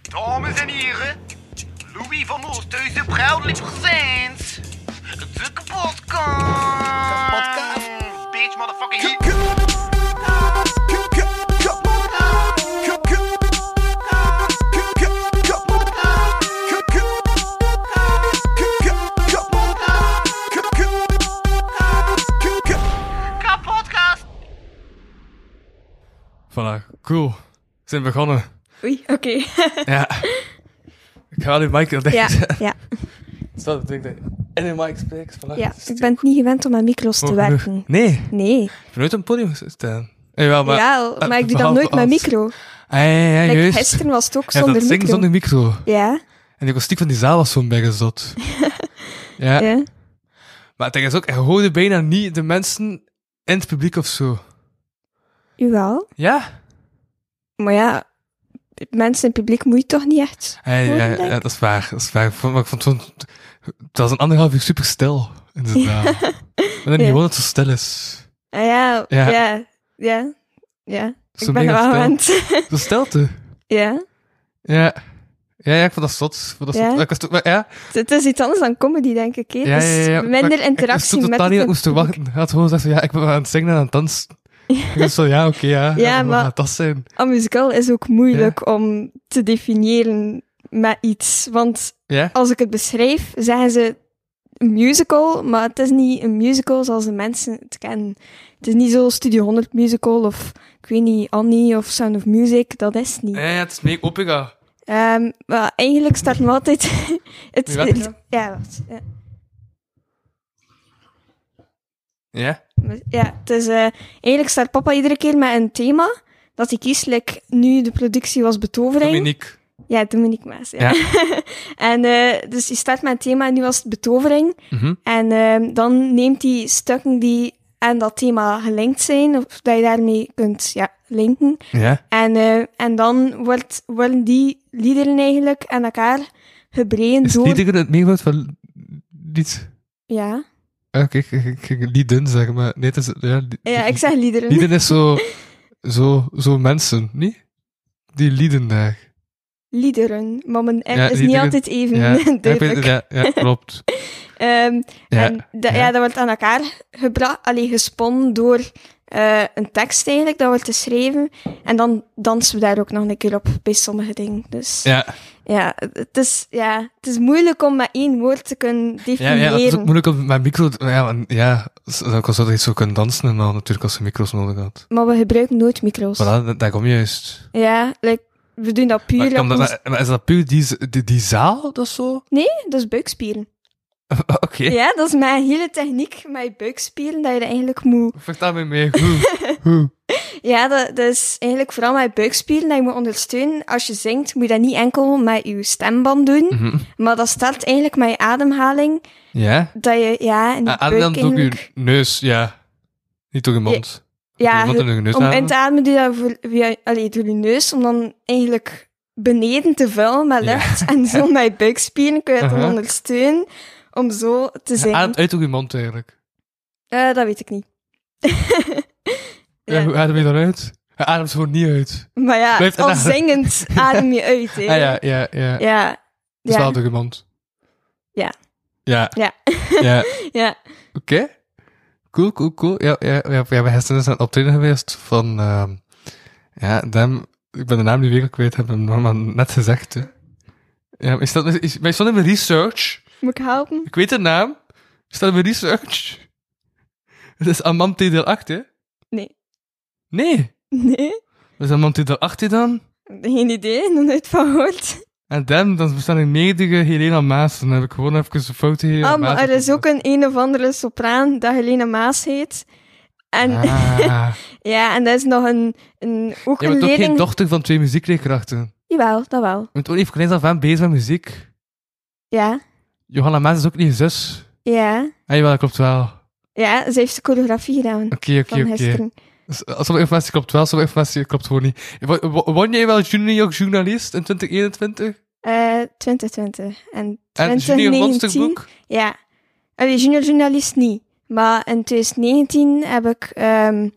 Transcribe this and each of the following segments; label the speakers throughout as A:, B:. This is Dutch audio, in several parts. A: Dames en heren, Louis van Oosthuizen, proudly presents de kapotkast.
B: Kapotkast.
A: Bitch, motherfucking heat. Kapotkast.
C: Voilà, ah, cool. We zijn begonnen.
D: Oei, oké.
C: Ja. Ik ga nu Michael dicht
D: ja,
C: zetten.
D: ja,
C: Stel dat ik dat in de mic spreek. Voilà. Oh,
D: ja. Ik ben het niet gewend om met micro's te werken.
C: Nee,
D: Nee,
C: ik ben nooit op het podium staan. Jawel, maar...
D: ja, maar ik doe dat
C: behalve
D: nooit met
C: als-
D: micro.
C: Ah, ja, ja, ja,
D: Like,
C: juist.
D: gisteren was het ook
C: Ja,
D: zonder
C: dat zingen
D: micro.
C: zonder micro.
D: Ja,
C: En de kostiek van die zaal was zo'n bergenzot. ja.
D: ja.
C: Maar het ding is ook, je hoorde bijna niet de mensen in het publiek of zo.
D: U wel.
C: Ja?
D: Maar ja, mensen in het publiek moet je toch niet echt
C: Ja, ja, ja,
D: horen, denk
C: ja,
D: ik.
C: dat is waar. Dat is waar. Ik vond- Maar ik vond zo'n... Het was een anderhalf uur super stil in de zaal. Maar dan niet
D: Ja.
C: gewoon dat het zo stil is.
D: Ah, ja,
C: Ja.
D: ja, ja, ja.
C: Zo
D: Ik ben er
C: mega
D: wel
C: stil.
D: gewend.
C: Zo stilte.
D: ja.
C: Ja. Ja, ja, ik vond dat zot. Ik vond dat
D: Ja?
C: zot. Ik was toch- maar ja,
D: Het is iets anders dan comedy, denk ik. hè.
C: ja, dus ja,
D: Het is
C: ja, ja. Maar
D: minder
C: ik- Ik
D: interactie
C: stond
D: met
C: totaal niet
D: het
C: op moest te
D: publiek.
C: wachten. Hij had gewoon gezegd van, ja, ik ben aan het zingen en aan het dansen. Ik dacht zo, ja, oké, ja.
D: Ja,
C: wat
D: maar-
C: gaat dat zijn?
D: Aan musical Ah, is ook moeilijk om te definiëren met iets. Want
C: Ja?
D: als ik het beschrijf, zeggen ze een musical, maar het is niet een musical zoals de mensen het kennen. Het is niet zo Studio 100 musical of, ik weet niet, Annie of Sound of Music, dat is het niet.
C: Nee, het is meer opera.
D: Ehm, maar eigenlijk starten we altijd... het,
C: Moet je wat
D: ja, wacht. Ja.
C: Ja?
D: Ja, het is, eh, eigenlijk start papa iedere keer met een thema dat hij kiest. Like, nu de productie was betovering.
C: Dominique.
D: Ja, Dominique Maas. Ja. en eh, dus hij start met een thema, nu was het betovering.
C: Mhm.
D: En ehm, dan neemt hij stukken die aan dat thema gelinkt zijn, of dat je daarmee kunt ja, linken.
C: Ja?
D: En, eh, en dan wordt, worden die liederen eigenlijk aan elkaar gebreid
C: Is
D: door...
C: liederen het meervoud van lied?
D: Ja.
C: Ah, Oké, ik- ik ik ging lieden zeggen, maar nee, het is... Ja, li-
D: ja, ik zeg liederen.
C: Lieden is zo, zo, zo mensen, niet? Die lieden daar.
D: Liederen, maar mijn R
C: Ja,
D: is niet
C: liederen.
D: altijd even
C: Ja, Ja, ik
D: duidelijk.
C: weet- ja, ja, klopt.
D: Ehm,
C: Ja,
D: en da-
C: ja.
D: ja. dat wordt aan elkaar gebracht, allee, gesponnen door eh, een tekst eigenlijk, dat wordt geschreven. En dan dansen we daar ook nog een keer op bij sommige dingen. Dus ja,
C: Ja.
D: het, is, ja het is moeilijk om met één woord te kunnen
C: Ja,
D: definiëren.
C: ja, het is ook moeilijk om met micro... Ja, want, ja, zou ik altijd zo kunnen dansen en dan natuurlijk als ze micro's nodig had.
D: Maar we gebruiken nooit micro's.
C: Voilà, da- daar kom je juist.
D: Ja, like, we doen dat puur.
C: Maar, kan
D: op
C: dat-
D: ons-
C: maar is dat puur die, z- die, die zaal of zo?
D: Nee, dat is buikspieren.
C: Oké.
D: Ja, dat is mijn hele techniek met je buikspieren, dat je dat eigenlijk moet...
C: Vertel me mee. Hoe? Hoe?
D: Ja, dat, dat is eigenlijk vooral met je buikspieren dat je moet ondersteunen. Als je zingt, moet je dat niet enkel met je stemband doen,
C: Mhm.
D: Maar dat start eigenlijk met je ademhaling,
C: Ja?
D: dat je, ja, in die
C: Ah, Adem dan
D: buik
C: door je
D: eigenlijk...
C: neus, ja. Niet door je mond.
D: Ja,
C: door je mond en door je neus
D: om
C: ademen.
D: in te ademen doe je dat voor, via, allee, door je neus, om dan eigenlijk beneden te vullen met
C: Ja.
D: lucht. En zo met je buikspieren kun je het dan
C: Aha.
D: ondersteunen om zo te
C: Je
D: zingen.
C: Ademt uit door je mond eigenlijk.
D: Eh, dat weet ik niet.
C: Ja.
D: Ja.
C: hoe adem je dan uit? Je ademt gewoon niet uit.
D: Maar ja,
C: Blijf
D: al
C: ademen.
D: zingend adem je uit, hè.
C: Ah, ja, ja, ja.
D: Ja.
C: Dus wel
D: Ja.
C: door je mond.
D: Ja.
C: Ja.
D: Ja.
C: Ja.
D: ja.
C: Oké. Cool, cool, cool. Ja, ja, ja, ja, we zijn gisteren aan het optreden geweest van... ehm ja, Dem... Ik ben de naam nu weer kwijt, heb hem nog maar net gezegd. Hè. Ja, maar is dat, is, maar is dat in mijn research?
D: Moet ik helpen?
C: Ik weet de naam. Is dat in mijn research? Het is Amante del 8, hè?
D: Nee.
C: Nee.
D: Nee?
C: Dat is Amante del 8 dan?
D: Geen idee, nog nooit van gehoord.
C: En Dem, dan bestaan er meerdere Helena Maas. Dan heb ik gewoon even een fout hier.
D: Oh, maar er is ook een een of andere sopraan dat Helena Maas heet. En
C: Ah.
D: ja, en dat is nog een, een ook
C: Je
D: een
C: bent ook geen
D: leerling.
C: dochter van twee muziekleerkrachten. Je
D: Jawel, dat wel.
C: bent ook even kleins af aan bezig met muziek.
D: Ja,
C: Johanna Maas is ook niet je zus.
D: ja.
C: Ah, jawel, dat klopt wel.
D: Ja, ze heeft de choreografie gedaan
C: Oké,
D: van
C: oké, oké.
D: gisteren.
C: S- Sommige informatie klopt wel, sommige informatie klopt gewoon niet. Wo- wo- Won jij wel junior journalist in 2021?
D: Eh, 2020 en
C: En junior
D: 2019.
C: monsterboek?
D: Ja. Allee, junior journalist niet. Maar in 2019 heb ik ehm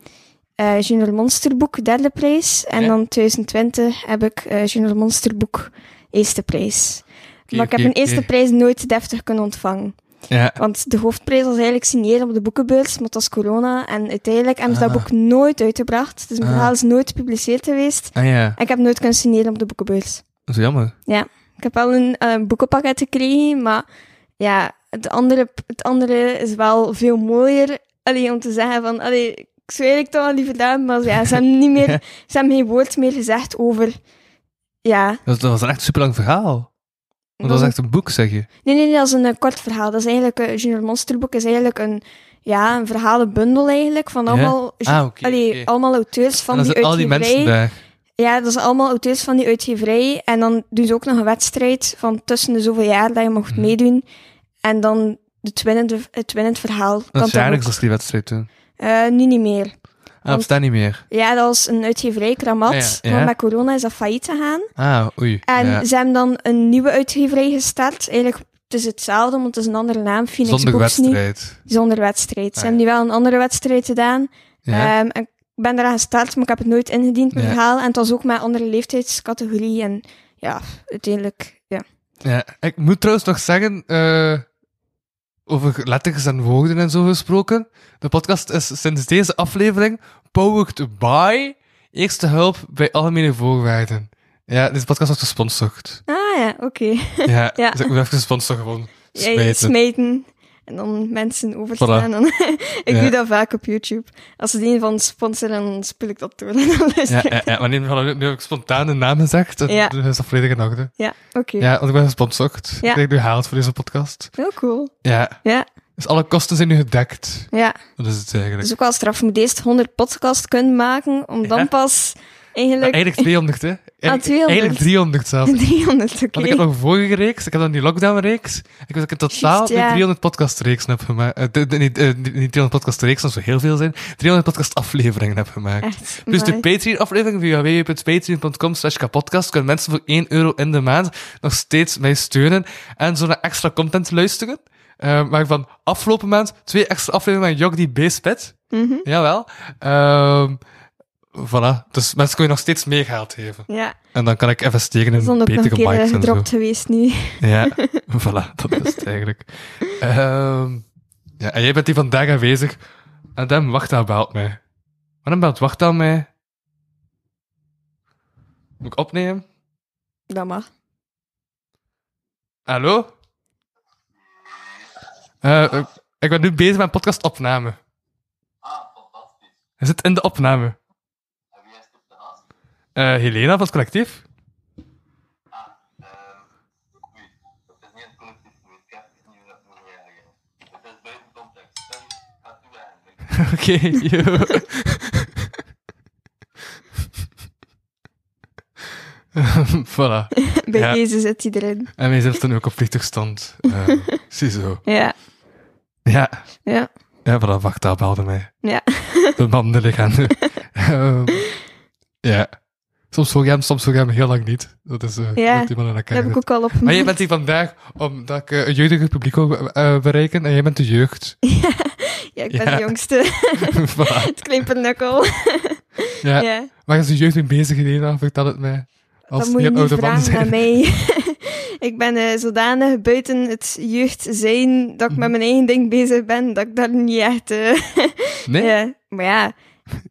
D: eh, Junior Monsterboek derde prijs. En
C: Ja.
D: dan 2020 heb ik eh Junior Monsterboek eerste prijs.
C: Oké,
D: maar ik heb
C: oké,
D: een
C: oké.
D: eerste prijs nooit deftig kunnen ontvangen.
C: Ja,
D: Want de hoofdprijs was eigenlijk signeren op de boekenbeurs, maar het was corona. En uiteindelijk hebben ze
C: Ah.
D: dat boek nooit uitgebracht. Dus mijn
C: Ah.
D: verhaal is nooit gepubliceerd geweest.
C: ah ja,
D: En ik heb nooit kunnen signeren op de boekenbeurs.
C: dat is jammer.
D: Ik heb wel een eh, boekenpakket gekregen, maar ja, het andere, het andere is wel veel mooier. Allee, om te zeggen van, allee, ik zweer ik toch al lieve dame, maar ja, ze hebben, niet meer,
C: Ja.
D: ze hebben geen woord meer gezegd over... Ja,
C: Dat, dat was een echt super lang verhaal. Want dat was echt een boek, zeg je.
D: Nee, nee, nee, dat is een eh, kort verhaal. Dat is eigenlijk, eh, Junior Monsterboek is eigenlijk een, ja, een verhalenbundel eigenlijk van
C: Ja?
D: allemaal,
C: Ah, oké,
D: allee,
C: oké.
D: allemaal auteurs van
C: en dan
D: die
C: zitten al die
D: uitgeverij.
C: mensen daar.
D: ja, dat zijn allemaal auteurs van die uitgeverij. En dan doen ze ook nog een wedstrijd van tussen de zoveel jaar dat je mocht
C: Mhm.
D: meedoen. En dan het winnende, het winnend verhaal. kan
C: Dat
D: dan
C: is jaarlijks
D: ook.
C: als die wedstrijd toen.
D: Eh, nu niet meer.
C: Ah, dat staat niet meer.
D: Ja, dat was een uitgeverij, Kramat.
C: Ja, ja.
D: Maar met corona is dat failliet gegaan.
C: Ah, oei.
D: En
C: ja.
D: ze hebben dan een nieuwe uitgeverij gestart. Eigenlijk, het is hetzelfde, want het is een andere naam. Phoenix
C: Zonder
D: Books niet.
C: wedstrijd.
D: zonder wedstrijd. Ze
C: Ah,
D: hebben nu wel een andere wedstrijd gedaan.
C: Ja.
D: Ehm, en ik ben daaraan gestart, maar ik heb het nooit ingediend, mijn
C: Ja.
D: verhaal. En het was ook met andere leeftijdscategorie. En ja, uiteindelijk, ja.
C: Ja, ik moet trouwens nog zeggen, eh, over letters en woorden en zo gesproken. De podcast is sinds deze aflevering powered by Eerste Hulp bij Algemene Voorwaarden. Ja, deze podcast wordt gesponsord.
D: Ah ja, oké.
C: Ja,
D: Ja.
C: dus ik moet even gesponsord gewoon
D: Ja, ja,
C: smijten.
D: smijten. En dan mensen overslaan. En ik
C: Ja.
D: doe dat vaak op YouTube. Als ze die van sponsoren, dan speel ik dat door. En dan luister
C: Ja,
D: ik. Ja,
C: ja, ja, maar nu, nu heb ik spontaan de naam gezegd. en
D: Ja.
C: Dus dat is dat volledig in orde.
D: oké.
C: Ja, want ik ben gesponsord.
D: Ja.
C: Ik krijg nu haalt voor deze podcast.
D: Heel cool.
C: Ja.
D: Ja.
C: Dus alle kosten zijn nu gedekt.
D: Ja,
C: Dat is het eigenlijk.
D: dus ook wel straf. Je moet eerst 100 podcast kunnen maken, om
C: Ja.
D: dan pas
C: Maar
D: eigenlijk
C: eigenlijk 200, hè? Eigenlijk-
D: 200.
C: Eigenlijk 300 zelf.
D: 300, Ah, oké.
C: Want ik heb nog vorige reeks, ik heb dan die lockdown-reeks. Ik weet dat ik in totaal
D: Juist,
C: die
D: ja.
C: 300 podcast-reeks heb gemaakt. Eh, de- de- niet, eh, niet- niet 300 podcast-reeks, dat zou heel veel zijn. 300 podcast-afleveringen heb gemaakt.
D: Echt,
C: Plus de
D: maar-
C: Patreon-aflevering via www.patreon.com slash kapodcast kunnen mensen voor 1 euro in de maand nog steeds mij steunen en zo naar extra content luisteren. Eh, maar van afgelopen maand twee extra afleveringen met Jok die Beespet.
D: Mhm.
C: Jawel. Ehm voilà. Dus mensen kunnen nog steeds meer geld geven.
D: Ja,
C: En dan kan ik investeren
D: dat is dan
C: in
D: ook nog een
C: betere
D: keer eh,
C: mics en zo.
D: gedropt geweest nu.
C: Ja, voilà, dat is het eigenlijk. Ehm, ja, en jij bent hier vandaag aanwezig. En dan wacht aan belt mij. Waarom belt wacht aan mij? Moet ik opnemen?
D: Dat mag.
C: Hallo? Eh, ik- ik ben nu bezig met een podcastopname. Hij zit in de opname. Eh, Helena van het collectief? Oké, yo. voilà.
D: Bij
C: Ja.
D: deze zit hij erin.
C: En wij zitten ook op vliegtuigstand. Eh ziezo.
D: Ja,
C: Ja,
D: ja,
C: ja, voilà, wacht, daar belde mij.
D: ja.
C: De man de legende. Ehm, ja. Soms hoor je hem, soms hoor je hem heel lang niet. Dat is eh
D: Ja,
C: dat iemand aan
D: Dat
C: elkaar
D: heb ik
C: zit.
D: ook al op
C: Maar jij bent hier vandaag omdat ik eh, een jeugdige publiek wil eh, bereiken en jij bent de jeugd.
D: Ja, ik ben
C: Ja.
D: de jongste.
C: Voilà.
D: het klimpernukkel.
C: ja.
D: Ja,
C: Waar is de jeugd mee bezig, Helena? Vertel het mij. Als
D: dat moet je
C: heel
D: niet
C: oude man
D: vragen aan
C: zijn.
D: mij. ik ben eh, zodanig buiten het jeugd zijn dat ik
C: Mhm.
D: met mijn eigen ding bezig ben, dat ik daar niet echt... eh,
C: Nee? Ja.
D: ja. Maar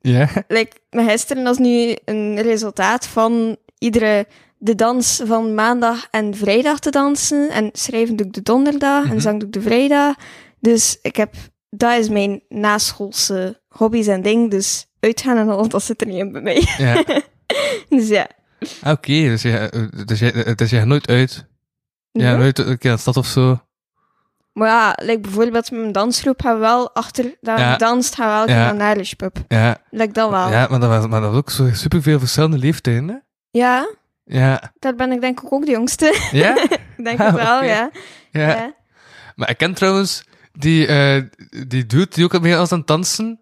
D: ja, like, maar gisteren was nu een resultaat van iedere de dans van maandag en vrijdag te dansen. En schrijven doe ik de donderdag
C: Mhm.
D: en zang doe ik de vrijdag. Dus ik heb, dat is mijn naschoolse hobby's en ding. Dus uitgaan en al, dat zit er niet in bij mij.
C: ja.
D: dus ja.
C: Ah, Oké, dus, jij, eh, dus, jij, eh, dus jij gaat nooit uit. Ja, nooit eh, een keer aan de stad of zo.
D: Maar ja, like bijvoorbeeld met mijn dansgroep gaan we wel achter dat
C: Ja.
D: we danst, gaan we wel
C: Ja.
D: naar naar de pub.
C: Ja,
D: Like dat wel. Ja.
C: ja maar, dat was, maar dat was ook zo superveel verschillende leeftijden. Hè? Ja.
D: daar ben ik denk ik ook de jongste.
C: Ja?
D: ik denk
C: Ah,
D: het wel,
C: oké.
D: ja.
C: ja?
D: ja.
C: Maar ik ken trouwens die, eh, die dude die ook mee was aan het dansen.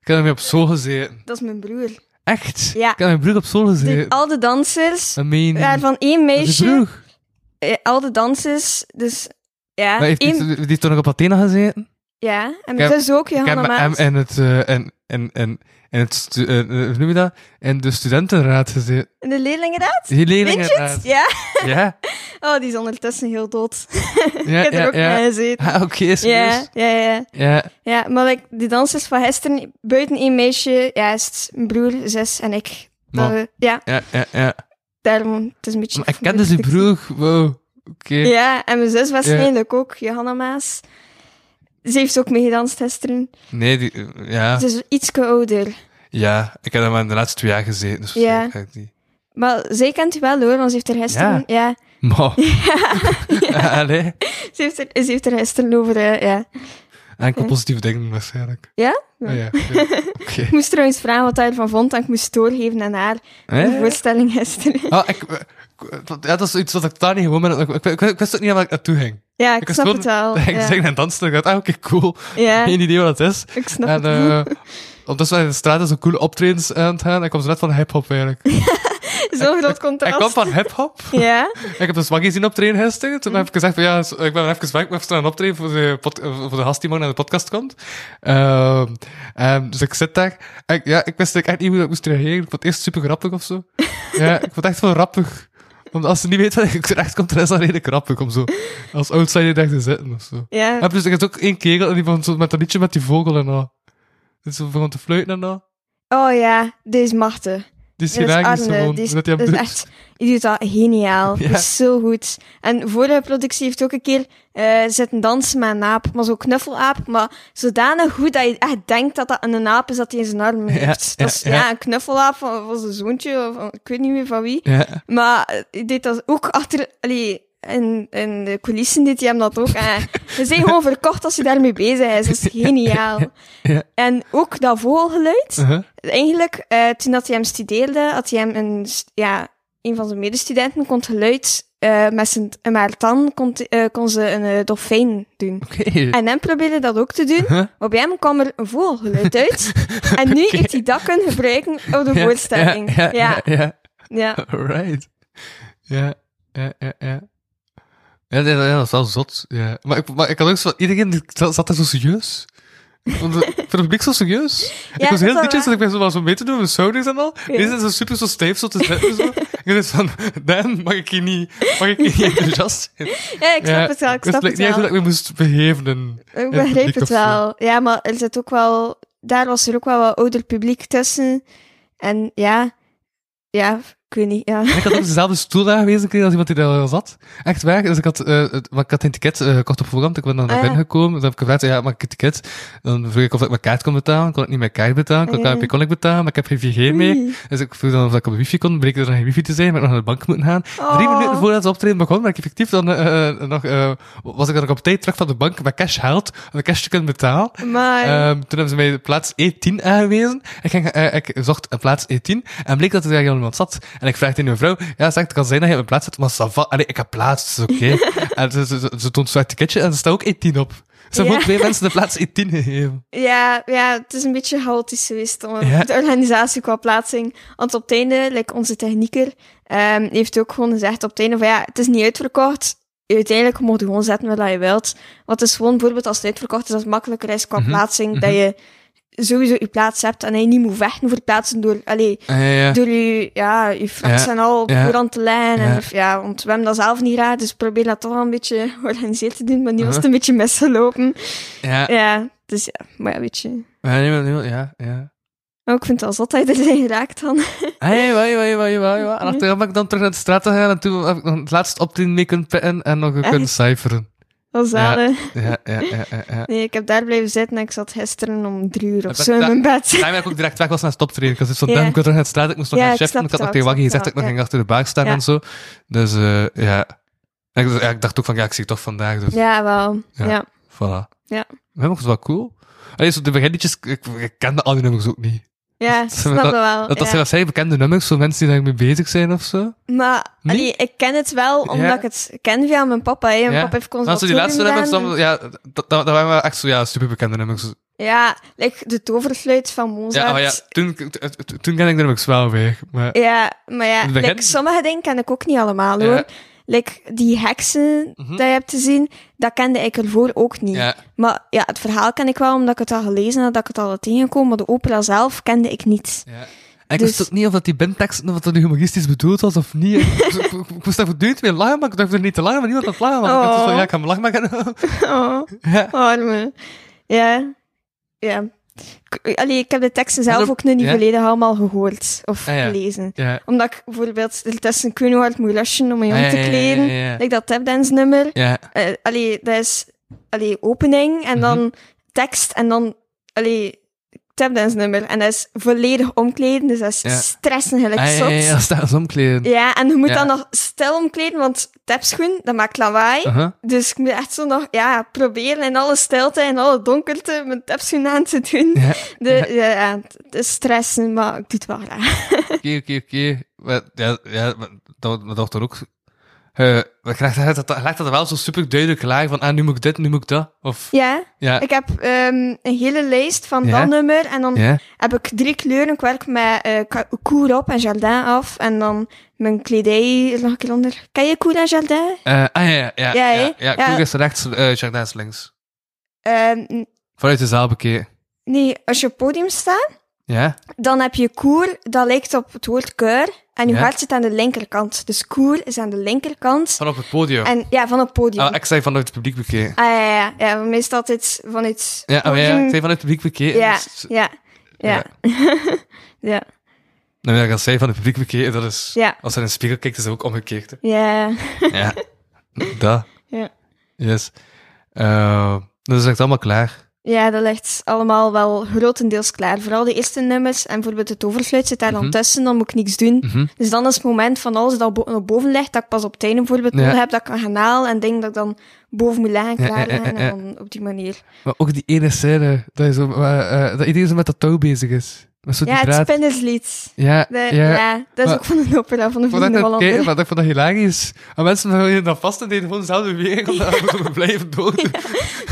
C: Ik heb hem op school gezeten.
D: Dat is mijn broer.
C: Echt?
D: Ja.
C: Ik heb mijn broer op school
D: Die-
C: gezeten.
D: al de dansers,
C: I mean,
D: ja, van één
C: Mm. dat is je
D: meisje,
C: broer.
D: eh, al de dansers, dus ja,
C: Maar heeft
D: één,
C: die, die heeft toen nog op Athena gezeten?
D: ja, en
C: Ik
D: mijn
C: heb-
D: zus ook,
C: ik heb
D: Johanna
C: hem
D: Maas.
C: in het, eh, in, in, in, in het stu- eh, eh, hoe noem je dat? In de studentenraad gezeten.
D: En de leerlingenraad?
C: Die
D: Windjes?
C: leerlingenraad.
D: Ja.
C: Ja,
D: Oh, die is ondertussen heel dood.
C: ja,
D: ik heb er
C: ja.
D: ook
C: ja.
D: bij gezeten.
C: Ah, Oké,
D: Ja,
C: serieus.
D: ja, ja.
C: Ja,
D: Ja, maar like, die dansers van gisteren, buiten één meisje, ja, is het mijn broer, zus en ik. Dat
C: Maar-
D: we- ja,
C: ja, ja. ja.
D: daarom, het is een beetje...
C: Maar ik ken dus die broer. Wow. Oké.
D: Ja, en mijn zus was
C: Ja.
D: eigenlijk ook, Johanna Maas. Ze heeft ook meegedanst gisteren.
C: Nee, die, eh, ja.
D: Ze is iets ouder.
C: Ja, ik heb er maar in de laatste twee jaar gezeten. Dus
D: Ja.
C: ik heb die.
D: Maar zij kent u wel hoor, want ze heeft er gisteren... Ja.
C: Maar. Ja. Allee.
D: ze, heeft er, ze heeft er gisteren over... eh, ja.
C: Enkel positieve dingen waarschijnlijk.
D: Ja?
C: Ah, ja. ja. Oké.
D: Ik moest trouwens vragen wat hij ervan vond en ik moest doorgeven aan haar.
C: Hè?
D: De voorstelling gisteren.
C: Ah, ik, eh, ik- dat- ja, dat is iets wat ik daar niet gewoon ben. Ik, ik, ik- ik wist ook niet waar ik naartoe ging.
D: Ja, ik,
C: wist
D: snap
C: gewoon
D: het wel.
C: dat Ik
D: Ja,
C: zing en danste. Ik dacht, ah, oké, cool.
D: Ja,
C: Geen idee wat dat is.
D: ik snap
C: en
D: het
C: eh,
D: wel.
C: ondertussen waren in de straten zo coole optredens aan het gaan. Ik kwam zo net van hip-hop eigenlijk.
D: Zo'n groot
C: Ik
D: contrast.
C: kwam van hip-hop.
D: Ja,
C: Ik heb dus Swaggy zien optreden gisteren. Toen heb ik gezegd van ja, ik ben even weg, maar even snel optreden voor de, pod- eh, voor de gast die morgen naar de podcast komt. Ehm, ehm, dus ik zit daar. En ik- ja, ik wist eigenlijk echt niet hoe ik moest reageren. Ik vond het eerst super grappig of zo. ja, ik vond het echt wel grappig. Want als ze niet weet wat ik terecht komt, dan is dat redelijk grappig om zo als outsider daar te zitten of zo.
D: ja.
C: En plus, er is ook één kerel en die begon zo met dat liedje met die vogel en al. Dus ze begon te fluiten en al.
D: Oh ja, deze machten.
C: Die is
D: Ja, dat is
C: hilarisch
D: Arne.
C: gewoon,
D: Die is-
C: hoe dat hij hem
D: dat is
C: doet.
D: echt, die doet dat geniaal.
C: Ja.
D: Dat is zo goed. En vorige productie heeft ook een keer eh zitten dansen met een aap, maar zo'n knuffelaap, maar zodanig goed dat je echt denkt dat dat een aap is dat hij in zijn arm
C: Ja,
D: heeft. dat is
C: ja,
D: ja,
C: ja.
D: een knuffelaap van, van zijn zoontje, of van- ik weet niet meer van wie.
C: Ja,
D: Maar eh, die deed dat ook achter... Allee, in, in de coulissen deed hij hem dat ook. En ze zijn gewoon verkocht als je daarmee bezig is. Dat is geniaal.
C: ja.
D: En ook dat vogelgeluid...
C: uh-huh.
D: Eigenlijk, eh, toen dat hij hem studeerde, had hij hem een, st- ja, een van zijn medestudenten kon het geluid eh, met zijn en haar tand kon, t- eh, kon ze een eh, dolfijn doen.
C: oké.
D: En hem probeerde dat ook te doen,
C: Huh?
D: maar bij hem kwam er een vogelgeluid uit. En nu
C: Oké.
D: heeft hij dat kunnen gebruiken op de
C: Ja,
D: voorstelling.
C: Ja, ja, ja, ja.
D: ja.
C: Alright. Ja, ja, ja, ja. Ja, nee, ja, dat is wel zot. Ja. Maar, ik, maar ik had ook zo... Iedereen die zat, zat daar zo serieus. Want, eh, Voor het publiek zo serieus. ik
D: dat
C: was
D: is
C: heel
D: wel
C: netjes en
D: waar.
C: ik ben zo wel zo mee te doen met schouders en al.
D: Ja.
C: Deze zijn zo super zo stijf zo te zetten. Zo. ik dacht van, Dan, mag ik hier niet, mag ik hier niet enthousiast zijn?
D: ja, ik snap
C: Ja,
D: het wel,
C: Dus
D: ik snap
C: het
D: het
C: lijkt niet echt hoe
D: wel.
C: dat ik me moest beheven. En,
D: Ik
C: het
D: begrijp
C: publiek
D: het
C: of zo.
D: wel. Ja, maar er zit ook wel... Daar was er ook wel wat ouder publiek tussen. En ja... Ja, ik weet niet, ja.
C: En ik had op dezelfde stoel aangewezen gekregen als iemand die daar al zat. Echt waar. Dus ik had, eh, het- maar ik had geen ticket eh, kort op voorhand. Ik ben dan naar
D: Ah,
C: binnen
D: ja.
C: gekomen. Dan heb ik gevraagd, ja, mag ik een ticket? Dan vroeg ik of ik mijn kaart kon betalen. Kon ik niet mijn kaart betalen. Kon ik
D: Ah, ja.
C: KNP kon ik betalen, maar ik heb geen 4G mee.
D: Oei.
C: Dus ik vroeg dan of ik op de wifi kon. Bleek er dan geen wifi te zijn, maar ik nog naar de bank moeten gaan. Drie
D: Oh.
C: minuten voordat het optreden begon, maar ik effectief dan eh, eh, nog, eh, was ik dan nog op tijd terug van de bank mijn cash haalt, om de cash te kunnen betalen.
D: Maar...
C: Ehm, toen hebben ze mij plaats E10 aangewezen. Ik, ging, eh, ik zocht een plaats E10 en bleek dat er daar iemand zat. En ik vraag tegen een vrouw, ja, zegt, het kan zijn dat je op mijn plaats zit, maar ça va. Allee, ik heb plaats, het is oké. en ze, ze, ze, ze toont zo'n etiketje en er staat ook E10 op. Ze hebben
D: Ja.
C: ook twee mensen de plaats E10 gegeven.
D: Ja, ja, het is een beetje chaotisch geweest. om-
C: Ja.
D: De organisatie qua plaatsing. Want op het einde, like onze technieker, ehm, heeft ook gewoon gezegd op het einde van ja, het is niet uitverkocht. Uiteindelijk moet je gewoon zetten wat je wilt. Want het is gewoon bijvoorbeeld als het uitverkocht is, dat het makkelijker is qua
C: Mhm,
D: plaatsing.
C: mhm.
D: Dat je sowieso je plaats hebt en dat je niet moet vechten voor plaatsen door, allee,
C: Ah, ja.
D: door je, ja, je fracties
C: Ja,
D: en al op
C: ja.
D: voorhand te lijnen. En
C: Ja.
D: of- ja, want we hebben dat zelf niet raad, dus probeer dat toch wel een beetje georganiseerd te doen. Maar nu was het een beetje misgelopen.
C: Ja,
D: Ja, dus ja, maar ja, weet je.
C: ja, niemand- niemand- ja, ja.
D: Oh, ik vind het al zot dat je er zijn geraakt dan.
C: Hey, wai, wai, wai, wai, wai. En achteraf ben ik dan terug naar de straat gegaan en toen heb ik nog het laatst optreden mee kunnen pitten en nog kunnen cijferen.
D: Wel zalig.
C: Ja, ja, ja, ja. ja.
D: Nee, ik heb daar blijven zitten en ik zat gisteren om drie uur
C: Dat-
D: of zo in
C: dat-
D: mijn bed.
C: Daarmee ben ik ook direct weg was naar het optreden. Ik was dus van,
D: Ja.
C: damn, ik wil terug naar de straat, ik moest nog
D: Ja,
C: gaan
D: ik
C: chef.
D: snap
C: Ik had nog
D: het
C: tegen
D: wel,
C: Waggy
D: ik
C: gezegd dat ik
D: snap
C: nog
D: het
C: ging achter de baak staan
D: Ja.
C: en zo. Dus eh, ja. En Ik, ik dacht ook van, ja, ik zie het toch vandaag. Dus
D: Ja, wel.
C: Ja.
D: Ja.
C: voilà.
D: Ja.
C: Maar het was wel cool. Allee, zo de beginliedjes, ik, ik kende al die nummers ook niet.
D: Ja, ik snap dat, wel.
C: Dat, dat
D: Oh, ja.
C: zijn waarschijnlijk bekende nummers, zo mensen die daarmee bezig zijn of zo.
D: Maar
C: Nee?
D: allee, ik ken het wel, omdat
C: Ja.
D: ik het ken via mijn papa. Hè. Mijn
C: Ja.
D: papa heeft
C: Dan zo die
D: conservatorium
C: laatste nummers,
D: gedaan.
C: dan, ja, dat, dat, dat waren wel echt zo, ja, superbekende nummers.
D: Ja, like de toverfluit van Mozart.
C: Ja, oh ja, toen, toen, toen ken ik de nummers wel weer. Maar,
D: Ja, maar ja,
C: Het begin-
D: like, sommige dingen ken ik ook niet allemaal,
C: Ja.
D: hoor. Like, die heksen
C: Mhm.
D: dat je hebt te zien, dat kende ik ervoor ook niet.
C: Ja.
D: Maar ja, het verhaal ken ik wel, omdat ik het al gelezen had, dat ik het al had tegengekomen. Maar de opera zelf kende ik niet.
C: Ja. En ik
D: Dus-
C: wist ook niet of dat die bandtekst of dat nu humoristisch bedoeld was of niet. ik, ik, ik- ik moest daar voortdurend mee lachen, maar ik durfde niet te lachen, maar niemand had lachen. Want ik dacht
D: Oh.
C: van, ja, ik ga me lachen maken.
D: Oh,
C: ja.
D: arme. Ja. Ja. Ik- Allee, ik heb de teksten zelf
C: Maar zo-
D: ook nog niet
C: ja.
D: volledig allemaal gehoord of
C: Ah, ja.
D: gelezen.
C: Ja.
D: Omdat ik bijvoorbeeld ertussen ik weet nog hard moet lasje om mij
C: Ah,
D: om
C: ja,
D: te
C: ja, ja,
D: kleden.
C: ja, ja.
D: Like dat tapdance nummer.
C: Ja.
D: Eh, allee, dat is allee, opening
C: Mhm.
D: en dan tekst en dan allee, tapdance nummer. En dat is volledig omkleden, dus dat is
C: Ja.
D: stressen gelijk
C: Ah, ja, ja,
D: zot.
C: ja, als daar omkleden.
D: Ja, en je moet
C: Ja.
D: dan nog stil omkleden, want tapschoen, dat maakt lawaai.
C: Uh-huh.
D: Dus ik moet echt zo nog ja, proberen in alle stilte en alle donkerte mijn tapschoen aan te doen.
C: Ja.
D: De, ja, ja, het is stressen, maar ik doe het wel graag.
C: Oké, oké, oké. Maar, Ja, ja, maar dat dat dacht er ook. Eh, maar ik dacht dat dat, lijkt dat wel zo super duidelijk laag van, ah, nu moet ik dit, nu moet ik dat. Of,
D: Ja,
C: ja.
D: ik heb ehm, een hele lijst van
C: Ah. Ja.
D: dat nummer en dan
C: ja.
D: heb ik drie kleuren. Ik werk met eh, ka- koer op en jardin af. En dan mijn kledij er nog een keer onder. Ken je koer en jardin?
C: Eh, ah, ja, ja, ja.
D: Ja,
C: Ja,
D: hè?
C: ja,
D: Ja.
C: Kroeg is rechts, eh Jardin is links.
D: Ehm, n-
C: Vanuit de zaal bekeken.
D: nee, als je op het podium staat,
C: Ja?
D: dan heb je koer, dat lijkt op het woord keur. En je
C: Ja.
D: hart zit aan de linkerkant. Dus koer is aan de linkerkant.
C: Van op het podium.
D: En ja, van het podium.
C: Ah, ik zei vanuit het publiek bekeken.
D: Ah, ja, ja, ja. ja, meestal altijd vanuit
C: Ja, oh, ja, ja,
D: podium.
C: ik zei vanuit het publiek bekeken.
D: ja,
C: Dus-
D: ja, ja, ja,
C: Nou, ja, ik zei van het publiek bekeken, dat is...
D: Ja.
C: Als er een spiegel kijkt, is dat ook omgekeerd. hè.
D: ja,
C: Ja. dat.
D: Ja.
C: Yes. Eh, dat is echt allemaal klaar.
D: ja, dat ligt allemaal wel grotendeels klaar. Vooral de eerste nummers en bijvoorbeeld het overfluit zit daar dan
C: Mhm.
D: tussen, dan moet ik niks doen.
C: Mhm.
D: Dus dan is het moment van alles dat bo- naar boven ligt, dat ik pas op tijd bijvoorbeeld
C: Ja.
D: nodig heb, dat ik kan gaan halen en denk dat ik dan boven moet leggen,
C: Ja,
D: klaar
C: ja, ja, ja.
D: leggen en dan op die manier.
C: Maar ook die ene scène, dat, is, eh, dat iedereen zo met dat touw bezig is. Met zo
D: Ja,
C: die
D: het
C: draad.
D: spinnerslied.
C: Ja,
D: De-
C: ja.
D: ja. dat is
C: Maar-
D: ook van een opera, van de
C: Ik vond dat,
D: Vrienden
C: net kei-
D: Wallander.
C: maar ik vond dat hilarisch. En mensen houden dat vast en deden gewoon dezelfde beweging, omdat we zo blijven dood.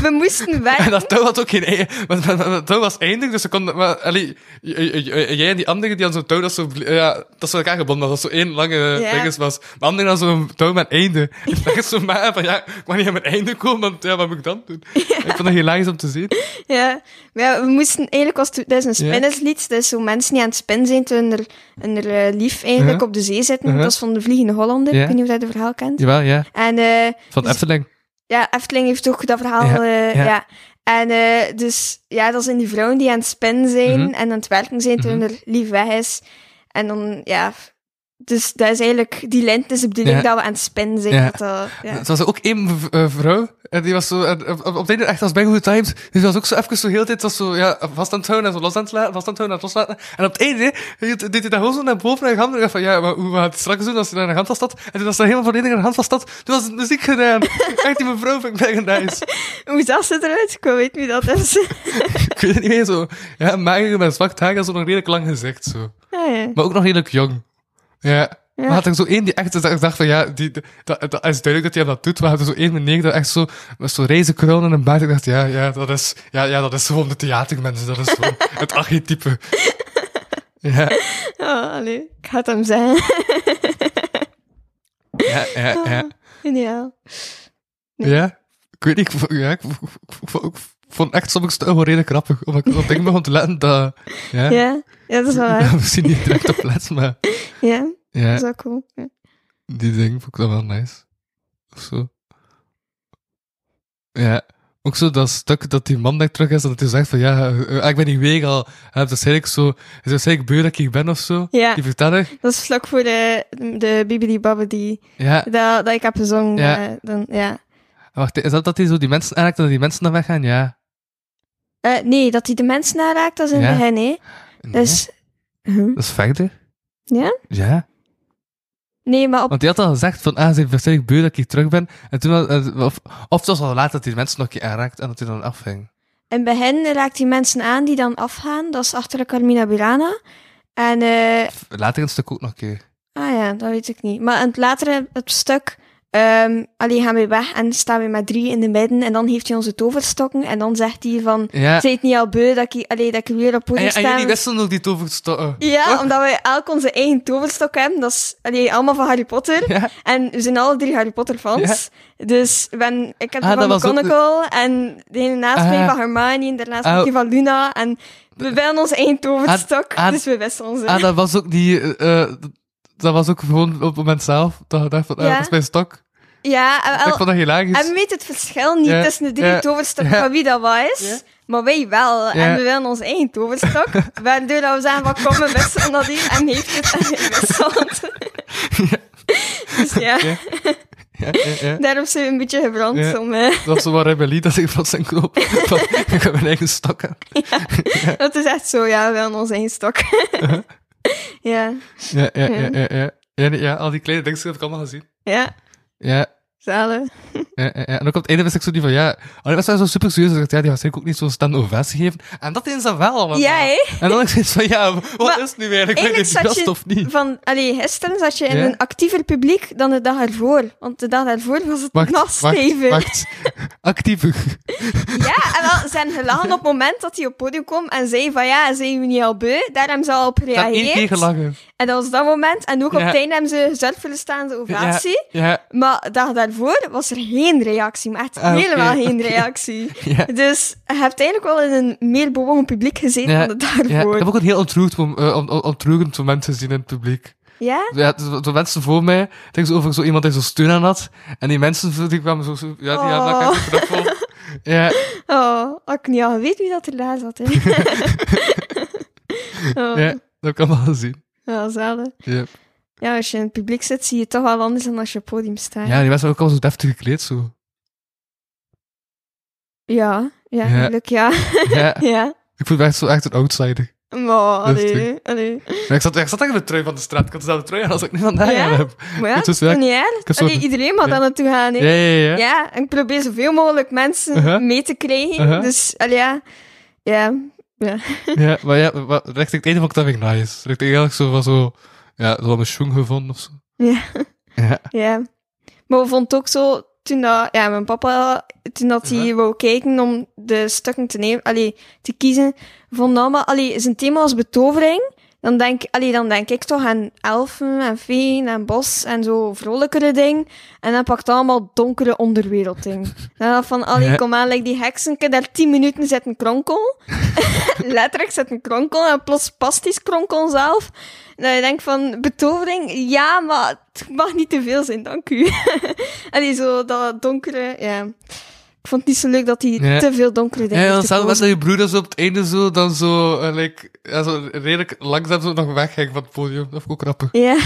D: We moesten weg.
C: En dat touw had ook geen eind. want- want- want Dat touw was eindig, dus ze konden... Maar, allee, j- j- j- jij en die andere die aan zo'n touw, dat zo, vlie- ja, dat zo elkaar gebonden was, dat zo één lange
D: Ja.
C: dinges was. De andere had zo'n touw met einde. En dat is zo maar van, ja, ik mag niet aan mijn einde komen, want ja, wat moet ik dan doen? Ik vond dat hilarisch om te zien.
D: Ja, maar ja, we moesten eigenlijk, was het, dat is een
C: Ja.
D: spinnerslied, dus zo mensen die aan het spinnen zijn, toen er, en er eh, lief eigenlijk
C: Uh-huh.
D: op de zee zitten.
C: Uh-huh.
D: Dat is van de Vliegende Hollander,
C: Ja.
D: ik weet niet of dat je het verhaal kent.
C: Jawel, ja.
D: En eh,
C: Van de Efteling.
D: ja, Efteling heeft ook dat verhaal,
C: Ja,
D: eh,
C: ja.
D: ja. En eh, dus, ja, dat zijn die vrouwen die aan het spinnen zijn
C: Mhm.
D: en aan het werken zijn toen
C: Uh-huh.
D: er lief weg is. En dan, ja... Dus dat is eigenlijk, die lint is de bedoeling
C: Ja.
D: dat we aan het spinnen zijn.
C: Ja.
D: Dat dat, ja.
C: Er was ook één v- eh, vrouw, en die was zo, en op op het einde echt als bij Goede Times, dus die was ook zo even zo heel de tijd was zo, ja, vast aan het houden en zo los aan het laten, vast aan het houden en loslaten. En op het einde hield- deed hij dat gewoon zo naar boven naar de hand en ik dacht van, ja, maar hoe gaat het straks doen als hij naar de hand vast had? En toen was hij helemaal volledig aan de hand vast had, toen was het muziek gedaan. echt die mevrouw vind ik legendarisch.
D: Hoe zag ze eruit? Ik weet niet wie dat is.
C: ik weet het niet meer, zo, ja, mager met zwart haar en zo nog redelijk lang gezegd, zo.
D: Ah, ja.
C: Maar ook nog redelijk jong. Ja. Maar had er zo één die echt dat ik dacht van ja, die, die- dat, dat is duidelijk dat hij dat doet. Maar had er zo één meneer dat echt zo met zo'n reizen kroon en een baard. Ik dacht ja, ja, dat is, ja, ja, dat is gewoon de theatermens. Dat is gewoon het archetype. Ja,
D: Oh, allee. Ik ga het hem zeggen.
C: ja, ja, ja.
D: Geniaal.
C: ja. Ik weet niet, ik, vo- ja, ik, vo- ik vo- ik vond echt sommige stukken wel redelijk grappig. Omdat ik op dingen begon te letten dat... Ja,
D: Ja, ja dat is wel waar.
C: misschien niet direct op les, maar...
D: Ja, dat is
C: Ja,
D: wel cool. Ja.
C: die dingen vond ik dan wel nice. Of zo. Ja. Ook zo dat stuk dat die man daar terug is en dat hij zegt van ja, eh, eh, ik ben niet weg al. Hij heeft waarschijnlijk zo, hij is waarschijnlijk beu dat ik hier ben of zo.
D: Ja.
C: Die verteller.
D: Dat is vlak voor de, de Bibidi Babbidi
C: Ja.
D: dat, dat ik heb gezongen.
C: Ja.
D: eh, dan, ja.
C: Wacht, is dat dat hij zo die mensen aanraakt en dat die mensen dan weggaan? Ja.
D: Eh, nee, dat hij de mensen naraakt, dat is in
C: Ja.
D: het begin, hè.
C: Nee,
D: Dus... Huh?
C: Dat is verder.
D: Ja?
C: Ja.
D: Nee, maar op...
C: Want hij had al gezegd van, ah, ze heeft waarschijnlijk beu dat ik hier terug ben. En toen, had- eh, of, of het was al laat dat hij de mensen nog een keer aanraakt en dat hij dan afhing.
D: in het begin raakt hij mensen aan die dan afgaan. Dat is achter de Carmina Burana. En... eh,
C: Later in het stuk ook nog een keer.
D: ah ja, dat weet ik niet. Maar in het latere het stuk ehm allee, gaan we weg en staan we met drie in de midden en dan heeft hij onze toverstokken en dan zegt hij van,
C: Ja. Ah
D: zei het niet al beu dat ik, allee, dat ik weer op
C: En,
D: podium
C: en
D: sta?
C: jullie wisten nog die toverstokken.
D: Ja,
C: Wat?
D: omdat wij elk onze eigen toverstok hebben. Dat is allee, allemaal van Harry Potter.
C: Ja.
D: En we zijn alle drie Harry Potter fans. Dus ik ben, ik heb
C: Ah,
D: die van
C: dat was ook de-
D: McGonagall en de ene naast
C: Ah.
D: mij van Hermione en daarnaast
C: Ah.
D: heb ik die van Luna. En we willen onze eigen toverstok,
C: Ah, ah,
D: dus we wisten onze.
C: Ah, dat was ook die... eh, eh, dat was ook gewoon op het moment zelf. Dat ik dacht van, eh,
D: Ja.
C: dat is mijn stok.
D: ja, en,
C: ik
D: wel-
C: vond dat hilarisch.
D: en we weten het verschil niet
C: Ja,
D: tussen de drie
C: ja,
D: toverstokken
C: ja.
D: van wie dat was.
C: Ja.
D: Maar wij wel.
C: Ja.
D: En we willen onze eigen toverstok. waardoor dat we zeggen van kom, we wisselen dat hier. En heeft het en hij wisselt. Dus ja.
C: Ja, ja, ja.
D: Daarom zijn we een beetje gebrand
C: Ja.
D: om, eh,
C: Dat was zo wat rebellie dat ik van zijn knoop. Van, ik heb mijn eigen stok aan.
D: dat is echt zo, ja, wel ons één stok. ja,
C: Ja, ja, ja, ja. ja. Ja, nee, ja, al die kleine dingen heb ik allemaal gezien.
D: ja,
C: Ja,
D: zalen.
C: ja, ja, ja. En ook op het einde wist ik zo niet van, ja... Alleen was hij zo super serieus. Ik dacht, ja, die was ook niet zo'n stand ovatie geven. En dat is dan wel allemaal.
D: Ja, hè?
C: En dan dacht eh, ik zoiets van, ja, wat
D: Maar
C: is het nu eigenlijk? Ben ik
D: Eigenlijk
C: dit
D: zat
C: gast
D: je
C: of niet?
D: van, allee, gisteren zat je in
C: Ja?
D: een actiever publiek dan de dag ervoor. Want de dag ervoor was het nog
C: Wacht, wacht,
D: stevig.
C: wacht. Actieve.
D: Ja, en wel, ze zijn gelachen op het moment dat hij op het podium kwam en zei van ja, zijn we niet al beu? Daar hebben ze al op
C: Ik heb één keer
D: gereageerd.
C: gelachen.
D: En dat was dat moment. En ook op
C: Ja.
D: het einde hebben ze zelf voor de staande ovatie.
C: Ja,
D: Maar de dag daarvoor was er geen reactie, maar echt
C: Ah, oké,
D: helemaal geen
C: oké.
D: reactie.
C: ja.
D: Dus je hebt eigenlijk wel in een meer bewogen publiek gezeten
C: Ja,
D: dan de dag
C: Ja, ik
D: ervoor.
C: heb ook een heel ontroerd, mom- eh, on- on- ontroerend moment gezien in het publiek.
D: Ja?
C: Ja, de, de mensen voor mij, ik denk zo over zo iemand die zo steun aan had. En die mensen die kwamen zo, zo- ja, die hadden
D: Oh.
C: elkaar zo knuffel. Ja,
D: Oh, had ik niet al weet wie dat er daar zat, hè. oh,
C: ja, dat heb ik allemaal gezien.
D: wel zelden.
C: Ja,
D: Ja, als je in het publiek zit, zie je het toch wel anders dan als je op het podium staat.
C: ja die mensen waren ook al zo deftig gekleed, zo.
D: ja,
C: Ja.
D: ja, eigenlijk ja.
C: Ja,
D: ja.
C: ik voelde me echt zo echt een outsider.
D: Maar,
C: Dat is
D: allee, allee.
C: Maar ik zat, ik zat echt in de trui van de straat, ik had dezelfde trui aan als ik nu vandaag
D: Ja?
C: aan heb.
D: Maar ja,
C: Het is
D: dat
C: wel-
D: is niet erg.
C: Ik heb zo...
D: Allee, iedereen mag
C: Ja.
D: daar naartoe gaan, hè.
C: Ja, ja, ja. ja.
D: Ja, en ik probeer zoveel mogelijk mensen
C: Uh-huh.
D: mee te krijgen.
C: Uh-huh.
D: Dus, allee, ja. Ja,
C: Ja, maar ja, maar richting het einde vond ik dat weer nice. Richting eigenlijk zo van zo, ja, zo een schoen gevonden of zo.
D: Ja.
C: Ja.
D: Ja. Maar we vonden het ook zo, toen dat, ja, mijn papa, toen dat hij
C: Ja.
D: wou kijken om de stukken te nemen, allee, te kiezen, vond allemaal, allee, zijn thema was betovering. Dan denk, allee, dan denk ik toch aan elfen en veen en bos en zo vrolijkere dingen. En dan pakt hij allemaal donkere onderwerelddingen. Dan dacht ik van, allee,
C: Ja.
D: kom aan, like die heksen, ik heb daar tien minuten zit een kronkel. Letterlijk zit een kronkel en plots past die kronkel zelf. Dat je denkt van betovering, ja, maar het mag niet te veel zijn, dank u. en die zo dat donkere, ja. Ik vond het niet zo leuk dat hij
C: Ja.
D: te veel donkere dingen
C: Ja, dan
D: heeft
C: stel dat
D: gekozen.
C: je broer zo op het einde zo, dan zo, eh, like, ja, zo redelijk langzaam zo nog wegging van het podium. Dat vond ik ook grappig.
D: Ja,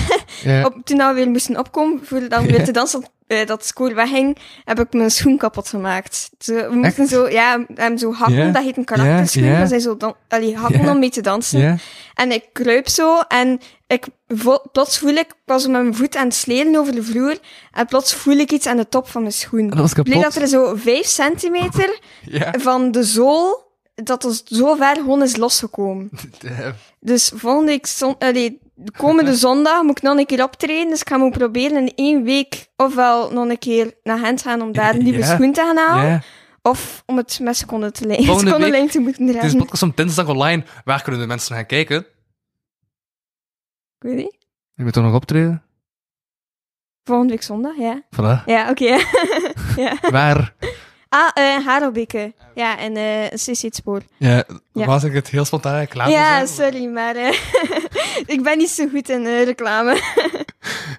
C: Ja.
D: op, toen we weer moesten opkomen, voor dat we weer te dansen, eh, dat de score wegging, heb ik mijn schoen kapot gemaakt. Zo, we moesten
C: Echt?
D: zo, ja, hem zo hakken,
C: Ja.
D: dat heet een karakterschoen,
C: Ja, ja.
D: dat zijn zo dan, allee, hakken
C: Ja.
D: om mee te dansen.
C: Ja.
D: En ik kruip zo en ik vo- plots voel ik, ik was met mijn voet aan het sleden over de vloer en plots voel ik iets aan de top van mijn schoen.
C: En dat was
D: bleek
C: kapot.
D: dat er zo 5 centimeter
C: Ja.
D: van de zool, dat is zo ver gewoon is losgekomen.
C: Ja.
D: Dus volgende week, zon, allee, de komende zondag moet ik nog een keer optreden, dus ik ga me proberen in één week ofwel nog een keer naar Gent gaan om daar een nieuwe
C: Ja.
D: schoen te gaan halen,
C: Ja.
D: of om het met seconden te lijn,
C: Volgende
D: seconden
C: week-
D: lijn te moeten
C: Het is
D: redden.
C: een podcast om dinsdag online. Waar kunnen de mensen gaan kijken?
D: Ik weet niet.
C: Je moet toch nog optreden?
D: Volgende week zondag, ja.
C: Voilà.
D: Ja, oké. ja.
C: Waar?
D: Ah, eh Harelbeke.
C: Ah,
D: Ja, en eh CC het spoor.
C: Ja,
D: Ja.
C: was ik het heel spontaan eigenlijk klaar
D: ja,
C: voor zijn?
D: sorry, maar eh, ik ben niet zo goed in eh, reclame.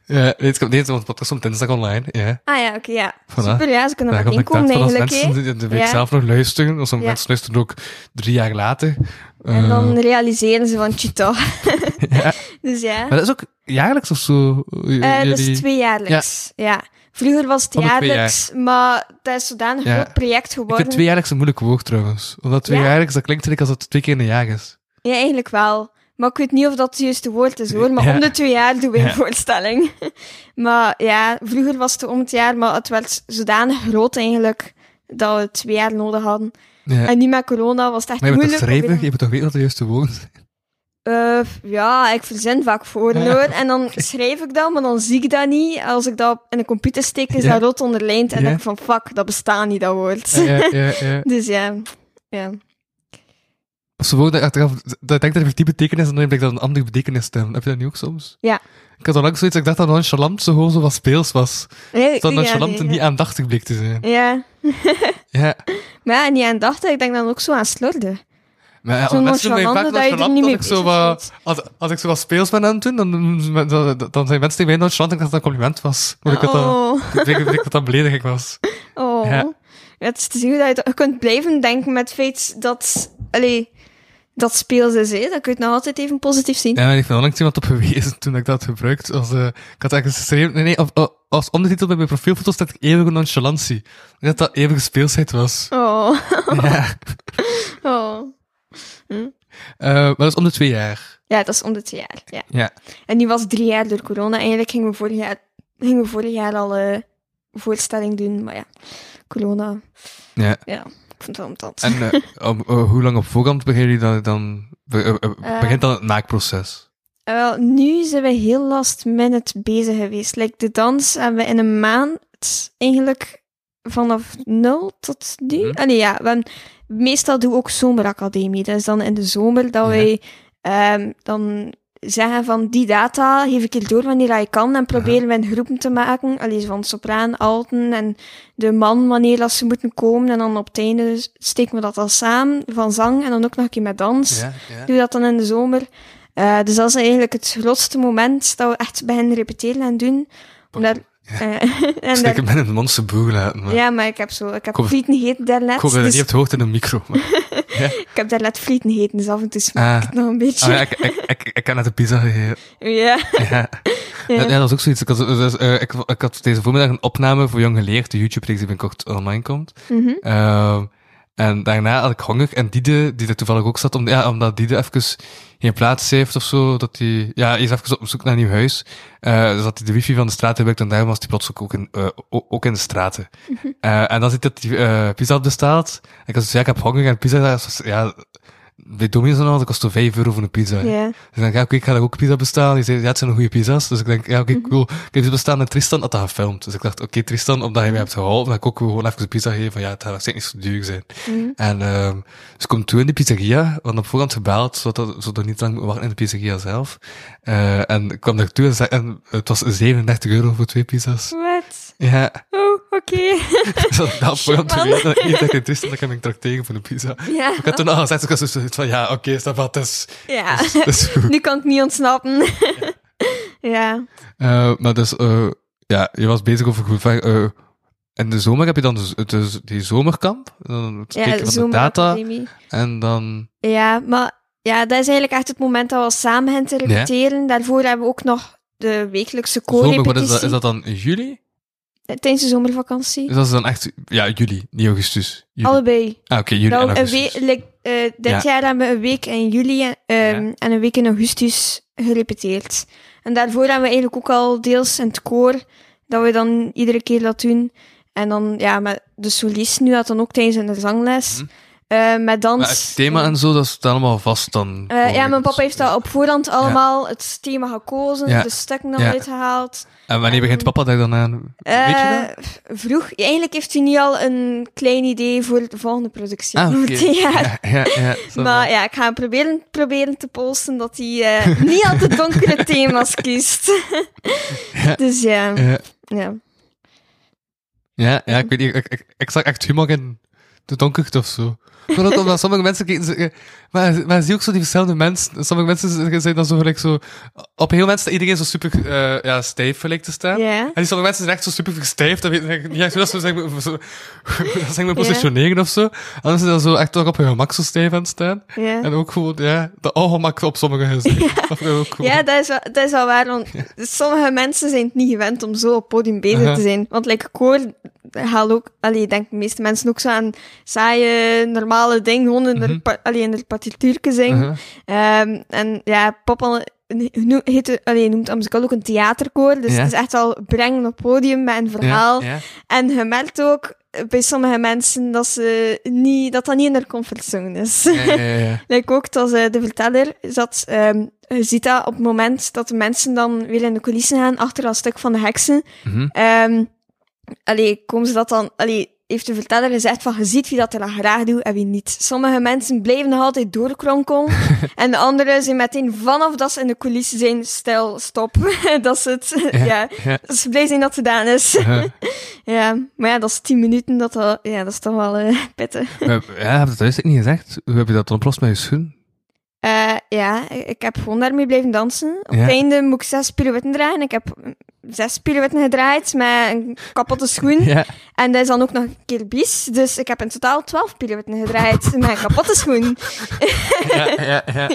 C: Ja, nee, het komt niet, want de podcast komt dinsdag online. Ja.
D: Ah ja, oké, ja.
C: Voilà.
D: Super, ja, ze kunnen
C: Daarom
D: maar
C: dat ik dacht
D: inkomen
C: van als
D: eigenlijk,
C: mensen
D: hè.
C: die de week
D: Ja.
C: zelf nog luisteren, als sommige
D: Ja.
C: mensen luisteren ook drie jaar later.
D: En
C: Eh,
D: dan realiseren ze van, chita. Dus ja.
C: Maar dat is ook jaarlijks of zo?
D: Eh dat
C: Jullie-
D: is tweejaarlijks, ja. Vroeger was het
C: Om de twee
D: jaarlijks, maar dat is zodanig een
C: Ja.
D: groot project
C: Ik vind
D: geworden.
C: tweejaarlijks een moeilijk woord trouwens. Omdat tweejaarlijks, dat klinkt eigenlijk als het twee keer in een jaar is.
D: Ja, eigenlijk wel. Maar ik weet niet of dat het juiste woord is hoor. Maar
C: Ja.
D: om de twee jaar doen we een
C: Ja.
D: voorstelling. maar ja, vroeger was het om het jaar, maar het werd zodanig groot eigenlijk dat we twee jaar nodig hadden.
C: Ja.
D: En nu met corona was het echt
C: Maar je bent
D: moeilijk.
C: toch
D: om weer-
C: schrijver? Je moet toch weten wat de juiste woorden zijn?
D: Eh, ja, ik verzin vaak voor hoor. En dan schrijf ik dat, maar dan zie ik dat niet. Als ik dat in een computer steek, is
C: Ja.
D: dat rood onderlijnd. En
C: Ja.
D: denk ik van, fuck, dat bestaat niet, dat woord.
C: Ja, ja, ja.
D: dus ja, ja.
C: Of zo'n woord dat je achteraf, dat ik denk dat het die betekenis en dan blijkt dat een andere betekenis te hebben. Heb je dat nu ook soms?
D: Ja.
C: Ik had al lang zoiets, dat ik dacht dat nonchalant zo gewoon zo wat speels was.
D: Nee,
C: Dat
D: Eh, ja,
C: nonchalant
D: nee,
C: en niet aandachtig bleek te zijn.
D: ja. Ja.
C: Ja.
D: Maar ja, en die aandachtig, ik denk dan ook zo aan slordig.
C: Maar ja,
D: Zo'n
C: mensen zijn vaak
D: nonchalante dat je er
C: nonchalant
D: niet
C: als
D: mee
C: ik zo
D: bezig
C: wat, als, als ik zo wat speels ben aan het doen, dan, dan, dan- dan zijn mensen tegen mij nonchalant en ik dacht dat het een compliment was. Maar ik had dat,
D: Oh,
C: ik denk dat dat een belediging was.
D: oh.
C: Ja.
D: Het is te zien hoe dat je, dat- je kunt blijven denken met het feit dat... Allee, dat speels is, hè. Dat kun je het nog altijd even positief zien.
C: Ja, maar ik ben onlangs iemand op gewezen toen ik dat gebruikt. Als, eh, ik had eigenlijk geschreven, nee, nee, of- of- als ondertitel bij mijn profielfoto staat ik eeuwige nonchalantie. Ik dacht dat eeuwige speelsheid was.
D: Oh,
C: Ja.
D: oh.
C: Eh, maar dat is om de twee jaar.
D: Ja, dat is om de twee jaar, ja.
C: Ja.
D: En die was drie jaar door corona. Eigenlijk gingen we vorig jaar, gingen we vorig jaar al eh, voorstelling doen. Maar ja, corona,
C: ja.
D: ja, ik vond het wel
C: En eh, om, eh, hoe lang op voorhand beginnen jullie dan? dan be- eh, eh,
D: Eh.
C: begint dan het maakproces?
D: En Ah, wel, nu zijn we heel last minute bezig geweest. Like de dans hebben we in een maand eigenlijk vanaf nul tot nu.
C: Mhm.
D: Allee, ja, we hebben- meestal doen we ook zomeracademie. Dat is dan in de zomer dat
C: Ja.
D: wij ehm, dan zeggen van die data geef ik hier door wanneer dat je kan en proberen we in groepen te maken. Allee, van sopraan, alten en de man wanneer dat ze moeten komen. En dan op het einde steken we dat dan samen van zang en dan ook nog een keer met dans
C: ja.
D: doe dat dan in de zomer. Eh, dus dat is eigenlijk het grootste moment dat we echt beginnen repeteren en doen. Omdat, eh, en
C: Stik
D: daar-
C: hem in een monster boer laten. Maar.
D: ja, maar ik heb zo, ik heb
C: Kom.
D: frieten gegeten daarnet.
C: Ik hoop dat je dat niet
D: dus
C: hebt gehoord in een micro. maar-
D: Ik heb daarnet frieten gegeten, dus af en toe smaakt
C: Ah.
D: het nog een beetje.
C: Ah, ja, ik, ik, ik, ik heb net de pizza gegeten.
D: ja.
C: Ja. Ja. dat is ook zoiets. Ik had, dus, eh, ik, ik had deze voormiddag een opname voor Jong Geleerd, de YouTube-reeks die binnenkort online komt.
D: Mhm.
C: Ehm, en daarna had ik honger en Diede, die er toevallig ook zat, om, ja, omdat Diede even geen plaats heeft of zo, dat hij, ja, hij is even op zoek naar een nieuw huis. Eh, dus dat hij de wifi van de straat gebruikt en daarom was hij plots ook, ook in, eh, o- ook in de straten. Eh, en dan ziet dat hij eh pizza had besteld. En ik had dus, ja, ik heb honger en pizza, dat was- ja, bij Domino's en al, dat kostte 5 euro voor een pizza.
D: ja.
C: Dus ik denk, ja, oké, ik ga daar ook pizza bestellen. Die zei, ja, het zijn goede pizza's. Dus ik denk, ja, oké,
D: Mhm.
C: cool. Ik heb ze bestaan en Tristan had dat gefilmd. Dus ik dacht, oké, Tristan, omdat hij mij hebt geholpen, ga ik ook gewoon even een pizza geven. Van, ja, het gaat zeker niet zo duur zijn.
D: Mhm.
C: En ehm dus ik kom toe in de pizzeria, want op voorhand gebeld, zodat, zodat ik niet lang moet wachten in de pizzeria zelf. Eh, en ik kwam daartoe en, zei, en het was 37 euro voor twee pizza's.
D: Wat?
C: Ja,
D: Oh, oké.
C: dus dat had voorhand
D: man.
C: geweten dat ik niet tegen Tristan, dat ik hem tracteren tegen voor een pizza.
D: ja.
C: Ik had toen al gezegd, dus ik was zoiets van, ja, oké, staat wat, dat is,
D: ja.
C: dat is- dat is goed.
D: nu kan ik niet ontsnappen. ja.
C: Eh, maar dus, eh, ja, je was bezig over hoe ver, eh, in de zomer heb je dan dus, dus die zomerkamp. Dan het
D: Ja,
C: kijken van de data.
D: zomeracademie.
C: En dan.
D: Ja, maar ja, dat is eigenlijk echt het moment dat we samen gaan te repeteren. Daarvoor hebben we ook nog de wekelijkse
C: Zomer,
D: co-repetitie.
C: wat is dat? Is dat dan in juli?
D: Tijdens de zomervakantie.
C: Dus dat is dan echt. Ja, juli, niet augustus. Juli.
D: Allebei.
C: Ah, oké, juli.
D: Nou,
C: en
D: een
C: augustus.
D: week, like, eh, dit jaar hebben we een week in juli en, ehm,
C: Ja.
D: en een week in augustus gerepeteerd. En daarvoor hebben we eigenlijk ook al deels in het koor, dat we dan iedere keer dat doen. En dan, ja, met de solist nu had dan ook tijdens een zangles. Eh, met dans.
C: Mhm. Maar het thema en zo, dat staat allemaal vast dan.
D: Eh, ja, mijn papa heeft dat op voorhand allemaal het thema gekozen,
C: Ja.
D: de stukken al
C: Ja.
D: uitgehaald.
C: En wanneer begint papa daar dan aan? Weet je dat?
D: Eh, v- vroeg. Eigenlijk heeft hij nu al een klein idee voor de volgende productie
C: Ah,
D: van
C: oké.
D: het jaar.
C: Ja, ja, ja. zo
D: Maar ja, ik ga hem proberen, proberen te polsen dat hij eh, niet al te donkere thema's kiest. Dus ja,
C: wel. Ja.
D: ja.
C: Ja, ja, ik weet niet, ik, ik, ik zag echt humor in de donkerte of zo. Maar ook omdat sommige mensen keken, ze- maar, maar zie ook zo die verschillende mensen. Sommige mensen zijn dan zo gelijk zo, op heel mensen dat iedereen zo super eh ja, stijf lijkt te staan.
D: Ja.
C: En die sommige mensen zijn echt zo super verstijfd, dat weet ik niet echt hoe dat ze zich hoe dat ze zich moeten positioneren of zo. En dan zijn dan zo echt toch op hun gemak zo stijf aan het staan.
D: ja.
C: En ook gewoon, ja, de ongemak op sommige gezichten. Dat vind ik ook cool.
D: Ja, dat is, wel, dat is wel waar, want sommige mensen zijn het niet gewend om zo op het podium bezig
C: Uh-huh.
D: te zijn. Want like koor haal ook, allee, denk de meeste mensen ook zo aan saaie, normale dingen, gewoon in de,
C: Mhm.
D: pa- allee, in de partituurke zingen.
C: Uh-huh.
D: Ehm, en ja, Poppel no- heet, het- allee, noemt dat muzikaal ook een theaterkoor, dus
C: Ja.
D: het is echt al brengen op het podium met een verhaal.
C: Ja, ja.
D: En je merkt ook, bij sommige mensen dat, ze niet, dat dat niet in hun comfortzone is.
C: Ja, ja, ja.
D: Lijkt ook dat eh, de verteller zat. ehm je ziet dat op het moment dat de mensen dan weer in de coulissen gaan, achter dat stuk van de heksen.
C: Mhm.
D: ehm, allee, komen ze dat dan... Allee, heeft de verteller gezegd van, je ziet wie dat er aan graag doet en wie niet. Sommige mensen blijven nog altijd doorkronkelen. en de anderen zijn meteen vanaf dat ze in de coulissen zijn, stel, stop. dat is het. ja.
C: ja.
D: Dat ze blij zijn dat het gedaan is.
C: Eh,
D: ja. Maar ja, dat is tien minuten. Dat, al, ja, dat is toch wel eh pittig.
C: we hebben- ja, heb je dat juist ook niet gezegd? Hoe heb je dat dan opgelost met je schoen?
D: Eh, ja, ik ik heb gewoon daarmee blijven dansen. Op
C: Ja.
D: het einde moet ik zes pirouetten draaien. Ik heb mm, zes pirouetten gedraaid met een kapotte schoen.
C: Ja.
D: En dat is dan ook nog een keer bies. Dus ik heb in totaal twaalf pirouetten gedraaid met een kapotte schoen.
C: Ja, ja, ja.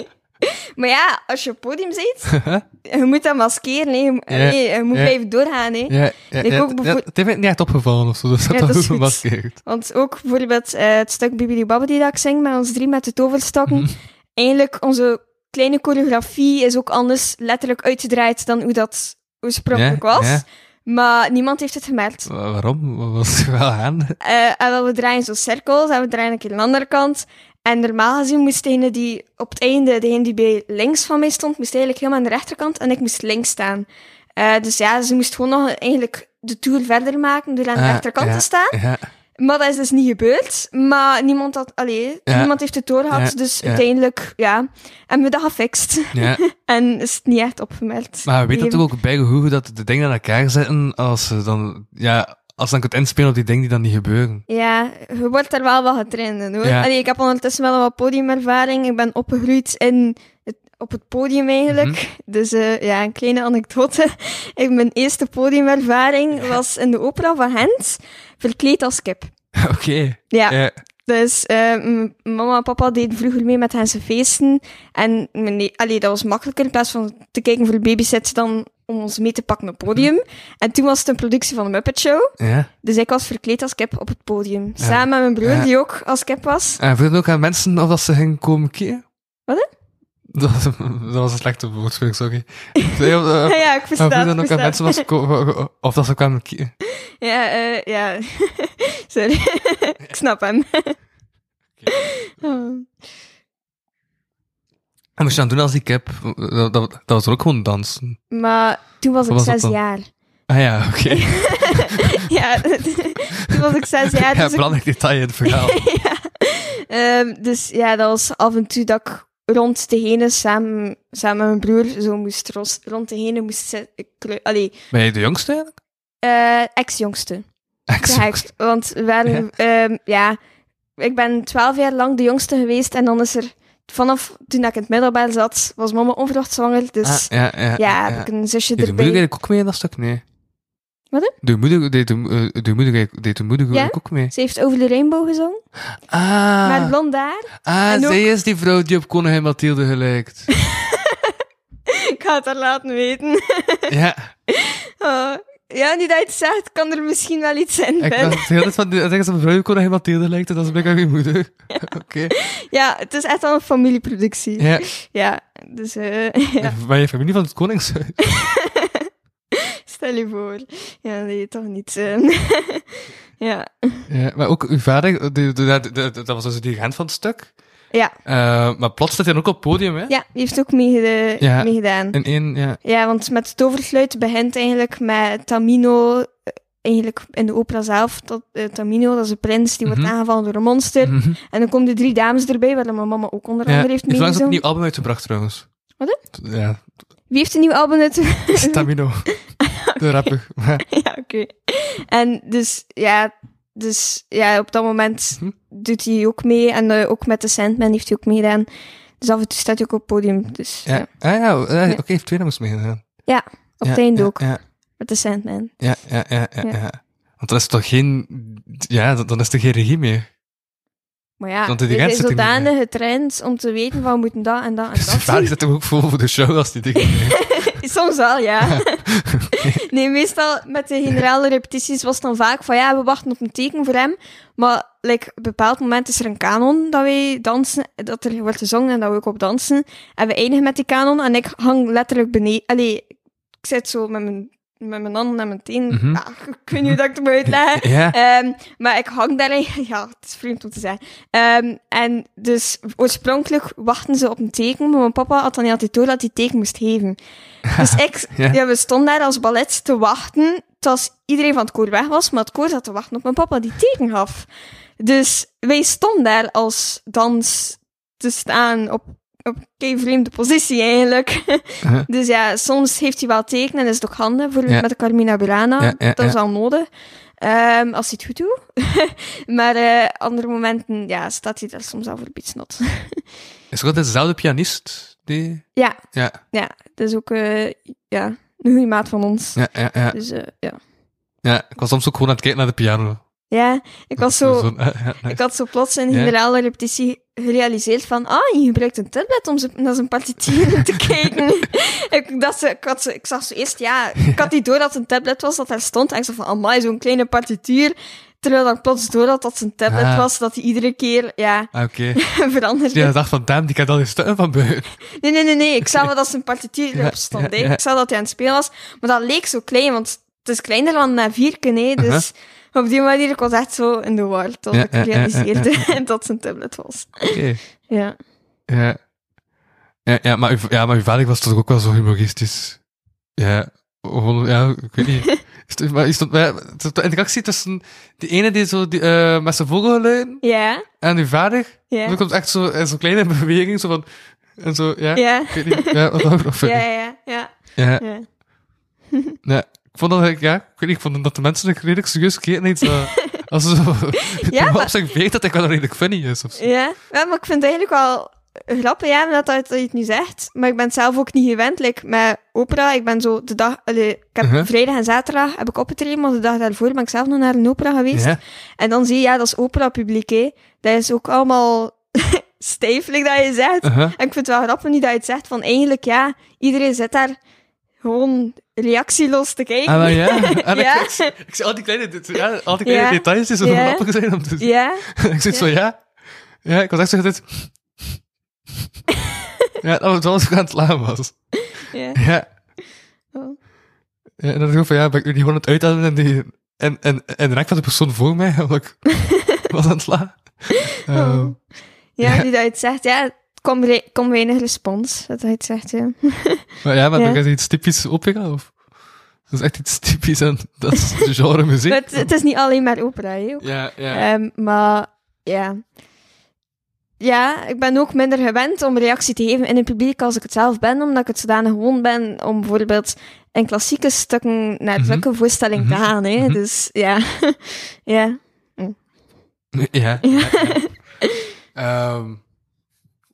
D: Maar ja, als je op het podium zit, je moet dat maskeren. hè. Je, moet-
C: Ja.
D: allee, je moet
C: Ja.
D: blijven doorgaan. Hè.
C: Ja, ja,
D: Ik
C: ja,
D: ook
C: ja,
D: bijvoor-
C: Het heeft me niet echt opgevallen of zo, dus dat
D: Ja,
C: had
D: dat
C: wel
D: is
C: goed
D: goed.
C: gemaskeerd.
D: Want ook bijvoorbeeld eh, het stuk Bibidi Babbidi dat ik zing met ons drie met de toverstokken.
C: Mhm.
D: Eigenlijk onze kleine choreografie is ook anders letterlijk uitgedraaid dan hoe dat oorspronkelijk
C: Ja,
D: was.
C: ja.
D: Maar niemand heeft het gemerkt.
C: Wa- Waarom? Wat was er wel aan?
D: Eh, en wel, we draaien zo cirkels en we draaien een keer aan de andere kant. En normaal gezien moest degene die op het einde, degene die bij links van mij stond, moest eigenlijk helemaal aan de rechterkant en ik moest links staan. Eh, dus ja, ze moest gewoon nog eigenlijk de tour verder maken door aan de
C: Ah,
D: rechterkant
C: ja,
D: te staan.
C: Ja,
D: Maar dat is dus niet gebeurd. Maar niemand, had, allee,
C: Ja.
D: niemand heeft het doorgehad.
C: Ja,
D: Dus
C: ja.
D: uiteindelijk, ja, hebben we dat gefixt.
C: ja.
D: en is het niet echt opgemerkt.
C: Maar weet
D: Die-
C: dat toch ook bij hoe dat de dingen aan elkaar zitten als ze dan, ja, als ze dan kunt inspelen op die dingen die dan niet gebeuren.
D: Ja, je wordt er wel wat getraind in, hoor.
C: Ja.
D: Allee, ik heb ondertussen wel wat podiumervaring. Ik ben opgegroeid in het, op het podium eigenlijk.
C: Mhm.
D: Dus eh, ja, een kleine anekdote. Ik, mijn eerste podiumervaring was in de opera van Gent, verkleed als kip.
C: Oké.
D: Ja,
C: Ja.
D: Dus eh, m- mama en papa deden vroeger mee met Hense feesten. En meneer, allee, dat was makkelijker in plaats van te kijken voor babysits dan om ons mee te pakken op het podium. En toen was het een productie van de Muppet Show.
C: ja.
D: Dus ik was verkleed als kip op het podium. Samen met mijn broer,
C: Ja.
D: die ook als kip was.
C: En vroeg je ook aan mensen of dat ze gingen komen keren?
D: Wat, hè?
C: Dat, was- dat was een slechte woordspeling, sorry. Nee, of, eh,
D: Ja, ja, ik
C: Maar
D: versta
C: vroeg
D: het.
C: dan ook
D: versta
C: aan
D: het.
C: mensen of, ze ko- of dat ze kwamen keren?
D: Ja, eh, ja. Sorry. ik snap hem. Oh.
C: En moest je dan doen als die cap? Dat, dat, dat was er ook gewoon dansen.
D: Maar toen was ik
C: was dat
D: zes
C: dan?
D: jaar.
C: Ah ja, oké.
D: Ja, toen was ik zes jaar.
C: ja,
D: dus dus ik
C: belangrijk detail in het verhaal.
D: Ehm, dus ja, dat was af en toe dat ik rond de henen samen, samen met mijn broer zo moest ros- rond de henen moest zitten. Allee,
C: Ben je de jongste eigenlijk?
D: eh, ex-jongste. De heks. Want we waren, ehm, ja, ik ben twaalf jaar lang de jongste geweest en dan is er vanaf toen ik in het middelbaar zat, was mama onverwacht zwanger. Dus
C: Ah, ja, ja,
D: ja, heb ik een zusje
C: Deed de moeder
D: erbij.
C: eigenlijk ook mee in dat stuk? Nee.
D: Wat, hè?
C: De moeder deed de, eh, de moeder eigenlijk- deed de moeder
D: Ja?
C: eigenlijk ook mee.
D: Ze heeft over de rainbow gezongen,
C: Ah,
D: maar blond daar.
C: ah
D: en ook-
C: zij is die vrouw die op koningin Mathilde gelijkt.
D: Ik ga het haar laten weten.
C: ja,
D: Oh, ja, nu dat je het zegt, kan er misschien wel iets in.
C: ik
D: Ben.
C: dacht de hele tijd van, die- zeggen ze een vrouw die op koningin Mathilde lijkt, en dat is blijkbaar je moeder. Oké.
D: Ja, het is echt wel een familieproductie. Ja,
C: Ja.
D: dus eh, ja,
C: Maar je familie van het koningshuis.
D: stel je voor. Ja, nee, toch niet. eh.
C: Ja,
D: ja.
C: Eh, maar ook uw vader, die- die- die- die- dat was dus de dirigent van het stuk.
D: Ja.
C: Eh, maar plots staat hij ook op het podium, hè?
D: ja, die heeft ook meegede-
C: Ja.
D: meegedaan.
C: In één, ja.
D: Ja, want met het toversluit begint eigenlijk met Tamino, eh, eigenlijk in de opera zelf, dat, eh, Tamino, dat is een prins, die wordt
C: Mhm.
D: aangevallen door een monster.
C: Mhm.
D: En dan komen de drie dames erbij, waar mijn mama ook onder
C: ja. dus
D: andere heeft
C: Heeft langs een
D: meegezongen.
C: nieuw album uitgebracht, trouwens.
D: Wat,
C: Ja,
D: Wie heeft een nieuw album uit?
C: Stamino. De rapper. Maar-
D: Ah, ja, oké. En dus ja, dus ja, op dat moment
C: Mhm.
D: doet hij ook mee. En eh, ook met de Sandman heeft hij ook meegedaan. Dus af en toe staat hij ook op het podium. Dus ja,
C: Ja. Ah ja, eh,
D: Ja.
C: oké, heeft twee nummers meegedaan.
D: op
C: ja,
D: het einde
C: ja,
D: ook.
C: Ja,
D: Met de Sandman.
C: ja, ja, ja, ja,
D: Ja.
C: ja. Want er is toch geen... Ja, dan dan is er geen regie
D: Ah,
C: meer.
D: Maar ja,
C: Want
D: het
C: de dirigent
D: is
C: zit er niet
D: zodanig getraind om te weten van we moeten dat en dat en
C: Dus de
D: dat
C: vader zit hem ook vol voor de show als die dingen
D: doen. Soms wel, ja. nee, meestal met de generale repetities was het dan vaak van ja, we wachten op een teken voor hem. Maar like, op een bepaald moment is er een kanon dat wij dansen, dat er wordt gezongen en dat we ook op dansen. En we eindigen met die kanon en ik hang letterlijk beneden. Allee, ik zit zo met mijn met mijn handen en mijn tenen.
C: Mhm.
D: Ja, ik weet niet hoe dat ik het moet uitleggen.
C: Ja.
D: Ehm, maar ik hang daarin. Ja, het is vreemd om te zeggen. Ehm, en dus oorspronkelijk wachten ze op een teken, maar mijn papa had dan niet altijd door dat hij teken moest geven. Dus ik,
C: Ja.
D: ja. we stonden daar als ballet te wachten, tot iedereen van het koor weg was, maar het koor zat te wachten op mijn papa die teken gaf. Dus wij stonden daar als dans te staan op, op een vreemde positie eigenlijk.
C: Uh-huh.
D: Dus ja, soms heeft hij wel tekenen en is het ook handig. Bijvoorbeeld
C: Ja.
D: met de Carmina Burana.
C: Ja, ja,
D: dat is
C: ja.
D: al nodig. Ehm, als hij het goed doet. maar eh, andere momenten ja, staat hij daar soms al voor bietsnot.
C: Is het altijd dezelfde pianist? Die...
D: ja,
C: Ja,
D: ja, dat is ook eh, ja, een goede maat van ons.
C: ja, ja, ja,
D: Dus eh, ja.
C: ja. Ik was soms ook gewoon aan het kijken naar de piano.
D: Ja, ik was zo...
C: Zo'n- ja, ja,
D: Ik had zo plots in
C: Ah. Ja.
D: generale repetitie gerealiseerd van, ah, je gebruikt een tablet om ze- naar zijn partituur te kijken. ik, dat ze, ik, had ze, ik zag zo eerst, ja, ik had niet door dat het een tablet was dat daar stond. En ik zei van, amai, zo'n kleine partituur. Terwijl ik plots door had dat het een tablet
C: Ah.
D: was, dat hij iedere keer, ja,
C: Ah, Oké.
D: veranderde.
C: Ja, ik dacht van, damn, die kan al die stukken van buiten.
D: Nee, nee, nee, nee, ik zag wel dat zijn partituur erop stond. hè.
C: ja, ja.
D: Ik zag dat hij aan het spelen was, maar dat leek zo klein, want het is kleiner dan een vierken, hè. Dus op die manier, ik was echt zo in de war tot
C: Ja,
D: ik
C: ja, ja, ja, ja,
D: realiseerde dat het een tablet was.
C: Oké.
D: Ja.
C: Ja. Ja, ja, maar, uw- ja, maar uw vader was toch ook wel zo humoristisch? Ja, gewoon- ja ik weet niet. Is het- Maar is het- maar het is de interactie tussen die ene die zo die, eh, met zijn vogelgeluiden
D: Ja,
C: en uw vader,
D: ja.
C: dan komt echt zo, in zo'n kleine beweging, zo van, en zo, ja,
D: Ja.
C: ik weet niet, ja, wat ook nog
D: Ja,
C: verder.
D: ja, ja.
C: Ja,
D: ja.
C: ja. Ik vond dat, ik- ja, ik weet niet, ik vond dat de mensen er redelijk serieus keken naar iets, eh, als ze zo,
D: Ja,
C: op
D: maar-
C: zich weet dat ik wel redelijk funny is, of zo.
D: Ja. Ja, maar ik vind het eigenlijk wel grappig, ja, dat, dat je het nu zegt. Maar ik ben het zelf ook niet gewend. Like, met opera, ik ben zo de dag... allee, ik heb
C: Mhm.
D: vrijdag en zaterdag heb ik opgetreden, maar de dag daarvoor ben ik zelf nog naar een opera geweest.
C: Ja,
D: En dan zie je, ja, dat is opera-publiek, hè. Dat is ook allemaal stijfelijk dat je zegt.
C: uh-huh.
D: En ik vind het wel grappig nu dat je het zegt, van eigenlijk, ja, iedereen zit daar gewoon reactieloos te kijken.
C: Ah, maar ja. En ik-
D: Ja.
C: Ik, zie- ik zie al die kleine, det- ja, al die kleine
D: Ja.
C: details die zo
D: Ja.
C: grappig zijn om te zien.
D: Ja,
C: ik zit zo, ja. Ja, ik was echt zo dit. ja, dat was wel eens aan het laan was.
D: ja.
C: Ja.
D: Oh.
C: ja en dan dacht ik van, ja, ben ik nu niet gewoon aan het uithalen en, die, en, en, en raak van de persoon voor mij, omdat ik was aan het laan. Ehm,
D: Oh. Ja, nu dat je het zegt, ja, er kwam, re- kwam weinig respons, dat hij het zegt, ja.
C: maar ja, maar
D: Ja.
C: dan is het iets typisch opera, of? Dat is echt iets typisch aan dat genre muziek.
D: Maar het, het is niet alleen maar opera, hè. ook.
C: Ja, ja.
D: Ehm, maar, ja. Ja, ik ben ook minder gewend om reactie te geven in het publiek als ik het zelf ben, omdat ik het zodanig gewoon ben om bijvoorbeeld in klassieke stukken naar
C: Mhm.
D: zulke voorstelling te
C: Mhm.
D: gaan, hè.
C: Mhm.
D: Dus, ja. ja.
C: Ja. ja, ja. Ehm,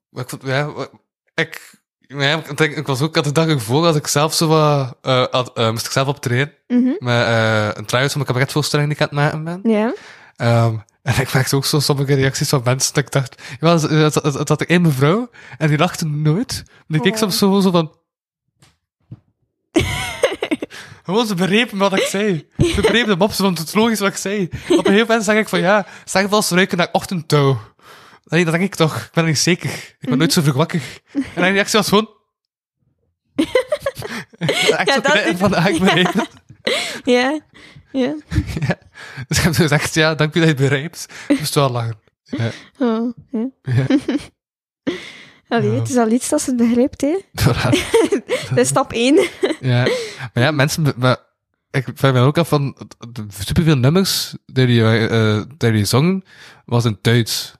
C: maar ik vond, ja, wa- ik, ja, ik, denk- ik was ook, ik had de dag ervoor, als ik zelf zo wat, eh, had, eh, moest ik zelf optreden
D: Mhm.
C: met eh, een try-out van mijn cabaretvoorstelling die ik aan het maken ben.
D: Ja.
C: Ehm, en ik merkte ook zo sommige reacties van mensen, dat ik dacht, ja, het, het, het, het had ik één mevrouw, en die lachte nooit, maar die keek
D: Oh.
C: soms zo, zo van... Gewoon, ze begrepen wat ik zei. Ze begrepen de mop, ze vonden het logisch wat ik zei. Op een gegeven moment zeg ik van, ja, zeg vals ruiken naar ochtendtouw. Nee, dat denk ik toch. Ik ben er niet zeker. Ik ben nooit zo vroeg wakker. En haar reactie was gewoon... Echt
D: Ja,
C: zo
D: dat
C: knikken
D: is-
C: van, ah, ik begrijp het.
D: Ja. Ja.
C: Dus ik heb gezegd, ja, dank je dat je het begrijpt. Ik moest wel lachen. Ja.
D: Oh, ja.
C: Ja.
D: Allee,
C: Ja.
D: het is al iets dat ze het begrijpt, hè.
C: Voilà.
D: Dat is stap 1.
C: Ja, maar ja, mensen. be- Maar ik vraag me ook af van. de- de- Superveel nummers die jullie, eh, eh, die jullie zongen, was in Duits.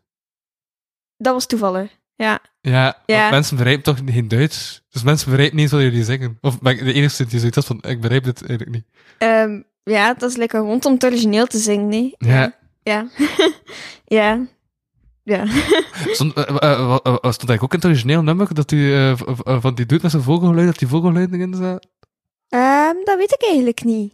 D: Dat was toevallig. Ja.
C: Ja, want
D: Ja.
C: mensen begrijpen toch geen Duits? Dus mensen begrijpen niet eens wat jullie zingen. Of ben ik de enige die zoiets had van: ik begrijp dit eigenlijk niet.
D: Ehm, ja, dat is lekker rond om het origineel te zingen, nee?
C: Ja.
D: Ja. ja. Ja.
C: Stond, eh, eh, eh, wa- eh, stond eigenlijk ook in het origineel nummer dat die, eh, v- v- van die doet met zijn vogelgeluid, dat die vogelgeluiden in zaten?
D: Ehm, dat weet ik eigenlijk niet.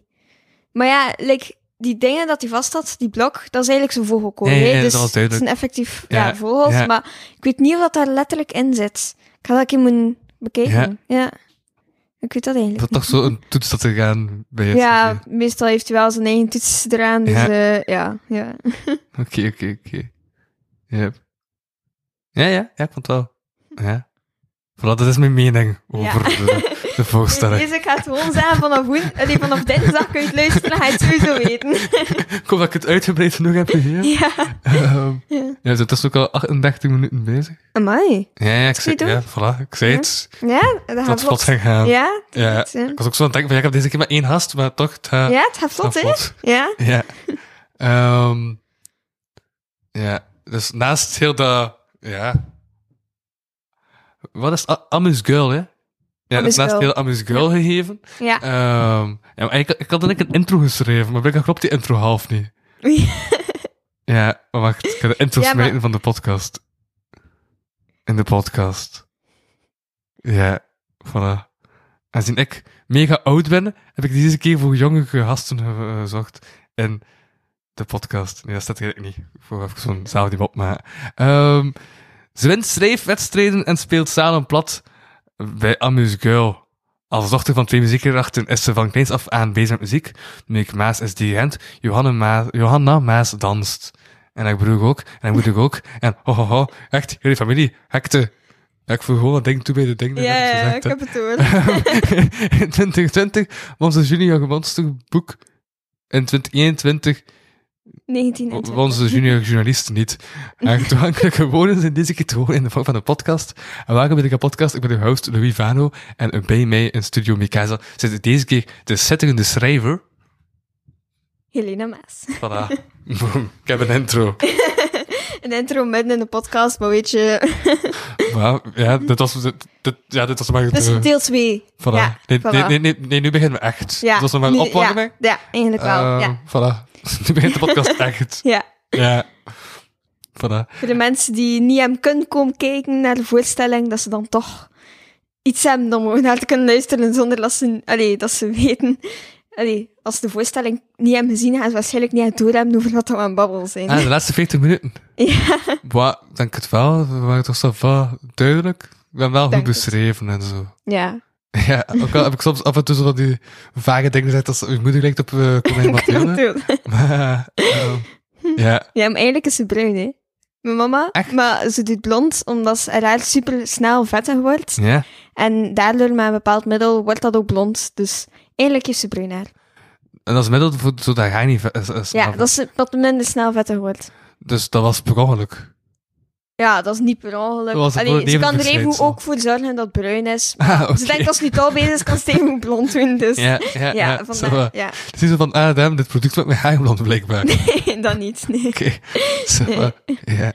D: Maar ja, like, die dingen dat hij vast had, die blok, dat is eigenlijk zijn vogelkooi.
C: Ja, ja,
D: hè.
C: ja,
D: dus
C: dat was
D: het
C: duidelijk.
D: zijn effectief
C: Ja,
D: ja, vogels,
C: ja.
D: maar ik weet niet of dat daar letterlijk in zit. Ik ga dat een keer moeten bekijken. Ja. Ik weet dat
C: Dat
D: eigenlijk
C: had toch zo een toets dat te gaan bij
D: niet.
C: het.
D: Ja, meestal heeft hij wel zijn eigen toets eraan, dus
C: Ja.
D: eh, ja. ja.
C: Oké, oké, oké. Yep. Ja, ja, ja, ik vond het wel. Ja. Voilà, dat is mijn mening over de, De voorstelling.
D: Deze gaat gewoon zijn vanaf, woen, allee, vanaf dinsdag kun je het luisteren, dan ga je het sowieso weten.
C: Ik hoop dat ik het uitgebreid genoeg heb gegeven.
D: ja.
C: Ehm,
D: Ja.
C: ja, dat is ook al 38 minuten bezig.
D: Amai.
C: Ja, ja, ik zei,
D: Zie je
C: ja, voilà, ik zei het.
D: Ja, dat
C: Dat
D: gaat
C: is vlot
D: vlot.
C: gegaan.
D: Ja,
C: Ja,
D: het, eh.
C: ik was ook zo aan het denken van, ja, ik heb deze keer maar één haast, maar toch, het gaat
D: ja, het gaat vlot,
C: gaat
D: hè?
C: vlot.
D: Ja.
C: Ja. Ehm, ja, dus naast heel dat... Ja. Wat is het? A- Amuse Girl, hè? Ja, dat is
D: Amuse
C: naast
D: Girl.
C: heel Amuse Girl gegeven.
D: Ja.
C: Ehm, ja, maar ik, ik had dan ook een intro geschreven, maar blijkbaar klopt die intro half niet. Ja, maar wacht, ik ga de intro
D: Ja, maar-
C: smijten van de podcast. In de podcast. Ja, voilà. Aangezien ik mega oud ben, heb ik deze keer voor jonge gasten ge- gezocht in de podcast. Nee, dat staat eigenlijk niet. Ik voel even zo'n zaal die op, maar... ehm, ze wint schrijfwedstrijden en speelt zalen plat bij Amuse Girl. Als dochter van twee muziekredachten is ze van kleins af aan bezig met muziek. Mick Maas is dirigent, Johanna Maas, Johanna Maas danst. En haar broer ook, en haar moeder ook. En ho, ho, ho, echt, jullie familie, hekte. Ja, ik voel gewoon dat ding toe bij de ding. dat
D: Ja,
C: ik
D: ja,
C: gezegd heb.
D: ik heb het door.
C: in 2020 won ze junior monsterboek. In 2021
D: 19 en
C: w-
D: 20.
C: won ze junior journalist niet. En toegankelijke woorden zijn deze keer te horen in de vorm van een podcast. En welkom bij de podcast. Ik ben de host Louis Vano. En bij mij in studio Mikasa zit deze keer de setterende schrijver.
D: Helena Maas.
C: Voilà. Boom. Ik heb een intro.
D: Een intro midden in de podcast, maar weet je...
C: Maar, ja, dit was, dit, dit- ja, dit was maar...
D: Dus
C: de-
D: deel 2.
C: Eh, voilà.
D: Ja,
C: nee,
D: voilà.
C: nee, nee, nee, nee, nu beginnen we echt.
D: Ja.
C: Dit was nog maar een
D: nu-
C: opwarming.
D: Ja, ja, eigenlijk
C: Eh,
D: wel. Ja.
C: Voilà. Nu begint de podcast echt.
D: ja.
C: Ja. Voilà.
D: Voor de mensen die niet hem kunnen komen kijken naar de voorstelling, dat ze dan toch iets hebben om naar te kunnen luisteren zonder dat ze, allee, dat ze weten. Allee, als ze de voorstelling niet hebben gezien, gaan ze waarschijnlijk niet aan het doorhebben over wat we aan het babbelen zijn.
C: Ah, de laatste 40 minuten.
D: Ja.
C: Wat, denk het wel. We waren toch zo wel duidelijk. Ik ben wel goed
D: Denk het.
C: beschreven en zo.
D: Ja.
C: Ja, ook al heb ik soms af en toe zo van die vage dingen gezegd als uw moeder lijkt op eh konijn Mathilde.
D: Natuurlijk.
C: Maar, ehm, ja.
D: Ja, maar eigenlijk is ze bruin, hè. Mijn mama,
C: Echt?
D: maar ze doet blond omdat ze haar super snel vettig wordt.
C: Ja.
D: En daardoor, met een bepaald middel, wordt dat ook blond. Dus eigenlijk is ze bruin haar.
C: En als middel, voor- zodat hij niet... eh, eh,
D: Ja,
C: snap.
D: dat ze wat minder snel vettig wordt.
C: Dus dat was per ongeluk.
D: Ja, dat is niet per ongeluk.
C: Dat was het
D: Allee,
C: voor-
D: ze kan er
C: levensverschijnsel.
D: even ook voor zorgen dat het bruin is.
C: Ah, oké.
D: Ze denkt als het niet al bezig is, kan ze het even blond doen. Dus ja,
C: Ja, ja, ja.
D: vandaar.
C: Zo, eh,
D: ja.
C: het is zo van, ah, damn, dit product maakt mijn haar blond, blijkbaar.
D: dat niet. Nee.
C: Oké. Zo, eh, ja.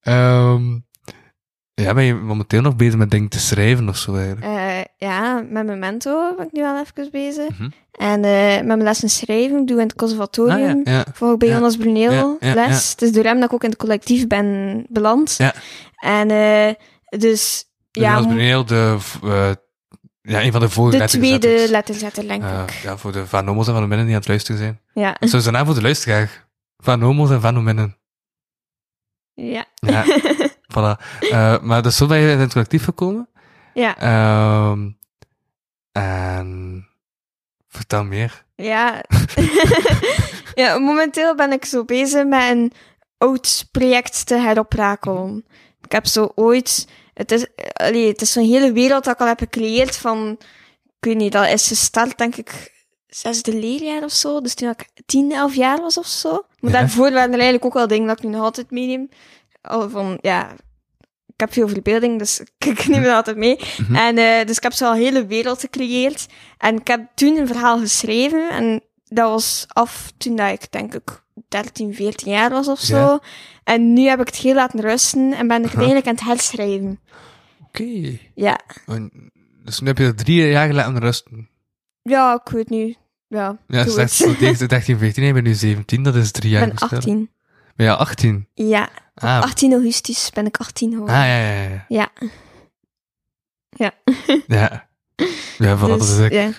C: Ehm, ja, ben je momenteel nog bezig met dingen te schrijven of zo eigenlijk?
D: Eh, ja, met Memento ben ik nu wel even bezig.
C: Mhm.
D: En eh, met mijn lessen schrijven, ik doe in het
C: Ah,
D: conservatorium.
C: ja.
D: Volg ik bij
C: Ja.
D: Jonas Bruneel
C: Ja, ja,
D: les.
C: ja.
D: Het is door hem dat ik ook in het collectief ben beland.
C: Ja.
D: En eh, dus...
C: Ja,
D: ja,
C: Jonas
D: mo-
C: Bruneel, de, v- eh, ja, een van de vorige
D: de tweede
C: letterzetters.
D: letterzetter, denk
C: Eh,
D: ik.
C: ja, voor de Van Homo's en Van Omenen die aan het luisteren zijn.
D: Ja.
C: Zo is de naam voor de luisteraar. Van Homo's en Van Omenen.
D: Ja.
C: Ja, voilà. Eh, maar dus zo ben je in het collectief gekomen.
D: ja.
C: Ehm, en... Vertel meer.
D: Ja. ja, momenteel ben ik zo bezig met een oud project te heroprakelen. Ik heb zo ooit... Het is, eh, allee, het is zo'n hele wereld dat ik al heb gecreëerd van... Ik weet niet, dat is gestart denk ik zesde leerjaar of zo. Dus toen ik tien, elf jaar was of zo. Maar
C: Ja.
D: daarvoor waren er eigenlijk ook wel dingen dat ik nu nog altijd meeneem. Al van, ja... Ik heb veel verbeelding, dus ik neem er altijd mee.
C: Mhm.
D: En eh, dus ik heb zo'n hele wereld gecreëerd. En ik heb toen een verhaal geschreven en dat was af toen dat ik denk ik 13, 14 jaar was of zo.
C: Ja.
D: En nu heb ik het heel laten rusten en ben ik het
C: Huh.
D: eigenlijk aan het herschrijven.
C: Oké.
D: Ja,
C: En- Dus nu heb je dat drie jaar laten rusten.
D: ja ik weet nu. Ja,
C: Ja,
D: Doe
C: ze zegt
D: het.
C: zo tegen de 13, 14. Je bent nu 17, dat is drie
D: ik
C: jaar.
D: ben
C: verschil.
D: 18.
C: Ben je al 18?
D: Ja,
C: Ah,
D: 18 augustus ben ik 18 geworden.
C: Ah, ja, ja, ja.
D: Ja. Ja.
C: Ja. Ja, voilà, dat
D: Dus,
C: is echt
D: ja.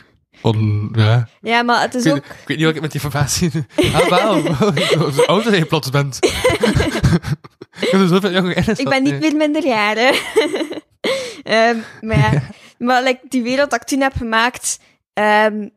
C: on... Ja.
D: ja, maar het
C: Ik,
D: is
C: weet,
D: ook...
C: ik weet niet wat ik met die informatie... Ah, wauw. Zo oud oh, dat je plots bent. ik heb er zoveel jonge kennis
D: Ik
C: van.
D: ben niet
C: Nee.
D: meer minderjarig. Ehm maar ja, maar like, die wereld dat ik toen heb gemaakt, ehm,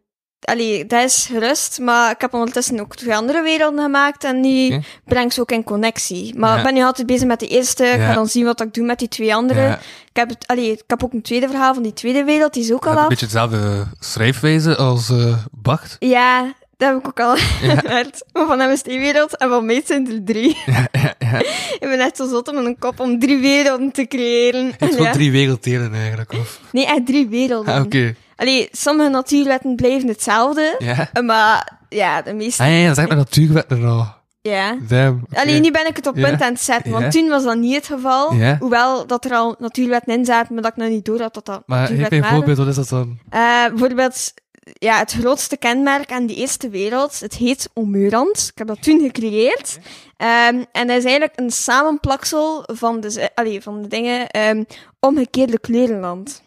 D: Allee, dat is gerust, maar ik heb ondertussen ook twee andere werelden gemaakt en die
C: Oké.
D: breng ik ze ook in connectie. Maar
C: Ja.
D: ik ben nu altijd bezig met de eerste, ik
C: Ja.
D: ga dan zien wat ik doe met die twee andere.
C: Ja.
D: Ik, heb het, allee, ik heb ook een tweede verhaal van die tweede wereld, die is ook
C: Heb
D: al
C: je
D: af.
C: een beetje dezelfde schrijfwijze als eh Bart.
D: Ja, dat heb ik ook al gehoord. Maar van hem is die wereld en van mij zijn er drie.
C: ja, ja.
D: ik ben net zo zot om een kop om drie werelden te creëren.
C: Het wil
D: Ja.
C: drie werelddelen eigenlijk, of?
D: Nee, echt drie werelden.
C: Ah, oké.
D: Allee, sommige natuurwetten blijven hetzelfde,
C: Ja.
D: maar ja, de meeste...
C: Ah, ja, ja, zeg maar natuurwetten nou.
D: Ja.
C: Damn. oké.
D: Alleen nu ben ik het op
C: Ja.
D: punt aan het zetten, want
C: Ja.
D: toen was dat niet het geval.
C: Ja.
D: Hoewel dat er al natuurwetten in zaten, maar dat ik nog niet door had dat dat
C: Maar geef
D: natuurwetten
C: mij een
D: waren.
C: voorbeeld, wat is dat dan?
D: Eh, bijvoorbeeld, ja, het grootste kenmerk aan de Eerste Wereld, het heet Omurand. Ik heb dat toen gecreëerd. Ehm, en dat is eigenlijk een samenplaksel van de, z- allee, van de dingen ehm, omgekeerde kleurenland.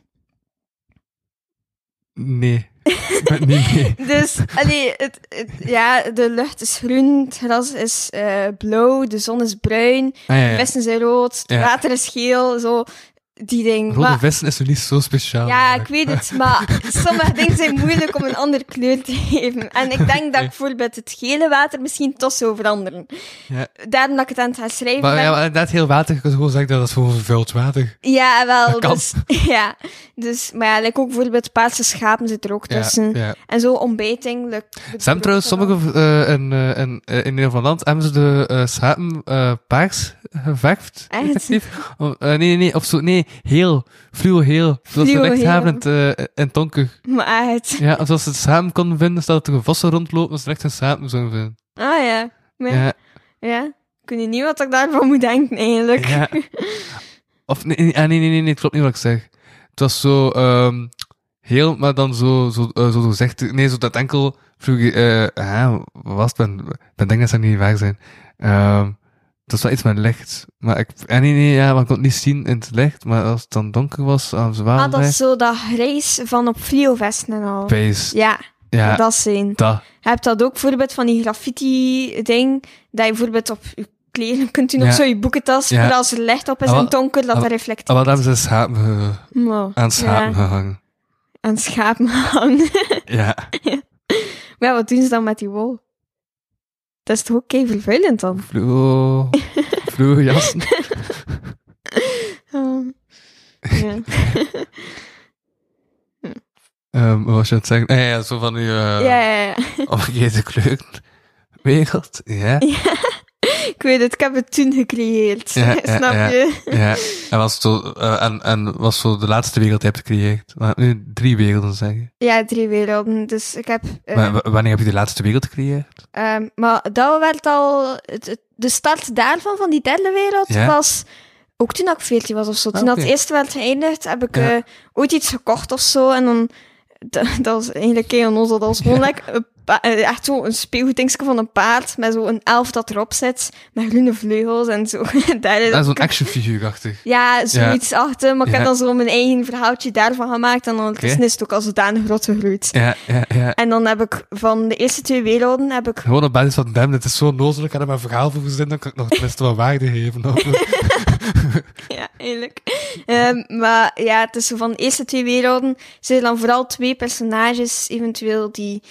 C: Nee. Ik ben het niet mee.
D: Dus, allee, het, het- ja, de lucht is groen, het gras is eh, blauw, de zon is bruin,
C: Ah, ja,
D: de
C: ja.
D: vissen zijn rood, het
C: Ja.
D: water is geel, zo, die dingen.
C: Rode
D: Maar-
C: vissen is nu niet zo speciaal.
D: ja, ik
C: eigenlijk.
D: weet het, maar sommige dingen zijn moeilijk om een andere kleur te geven. En ik denk dat ik bijvoorbeeld het gele water misschien toch zou veranderen.
C: Ja.
D: Daarom dat ik het aan het gaan schrijven
C: Maar
D: ben.
C: ja, maar inderdaad, heel water. Ik kan gewoon zeggen dat dat is gewoon vervuild water.
D: Ja, wel.
C: Dat kan.
D: Dus, ja. Dus, maar ja, like ook bijvoorbeeld paarse schapen zit er ook
C: Ja,
D: tussen.
C: ja.
D: En zo ontbijting. Like,
C: Ze hebben trouwens sommige eh in, eh, in, eh, in Nederland hebben ze de eh, schapen eh, paars geverfd.
D: Echt?
C: effectief. Oh, eh, nee, nee, nee, of zo, nee, heel, fluo heel. Zoals ze
D: Fluo
C: recht
D: heel.
C: hebben in, het, eh, in het donker.
D: Maar uit.
C: Ja, of zoals ze het samen konden vinden, stel dat er vossen rondlopen, dat ze recht een samen zouden vinden.
D: Ah ja. Maar, ja.
C: Ja,
D: Ik weet niet wat ik daarvan moet denken, eigenlijk.
C: ja. Of, nee, nee, ah, nee, nee, nee, nee, het klopt niet wat ik zeg. Het was zo, ehm heel, maar dan zo, zo, eh, zo zegt, nee, zo dat enkel, vroeg je, eh, ah, wat was het? ben, ben denk dat ze niet waar zijn. Ehm dat was wel iets met licht. Maar ik, ah, nee, nee, ja, want ik kon het niet zien in het licht, maar als het dan donker was, aan zwaar
D: Ah, dat is zo dat grijs van op Friovesten en al. Ja,
C: Ja,
D: dat zijn.
C: dat.
D: Je hebt dat ook bijvoorbeeld van die graffiti-ding, dat je bijvoorbeeld op je kleren kunt doen,
C: Ja.
D: of zo je boekentas,
C: Ja.
D: maar als er licht op is
C: Ah,
D: en
C: wel-
D: het donker, dat
C: ah,
D: dat
C: Ah,
D: reflecteert.
C: wat hebben ze schapen, eh,
D: Wow.
C: aan schapen
D: Ja,
C: gehangen.
D: aan schapen hangen.
C: Ja.
D: maar ja, wat doen ze dan met die wol? Dat is toch ook kei vervuilend dan?
C: Fluo, fluo jassen.
D: Oh. Ja.
C: Ehm, wat was je aan het zeggen? Ah, ja, ja, zo van die, eh,
D: ja, ja, ja.
C: omgekeerde kleurenwereld. Ja,
D: Ik weet het, ik heb het toen gecreëerd.
C: Ja, ja,
D: Snap
C: ja.
D: je?
C: ja. En was, zo, eh, en, en was zo de laatste wereld die je hebt gecreëerd. We gaan nu drie werelden zeggen.
D: Ja, drie werelden. Dus ik heb. eh,
C: Maar w- wanneer heb je de laatste wereld gecreëerd?
D: Ehm, maar dat werd al. het- het- de start daarvan, van die derde wereld,
C: Ja. Ah,
D: was ook toen ik 14 was of zo. Toen dat
C: oké.
D: eerste werd geëindigd, heb ik
C: Ja.
D: eh, ooit iets gekocht of zo. En dan. Dat, dat was eigenlijk heel onnozel. Dat was gewoon like een pa- eh, echt zo een speelgoedingsje van een paard met zo'n elf dat erop zit, met groene vleugels en zo. Daar is
C: Dat is zo'n actionfiguurachtig.
D: ja, zoiets achter. Maar ik
C: Ja.
D: heb dan zo mijn eigen verhaaltje daarvan gemaakt. En dan is het ook al zodanig rot gegroeid.
C: Ja, ja, ja.
D: En dan heb ik van de eerste twee werelden heb ik
C: Gewoon op basis van, damn, dit is zo nozelijk, ik had er maar een verhaal voor gezin, dan kan ik nog het beste wat waarde geven.
D: Ja, eigenlijk. Ehm, maar ja, het is zo van de eerste twee werelden zijn er dan vooral twee personages eventueel die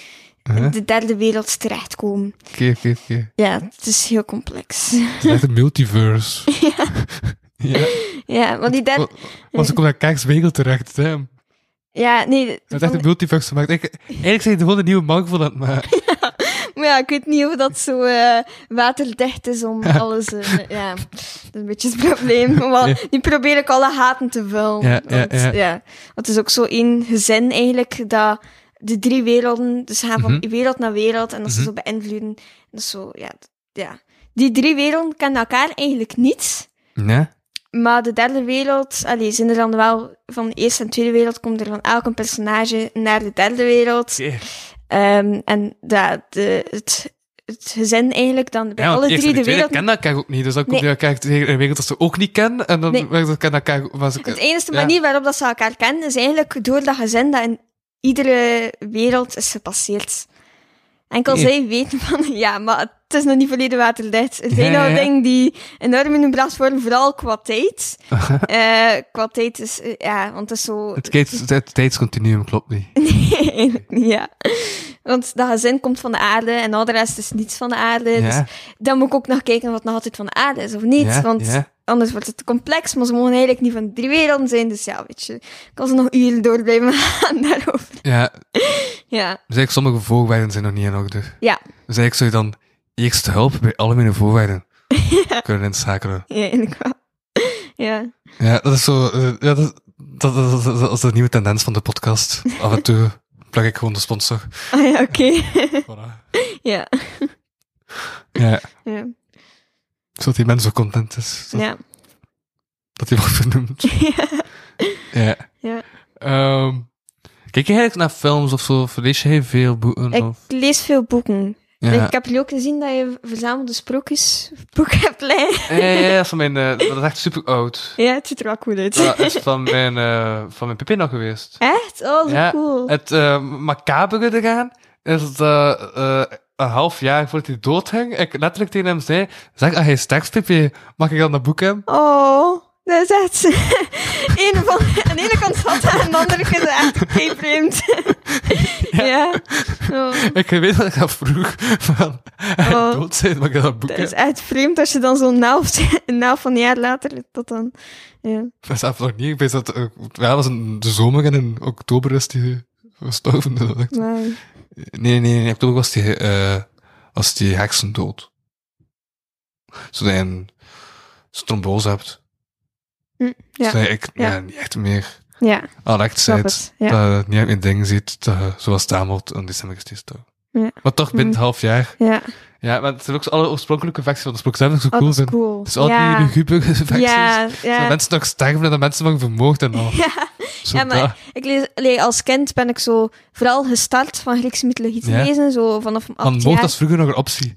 D: in de derde wereld terechtkomen.
C: Oké, oké, oké.
D: Ja, het is heel complex.
C: Het is echt een multiverse. Ja.
D: Ja, want die derde...
C: Want ze komen naar Kaaks wereld terecht, damn.
D: Ja, nee...
C: Dat is echt
D: van-
C: een multiverse gemaakt. Ik- Eigenlijk zijn het gewoon een nieuwe mangel aan het maken.
D: Maar ja, ik weet niet of dat zo eh, waterdicht is om alles... eh, ja, dat is een beetje het probleem. Want nu probeer ik alle haten te vullen.
C: Ja, ja,
D: want,
C: ja.
D: want het is ook zo één gezin eigenlijk dat de drie werelden, dus gaan van
C: Mhm.
D: wereld naar wereld en dat ze zo beïnvloeden. En dat is zo, ja, d- ja. Die drie werelden kennen elkaar eigenlijk niet.
C: Nee?
D: Maar de derde wereld, allee, zijn er dan wel van de eerste en tweede wereld, komt er van elk een personage naar de derde wereld. Ehm, en dat, de, het, het gezin eigenlijk dan bij
C: Ja, want
D: alle
C: eerst
D: drie
C: en
D: de
C: die tweede
D: wereld.
C: ken elkaar ook niet. Dus dan kom je
D: Nee.
C: elkaar tegen een wereld dat ze ook niet kennen. En dan
D: Nee.
C: werd het kennen elkaar ook. Was ik,
D: Het e- enige
C: Ja.
D: manier waarop dat ze elkaar kennen is eigenlijk door dat gezin dat in iedere wereld is gepasseerd. Enkel
C: Nee.
D: zij weten van, ja, maar het is nog niet volledig waterdicht. Het zijn
C: Ja,
D: al
C: ja, ja.
D: dingen die enorm in hun bracht worden, vooral qua tijd. Eh, qua tijd is, eh, ja, want het is zo...
C: het, tijds- het tijdscontinuum klopt niet.
D: Nee, eigenlijk niet, ja. Want dat gezin komt van de aarde en al de rest is niets van de aarde.
C: Ja.
D: Dus dan moet ik ook nog kijken wat nog altijd van de aarde is of niet.
C: Ja,
D: want
C: ja.
D: anders wordt het te complex. Maar ze mogen eigenlijk niet van drie werelden zijn. Dus ja, weet je, ik kan ze nog uren door blijven gaan daarover.
C: Ja,
D: Ja,
C: dus eigenlijk sommige voorwaarden zijn nog niet in orde.
D: ja,
C: Dus eigenlijk zou je dan eerst hulp bij algemene voorwaarden kunnen inschakelen.
D: ja inderdaad. Ja,
C: Ja, dat is zo. eh, ja, dat, dat, dat, dat- dat- dat is de nieuwe tendens van de podcast. Af en toe plak ik gewoon de sponsor.
D: ah, ja oké.
C: Voilà.
D: ja,
C: Ja,
D: ja,
C: zodat die mens zo content is. Dat,
D: ja.
C: dat hij wordt vernoemd. Ja.
D: Ja.
C: Ehm, kijk je eigenlijk naar films of zo? Of lees jij veel boeken?
D: Ik
C: Of,
D: lees veel boeken.
C: ja.
D: Ik heb jullie ook gezien dat je verzamelde sprookjesboeken hebt liggen.
C: Ja, ja, ja, van mijn, eh, dat is echt super oud.
D: Ja, het ziet er wel cool uit.
C: Dat is van mijn, eh van mijn Pepin nog geweest.
D: Echt? Oh, zo
C: Ja,
D: cool.
C: Het eh macabere eraan is dat eh, een half jaar voordat hij doodging, ik letterlijk tegen hem zei: Zeg, als hij sterft, Pippi, mag ik dan dat boek hebben?
D: Oh, dat is echt... Eén van, aan de ene kant zat hij, aan de andere kant is hij echt geframed. ja. Oh,
C: Ik weet dat ik dat vroeg, van hij
D: Oh.
C: dood zijn, mag ik dat boek
D: dat is
C: hebben?
D: echt vreemd als je dan zo'n naald, een naald van een jaar later, dat dan... Ja.
C: Dat is nog niet, ik weet dat, eh, ja, het was een, de zomer en in oktober is hij gestorven. dus dat ik-
D: Maar,
C: Nee, nee, in oktober was die, eh was die heksen dood. Zodat je een trombose hebt.
D: Hm, ja.
C: Zodat je echt-
D: Ja.
C: ja, niet echt meer
D: ja,
C: Alex zei
D: snap
C: het,
D: het. Ja.
C: dat je het niet uit mijn ding ziet, dat je zoals tamelt en december is die toch.
D: Ja. Hm.
C: Maar toch binnen het half jaar.
D: ja.
C: Ja, maar het zijn ook zo alle oorspronkelijke versies van de sprookjes die zo
D: Oh,
C: cool
D: dat is
C: zijn.
D: cool.
C: Het is al
D: ja.
C: die lugubere versies.
D: Ja,
C: Dat
D: ja.
C: mensen nog sterven en dat mensen worden vermoord en al.
D: Ja.
C: Zo
D: Ja, maar-
C: dat.
D: Ik lees, allee, als kind ben ik zo vooral gestart van Griekse mythologie te
C: Ja.
D: lezen, zo vanaf mijn
C: Want
D: acht
C: moord
D: jaar.
C: was vroeger nog een optie.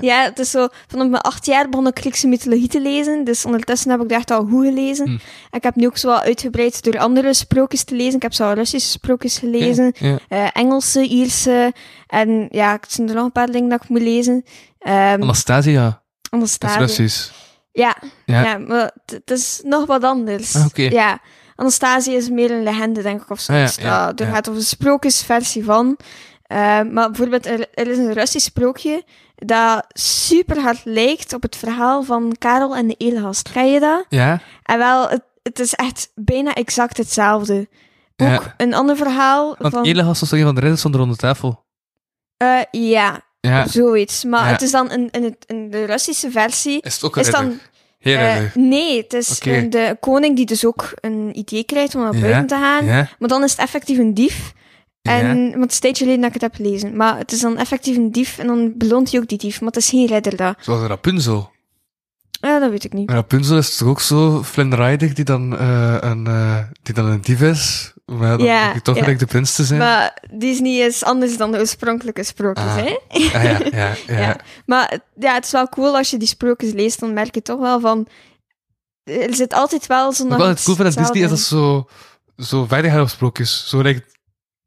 D: Ja, het is zo, vanaf mijn acht jaar begon ik Griekse mythologie te lezen, dus ondertussen heb ik dat echt al goed gelezen.
C: Hm.
D: En ik heb nu ook zo wat uitgebreid door andere sprookjes te lezen. Ik heb zo wat Russische sprookjes gelezen,
C: Ja.
D: eh, Engelse, Ierse, en ja, het zijn er nog een paar dingen dat ik moet lezen. Ehm
C: Anastasia, dat is
D: Anastasia.
C: Russisch.
D: Ja,
C: Ja.
D: ja. maar het- het is nog wat anders.
C: Ah, oké.
D: Ja, Anastasia is meer een legende, denk ik, of zo.
C: Ah, ja,
D: Dus,
C: ja,
D: ja, er
C: ja.
D: gaat over een sprookjesversie van. Eh, maar bijvoorbeeld, er, er is een Russisch sprookje dat super hard lijkt op het verhaal van Karel en de Edelgast. Ken je dat?
C: Ja?
D: En wel, het, het is echt bijna exact hetzelfde. Ook
C: Ja.
D: een ander verhaal
C: Want
D: van...
C: Elegast was toch een van de ridders van de ronde tafel?
D: eh, ja,
C: Ja.
D: zoiets. Maar
C: Ja.
D: het is dan in, in, het, in de Russische versie...
C: Is het ook een
D: Is
C: ridder?
D: dan
C: Heel
D: Eh,
C: ridder.
D: nee, het is
C: Oké.
D: een- de koning die dus ook een idee krijgt om naar
C: Ja,
D: buiten te gaan.
C: Ja?
D: Maar dan is het effectief een dief. En,
C: Ja.
D: Want het is een tijdje geleden dat ik het heb gelezen. Maar het is dan effectief een dief en dan beloont hij ook die dief. Maar het is geen redder dat.
C: Zoals een Rapunzel.
D: Ja, dat weet ik niet.
C: Maar Rapunzel is toch ook zo flinrijdig, die dan, eh, een, eh, die dan een dief is, maar dan
D: Ja,
C: moet je toch
D: ja.
C: gelijk de prins te zijn.
D: Maar Disney is anders dan de oorspronkelijke sprookjes,
C: Ah.
D: hè?
C: Ah, ja, ja, ja.
D: Ja. Maar het- ja, het is wel cool als je die sprookjes leest, dan merk je toch wel van... Er zit altijd wel zo'n...
C: Wat ik
D: nog
C: altijd
D: iets
C: cool vind aan Disney is dat
D: hetzelfde
C: ze zo, zo verder gaan op sprookjes. Zo lijkt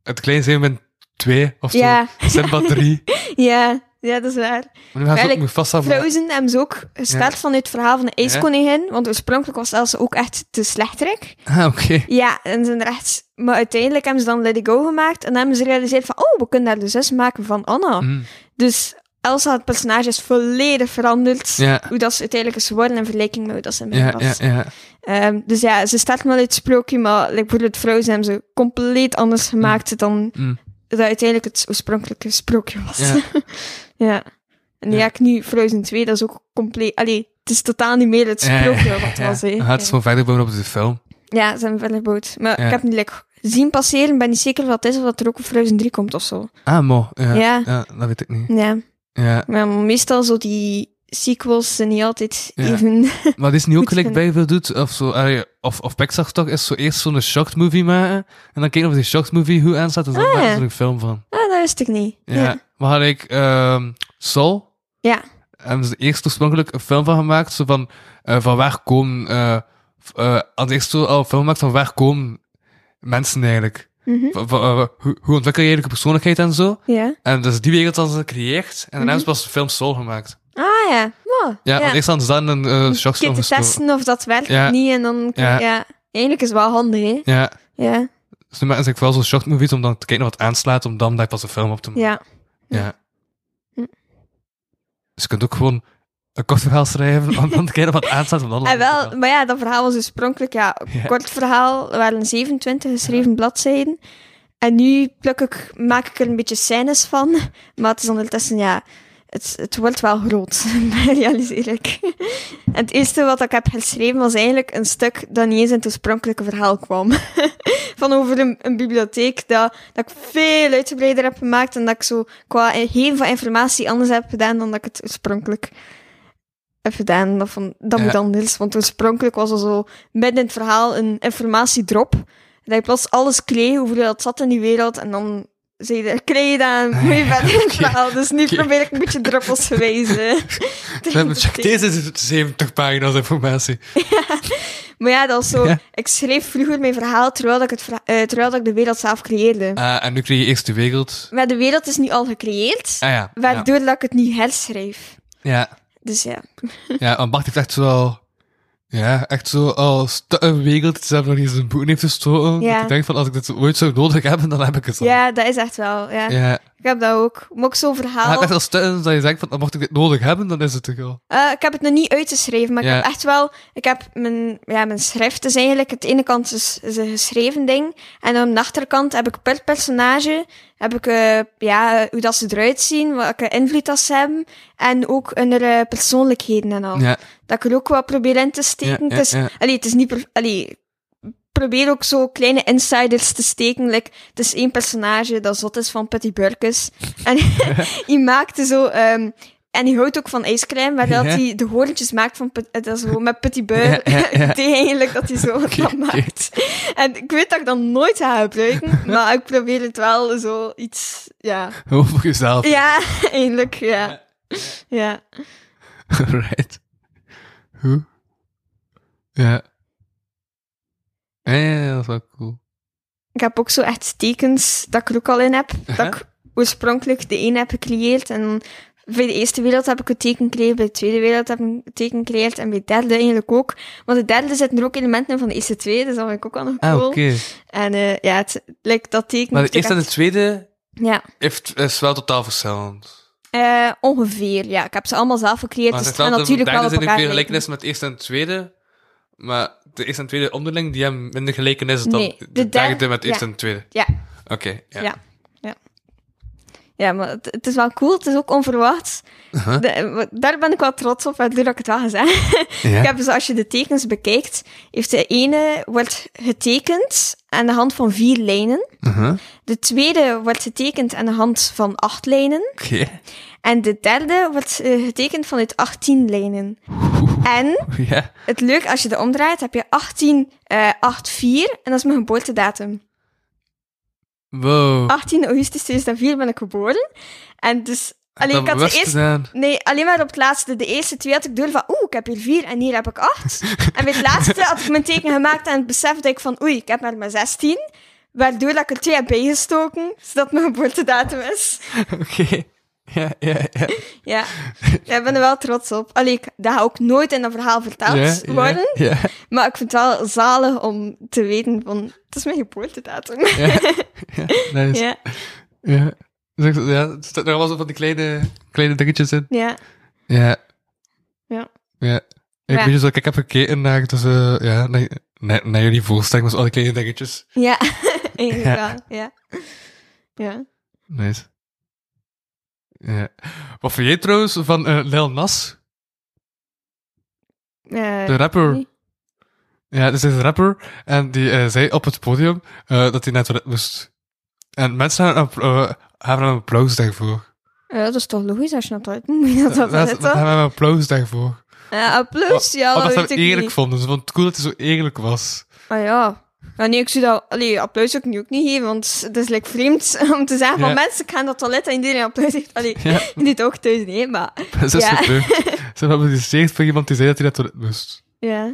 C: het klein zeemermin 2 of zo.
D: in. Ja,
C: Simba 3.
D: ja, ja, dat is waar.
C: Maar nu gaan ze ook
D: Eigenlijk,
C: moet vasthouden.
D: Frozen hebben ze ook gestart
C: Ja.
D: vanuit het verhaal van de ijskoningin, want oorspronkelijk was Elsa ook echt te slechterik.
C: Ah, oké.
D: Ja, en zijn rechts. Maar uiteindelijk hebben ze dan Let It Go gemaakt en dan hebben ze gerealiseerd van, oh, we kunnen daar de zus maken van Anna.
C: Mm.
D: Dus Elsa, het personage, is volledig veranderd.
C: Ja.
D: Hoe dat ze uiteindelijk is geworden in vergelijking met hoe dat ze in het
C: Ja,
D: begin
C: ja,
D: was.
C: ja.
D: Ehm, dus ja, ze starten wel uit het sprookje, maar like, bijvoorbeeld Frozen hebben ze compleet anders gemaakt dan
C: Mm.
D: dat uiteindelijk het oorspronkelijke sprookje was.
C: Ja.
D: Ja. En ja,
C: Ja.
D: ik nu Frozen 2, dat is ook compleet... Allee, het is totaal niet meer het sprookje wat het
C: ja.
D: was, hè.
C: Ja, het is gewoon verder bouwen op de film.
D: Ja, ze hebben verder gebouwd. Maar
C: Ja.
D: ik heb niet like, zien passeren, ben niet zeker of dat is, of dat er ook een Frozen 3 komt of zo.
C: Ah, mo. Ja,
D: Ja.
C: dat weet ik niet.
D: Ja.
C: Ja.
D: Maar meestal zo die sequels zijn niet altijd
C: Ja.
D: even...
C: Maar het is niet ook
D: Goed
C: gelijk
D: vinden.
C: bij veel doet, of zo, allee, of, of Pixar toch, is zo eerst zo'n shocked movie maken, en dan kijken of die shocked movie goed aanstaat, en dan
D: Ah,
C: maken ze
D: ja.
C: er een film van.
D: Ah, dat wist ik niet.
C: Ja.
D: Ja.
C: Maar had ik, ehm Soul,
D: Ja.
C: hebben ze dus eerst oorspronkelijk een film van gemaakt, zo van, eh, van waar komen, eh f- eh, hadden ze eerst zo al een film gemaakt van waar komen mensen eigenlijk?
D: Mhm.
C: Van- van, eh, hoe, hoe ontwikkel je eigenlijk een persoonlijkheid en zo?
D: Ja.
C: En dus die wereld dan ze gecreëerd, en dan hebben ze pas de film Soul gemaakt.
D: Ah, Mhm. ja. Wow.
C: Ja, want eerst hadden ze dan een eh
D: Een keer
C: shockfilm
D: te
C: gestoken.
D: testen of dat werkt
C: Ja.
D: of niet, en dan...
C: Ja.
D: Ja. Eigenlijk is het wel handig, hè.
C: Ja.
D: Ja.
C: Dus Dus nu maken ze eigenlijk vooral zo'n short movies om dan te kijken wat aanslaat, om dan daar pas een film op te maken.
D: Ja.
C: Ja.
D: Hm.
C: Dus je kunt ook gewoon een kort verhaal schrijven, om dan te kijken wat aanslaat, om dan...
D: En Ah, wel, maar ja, dat verhaal was oorspronkelijk, ja,
C: Ja.
D: kort verhaal, er waren 27 geschreven bladzijden. En nu pluk ik, maak ik er een beetje scènes van, maar het is ondertussen, ja, het, het wordt wel groot, realiseer ik. En het eerste wat ik heb geschreven was eigenlijk een stuk dat niet eens in het oorspronkelijke verhaal kwam. Van over een, een bibliotheek dat, dat ik veel uitgebreider heb gemaakt en dat ik zo qua geven van informatie anders heb gedaan dan dat ik het oorspronkelijk heb gedaan. Dat, van, dat
C: Ja.
D: moet anders, want oorspronkelijk was er zo midden in het verhaal een informatiedrop. Dat je plots alles kreeg over hoe dat zat in die wereld en dan zei je, kreeg je dan moet je verder in het
C: Ah, Oké.
D: verhaal. Dus nu
C: Oké.
D: probeer ik een beetje druppels te wijzen.
C: We hebben check, deze is 70 pagina's informatie.
D: Maar ja, dat was zo.
C: Ja.
D: Ik schreef vroeger mijn verhaal terwijl ik, het verha- eh, terwijl ik de wereld zelf creëerde.
C: Ah, en nu krijg je eerst de wereld.
D: Maar de wereld is nu al gecreëerd,
C: Ah ja. Ja.
D: waardoor dat ik het niet herschrijf.
C: ja.
D: Dus ja.
C: Ja, want Bart heeft echt wel... Ja, echt zo al stu- een wereld die zelf nog eens een boek heeft gestoken.
D: Ja.
C: Dat ik denk van, als ik dit ooit zou nodig hebben, dan heb ik het al.
D: ja, dat is echt wel. Ja.
C: Ja.
D: Ik heb dat ook. Maar ook zo'n
C: Hij
D: verhaal.
C: heeft echt al stukken dat je denkt van, mocht ik dit nodig hebben, dan is het toch al.
D: Eh, ik heb het nog niet uitgeschreven, maar
C: Ja.
D: ik heb echt wel... Ik heb mijn, ja, mijn schrift is eigenlijk... Het ene kant is, is een geschreven ding. En aan de achterkant heb ik per personage... Heb ik, eh, ja, eh, hoe dat ze eruit zien, welke invloed dat ze hebben. En ook hun eh, persoonlijkheden en al.
C: Ja.
D: Dat ik er ook wat probeer in te steken.
C: Ja, ja,
D: het, is,
C: ja.
D: allee, het is niet... per- Allee, ik probeer ook zo kleine insiders te steken. Like, het is één personage dat zot is van Patty Burkes. En die maakte zo... ehm, en die houdt ook van ijscream, waar dat
C: Ja.
D: hij de hoorntjes maakt van... Put- eh, Dat is gewoon met Putty Beur.
C: Ja, ja, ja.
D: Het idee eigenlijk dat hij zo dat maakt. En ik weet dat ik dat nooit ga gebruiken, maar ik probeer het wel zo iets... Ja,
C: Gewoon voor jezelf.
D: ja eigenlijk, ja. Ja.
C: right. Hoe? Ja. Ja, ja, ja, dat is wel cool.
D: Ik heb ook zo echt stekens dat ik er ook al in heb.
C: Aha.
D: Dat ik oorspronkelijk de een heb gecreëerd. En bij de eerste wereld heb ik een teken gecreëerd. Bij de tweede wereld heb ik een teken gecreëerd. En bij de derde eigenlijk ook. Want de derde zitten er ook elementen in van de eerste twee. Dus dat vind ik ook wel nog
C: Ah,
D: cool.
C: oké.
D: En eh, ja, het, like, dat teken...
C: Maar de
D: heeft ook
C: eerste en de
D: echt-
C: tweede
D: Ja,
C: heeft, is wel totaal verschillend.
D: Eh, ongeveer. Ja, ik heb ze allemaal zelf gecreëerd.
C: Maar
D: dus het
C: het is wel-
D: kan natuurlijk
C: de
D: wel op
C: derde
D: elkaar
C: zit
D: lijken.
C: weer gelijkenis met de eerste en de tweede. Maar de eerste en tweede onderling, die hebben minder gelijkenis dan
D: Nee,
C: de,
D: de derde-
C: derde met de
D: ja.
C: eerste en de tweede.
D: Ja.
C: Oké, ja.
D: Ja. Ja, maar het, het is wel cool. Het is ook onverwacht.
C: Aha.
D: De- eh, daar ben ik wel trots op, waardoor ik het wel gezegd
C: Ja.
D: Ik heb dus, als je de tekens bekijkt, heeft de ene wordt getekend aan de hand van vier lijnen.
C: Aha. Oké.
D: De tweede wordt getekend aan de hand van acht lijnen. En de derde wordt eh, getekend vanuit 18 lijnen. En
C: Ja.
D: het leuke, als je dat omdraait, heb je 18, eh 84 en dat is mijn geboortedatum.
C: Wow.
D: 18 augustus 2004 ben ik geboren. En dus, alleen ik had de
C: bewust
D: eerste
C: gedaan.
D: Nee, alleen maar op het laatste. De eerste twee had ik door van, oeh, ik heb hier vier en hier heb ik acht. en bij het laatste had ik mijn teken gemaakt en het besef dat ik van, oei, ik heb maar maar zestien. Waardoor dat ik er twee heb bijgestoken, zodat mijn geboortedatum is.
C: Oké. Ja, ja, ja.
D: Ja, ja, ik ben er wel trots op. Allee, ik, dat gaat ook nooit in een verhaal verteld
C: Ja, ja,
D: worden.
C: Ja,
D: Maar ik vind het wel zalig om te weten van, het is mijn geboortedatum.
C: ja. Nice.
D: ja,
C: Ja. Dus ik- ja. Er zitten nog wel zo van die kleine, kleine dingetjes in.
D: ja.
C: Ja.
D: Ja.
C: Ja. Ik
D: Maar ja.
C: weet dus dat ik heb gekeken naar, dus, eh, ja, naar, naar, naar jullie voorstelling met al die kleine dingetjes.
D: Ja, eigenlijk
C: Ja.
D: wel, ja. Ja.
C: Nice. Ja. Wat vind jij trouwens van eh, Lil Nas,
D: Eh,
C: de rapper?
D: wie?
C: Ja, dus hij is een rapper en die eh, zei op het podium eh, dat hij net rap moest. En mensen hebben een, appla- eh, hebben een applaus daarvoor.
D: ja, dat is toch logisch als je dat uit moet je dat
C: Dat, dat,
D: altijd
C: hebben een applaus daarvoor.
D: Ja, Eh, applaus, ja,
C: Omdat
D: dat
C: ze
D: weet
C: hem
D: ik
C: eerlijk
D: niet.
C: vonden. Ze vonden het cool dat hij zo eerlijk was.
D: Ah ja. Ja, nee, ik zie dat... Allee, applaus zou ik nu ook niet geven, want het is like, vreemd om te zeggen van
C: Ja.
D: mensen, ik ga naar het toilet en iedereen applaus heeft. Allee,
C: Ja.
D: dit ook thuis, nee, maar...
C: Dat is dus
D: Ja.
C: gebeurd. Ze hebben geïnteresseerd van iemand die zei dat hij net rap moest.
D: Ja.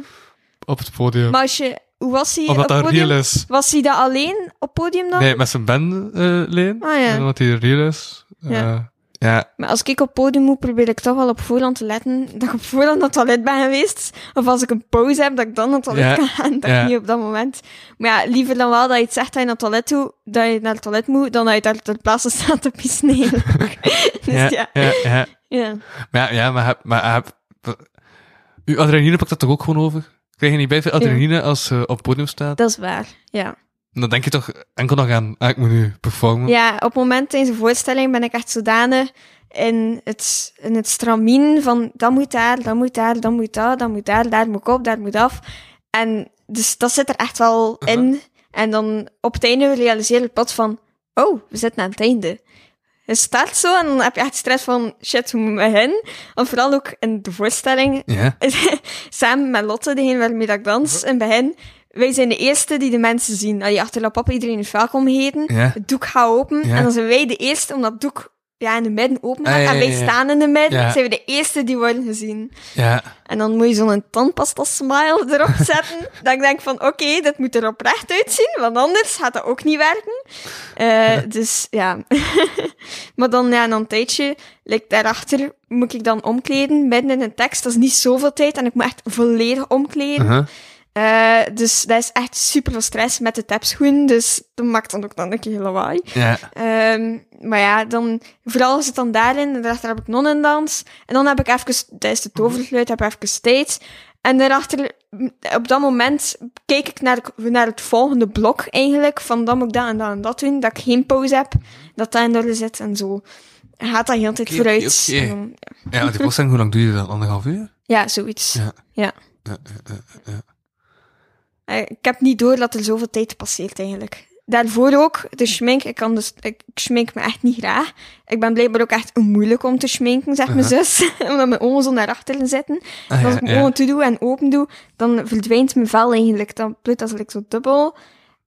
C: Op het podium.
D: Maar als je... Hoe was hij
C: Omdat
D: op
C: dat
D: podium?
C: real is.
D: Was hij dat alleen op podium dan?
C: eh, Nee, met zijn bandleen.
D: Ah, ja.
C: Omdat hij real is.
D: Ja.
C: Eh, Ja,
D: Maar als ik op podium moet, probeer ik toch wel op voorhand te letten dat ik op voorhand naar het toilet ben geweest. Of als ik een pauze heb, dat ik dan naar het toilet
C: Ja,
D: kan gaan. Dat
C: ja.
D: ik niet op dat moment. Maar ja, liever dan wel dat je het zegt dat je naar het toilet, toe, dat je naar het toilet moet, dan dat je daar ter plaatse staat te pissen. eigenlijk. dus ja.
C: ja,
D: ja.
C: ja, ja. Maar, ja, ja, maar, heb- maar heb- uw adrenaline pakt dat toch ook gewoon over? Krijg je niet bij veel adrenaline als je op het podium staat?
D: dat is waar. Ja.
C: Dan denk je toch enkel nog aan, ah, ik moet nu performen.
D: ja, op momenten in zijn voorstelling ben ik echt zodanig in het, in het stramien van dat moet daar, dat moet daar, dat moet daar, dat moet daar, daar moet ik op, daar moet af. En dus dat zit er echt wel in. En dan op het einde realiseer ik plots van, oh, we zitten aan het einde. Het start zo en dan heb je echt stress van, shit, hoe moet ik heen? En vooral ook in de voorstelling
C: Ja.
D: samen met Lotte, degene waarmee dat ik
C: Uh-huh.
D: dans, en bij hen. Wij zijn de eerste die de mensen zien. Allee, achter La Papa iedereen is welkom heten.
C: Ja.
D: Het doek gaat open.
C: Ja.
D: En dan zijn wij de eerste om dat doek ja, in de midden open te
C: Ah,
D: maken.
C: ja, ja,
D: En wij
C: ja.
D: staan in de midden.
C: Ja.
D: Zijn we de eerste die worden gezien.
C: Ja.
D: En dan moet je zo'n tandpasta smile erop zetten. dat ik denk van, oké, dit moet er oprecht uitzien. Want anders gaat dat ook niet werken. Eh, dus ja. maar dan ja, na een tijdje, like, daarachter moet ik dan omkleden. Midden in een tekst, dat is niet zoveel tijd. En ik moet echt volledig omkleden.
C: Uh-huh.
D: Eh, dus dat is echt super veel stress met de tapschoen. Dus dat maakt dan ook dan een keer lawaai.
C: Ja.
D: Ehm, maar ja, dan, vooral zit dan daarin. En daarachter heb ik non-indans. En dan heb ik even, tijdens de
C: Mhm.
D: tovergeluid, heb ik even steeds. En daarachter, m, op dat moment, keek ik naar, naar het volgende blok eigenlijk. Van dan moet ik dat en dat en dat doen. Dat ik geen pauze heb. Dat dat in orde zit en zo. Gaat dat heel de tijd
C: Mhm. Oké, oké,
D: vooruit.
C: oké.
D: En dan-
C: Ja, want die voorstelling, hoe lang doe je dat? Anderhalf uur?
D: ja, zoiets.
C: Ja.
D: Ja.
C: Ja, ja, ja, ja.
D: Eh, ik heb niet door dat er zoveel tijd passeert eigenlijk. Daarvoor ook, de schmink, ik, kan dus, ik, ik schmink me echt niet graag. Ik ben blijkbaar ook echt moeilijk om te schminken, zegt mijn zus. Omdat mijn ogen zo naar achteren zitten.
C: Uh-huh. Ah,
D: En als
C: ja,
D: ik mijn
C: ja.
D: ogen toe doe en open doe, dan verdwijnt mijn vel eigenlijk. Dan bloedt dat like, zo dubbel.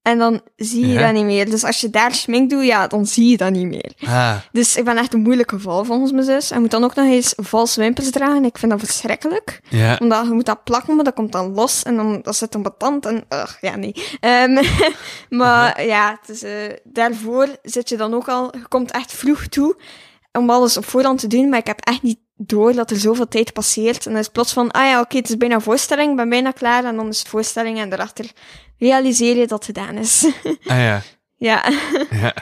D: En dan zie je
C: Ja.
D: dat niet meer. Dus als je daar schmink doet, ja, dan zie je dat niet meer.
C: Ah,
D: Dus ik ben echt een moeilijk geval volgens mijn zus. En moet dan ook nog eens valse wimpers dragen. Ik vind dat verschrikkelijk.
C: ja.
D: Omdat je moet dat plakken, maar dat komt dan los en dan dat zit dan betant en ugh, ja, nee. Ehm, maar
C: Mhm.
D: ja, het is, eh, daarvoor zit je dan ook al, je komt echt vroeg toe om alles op voorhand te doen, maar ik heb echt niet door dat er zoveel tijd passeert. En dan is het plots van, ah ja, oké, het is bijna voorstelling, ik ben bijna klaar en dan is het voorstelling en daarachter realiseer je dat het gedaan is.
C: Ah, ja.
D: ja,
C: Ja.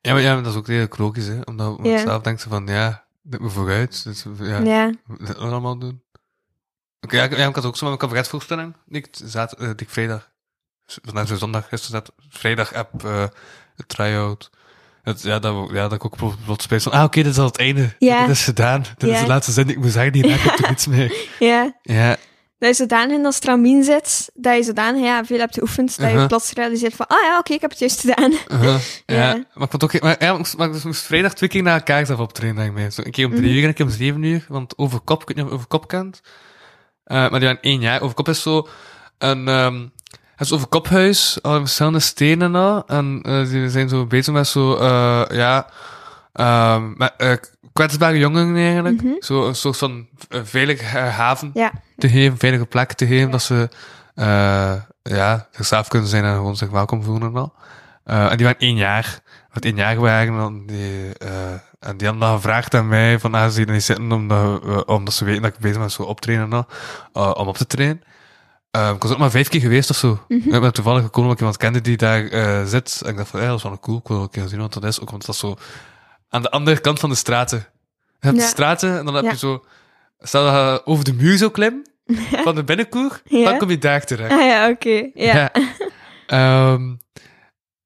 C: Ja, maar, ja, maar dat is ook redelijk logisch, hè. Omdat je
D: Ja.
C: zelf denkt van, ja, dit moet vooruit. Dus, ja,
D: ja,
C: dat moet ik allemaal doen. Oké, ja, ik- ja, ik had ook zo'n cabaretvoorstelling. die Ik zat, eh, die ik vrijdag, z- vandaag is zondag, gisteren zat, vrijdag heb eh een try-out. Het, ja, dat, we- ja, dat ik ook pl- plots spijt van, ah, oké, dit is al het einde.
D: Ja.
C: Dit is gedaan. Dit is
D: Ja.
C: de laatste zin die ik moet zeggen, die raak ik toch niets meer.
D: ja.
C: Ja,
D: Dat je zodanig in dat stramien zit, dat je zodanig ja, veel hebt geoefend, dat
C: Mhm.
D: je plots realiseert van, ah ja, oké, ik heb het juist gedaan.
C: Uh-huh, ja.
D: Ja.
C: maar ik vond ook... Maar, ja, ik moest, maar ik dus moest vrijdag twee keer na elkaar zelf optreden, denk ik. mij. Zo een keer om drie uur en een keer om zeven uur. Want Overkop, ik weet niet of je Overkop kent. Eh, maar die waren één jaar. Overkop is zo een... ehm het is Overkophuis, al in verschillende stenen en al. En eh die zijn zo bezig met zo... eh, ja... ehm, met, eh, kwetsbare jongeren eigenlijk. Zo een soort van eh, veilige haven
D: Ja,
C: te geven, veilige plek te geven, dat ze eh, ja, zichzelf kunnen zijn en gewoon zich welkom voelen en wel. Eh, en die waren één jaar, wat één jaar waren, en dan die, eh, en die hadden dan gevraagd aan mij, van ah, ze hier niet zitten, omdat, eh, omdat ze weten dat ik bezig ben met zo optreden en al, eh, om op te trainen. Eh, ik was ook maar vijf keer geweest of zo.
D: Mhm.
C: Ik ben toevallig gekomen omdat ik iemand kende die daar eh, zit. En ik dacht van, ja, dat is wel cool, ik wil wel een keer zien wat dat is. Ook want dat is zo aan de andere kant van de straten. Je hebt
D: Ja.
C: de straten en dan heb
D: Ja.
C: je zo... Stel dat je over de muur zou klimmen, van de binnenkoer,
D: Ja.
C: dan kom je daar terecht.
D: Ah ja, oké. Ja.
C: Ja. Ehm,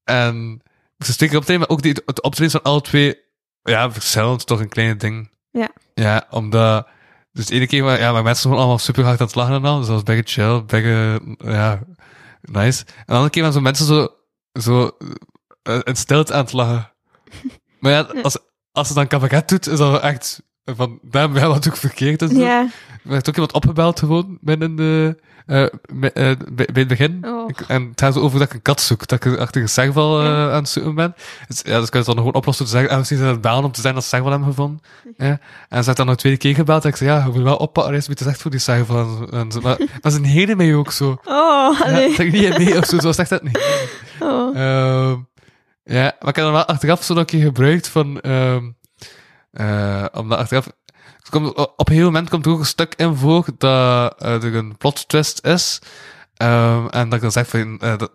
C: en ze steken optreden, maar ook die, het optreden van alle twee, ja, verschillend, toch een kleine ding.
D: Ja.
C: Ja, omdat, dus de ene keer waren, ja, maar mensen gewoon allemaal super hard aan het lachen en al, dus dat was bigger chill, bigger, ja, nice. En de andere keer waren zo mensen zo, zo, eh, in stilte aan het lachen. Maar ja, als, als ze dan cabaret doet, is dat echt, van, daarom, ja, wat ook verkeerd is.
D: Ja,
C: Er werd ook iemand opgebeld gewoon binnen de, eh, bij- eh, bij, bij het begin.
D: Oh.
C: Ik- en het gaat zo over dat ik een kat zoek, dat ik achter een zegval eh, aan het zoeken ben. Dus, ja, dus kan je het dan gewoon oplossen te zeggen, ah, misschien zijn het bellen om te zeggen dat ze zegval hebben gevonden. Ja. En ze had dan een tweede keer gebeld en ik zei, ja, je moet wel oppakken, er is iets echt voor die zegval. En, zo- en, zo. maar, maar ze heden mij ook zo.
D: oh,
C: Ja,
D: allee.
C: dat ik niet mee of zo, zo was echt dat niet.
D: Oh.
C: Ehm, ja, maar ik heb dan wel achteraf zo'n keer gebruikt van... ehm, Eh, omdat achteraf... het komt, op een gegeven moment komt er ook een stuk in voor dat eh, er een plot twist is. Ehm, en dat ik dan zeg van... eh, dat,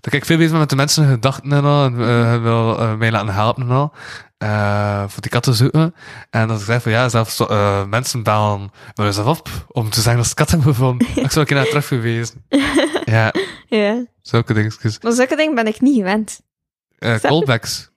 C: dat ik veel bezig ben met de mensen hun gedachten en al. En eh, wil eh, mij laten helpen en al. eh, voor die kat te zoeken. En dat ik zeg van ja, zelfs zo- eh, mensen bellen me zelf op om te zeggen dat ze de kat hebben gevonden. ik zou een keer naar terug gewezen. ja,
D: Ja.
C: zulke dingetjes.
D: Maar zulke dingen ben ik niet gewend.
C: Eh,
D: Snap je?
C: callbacks.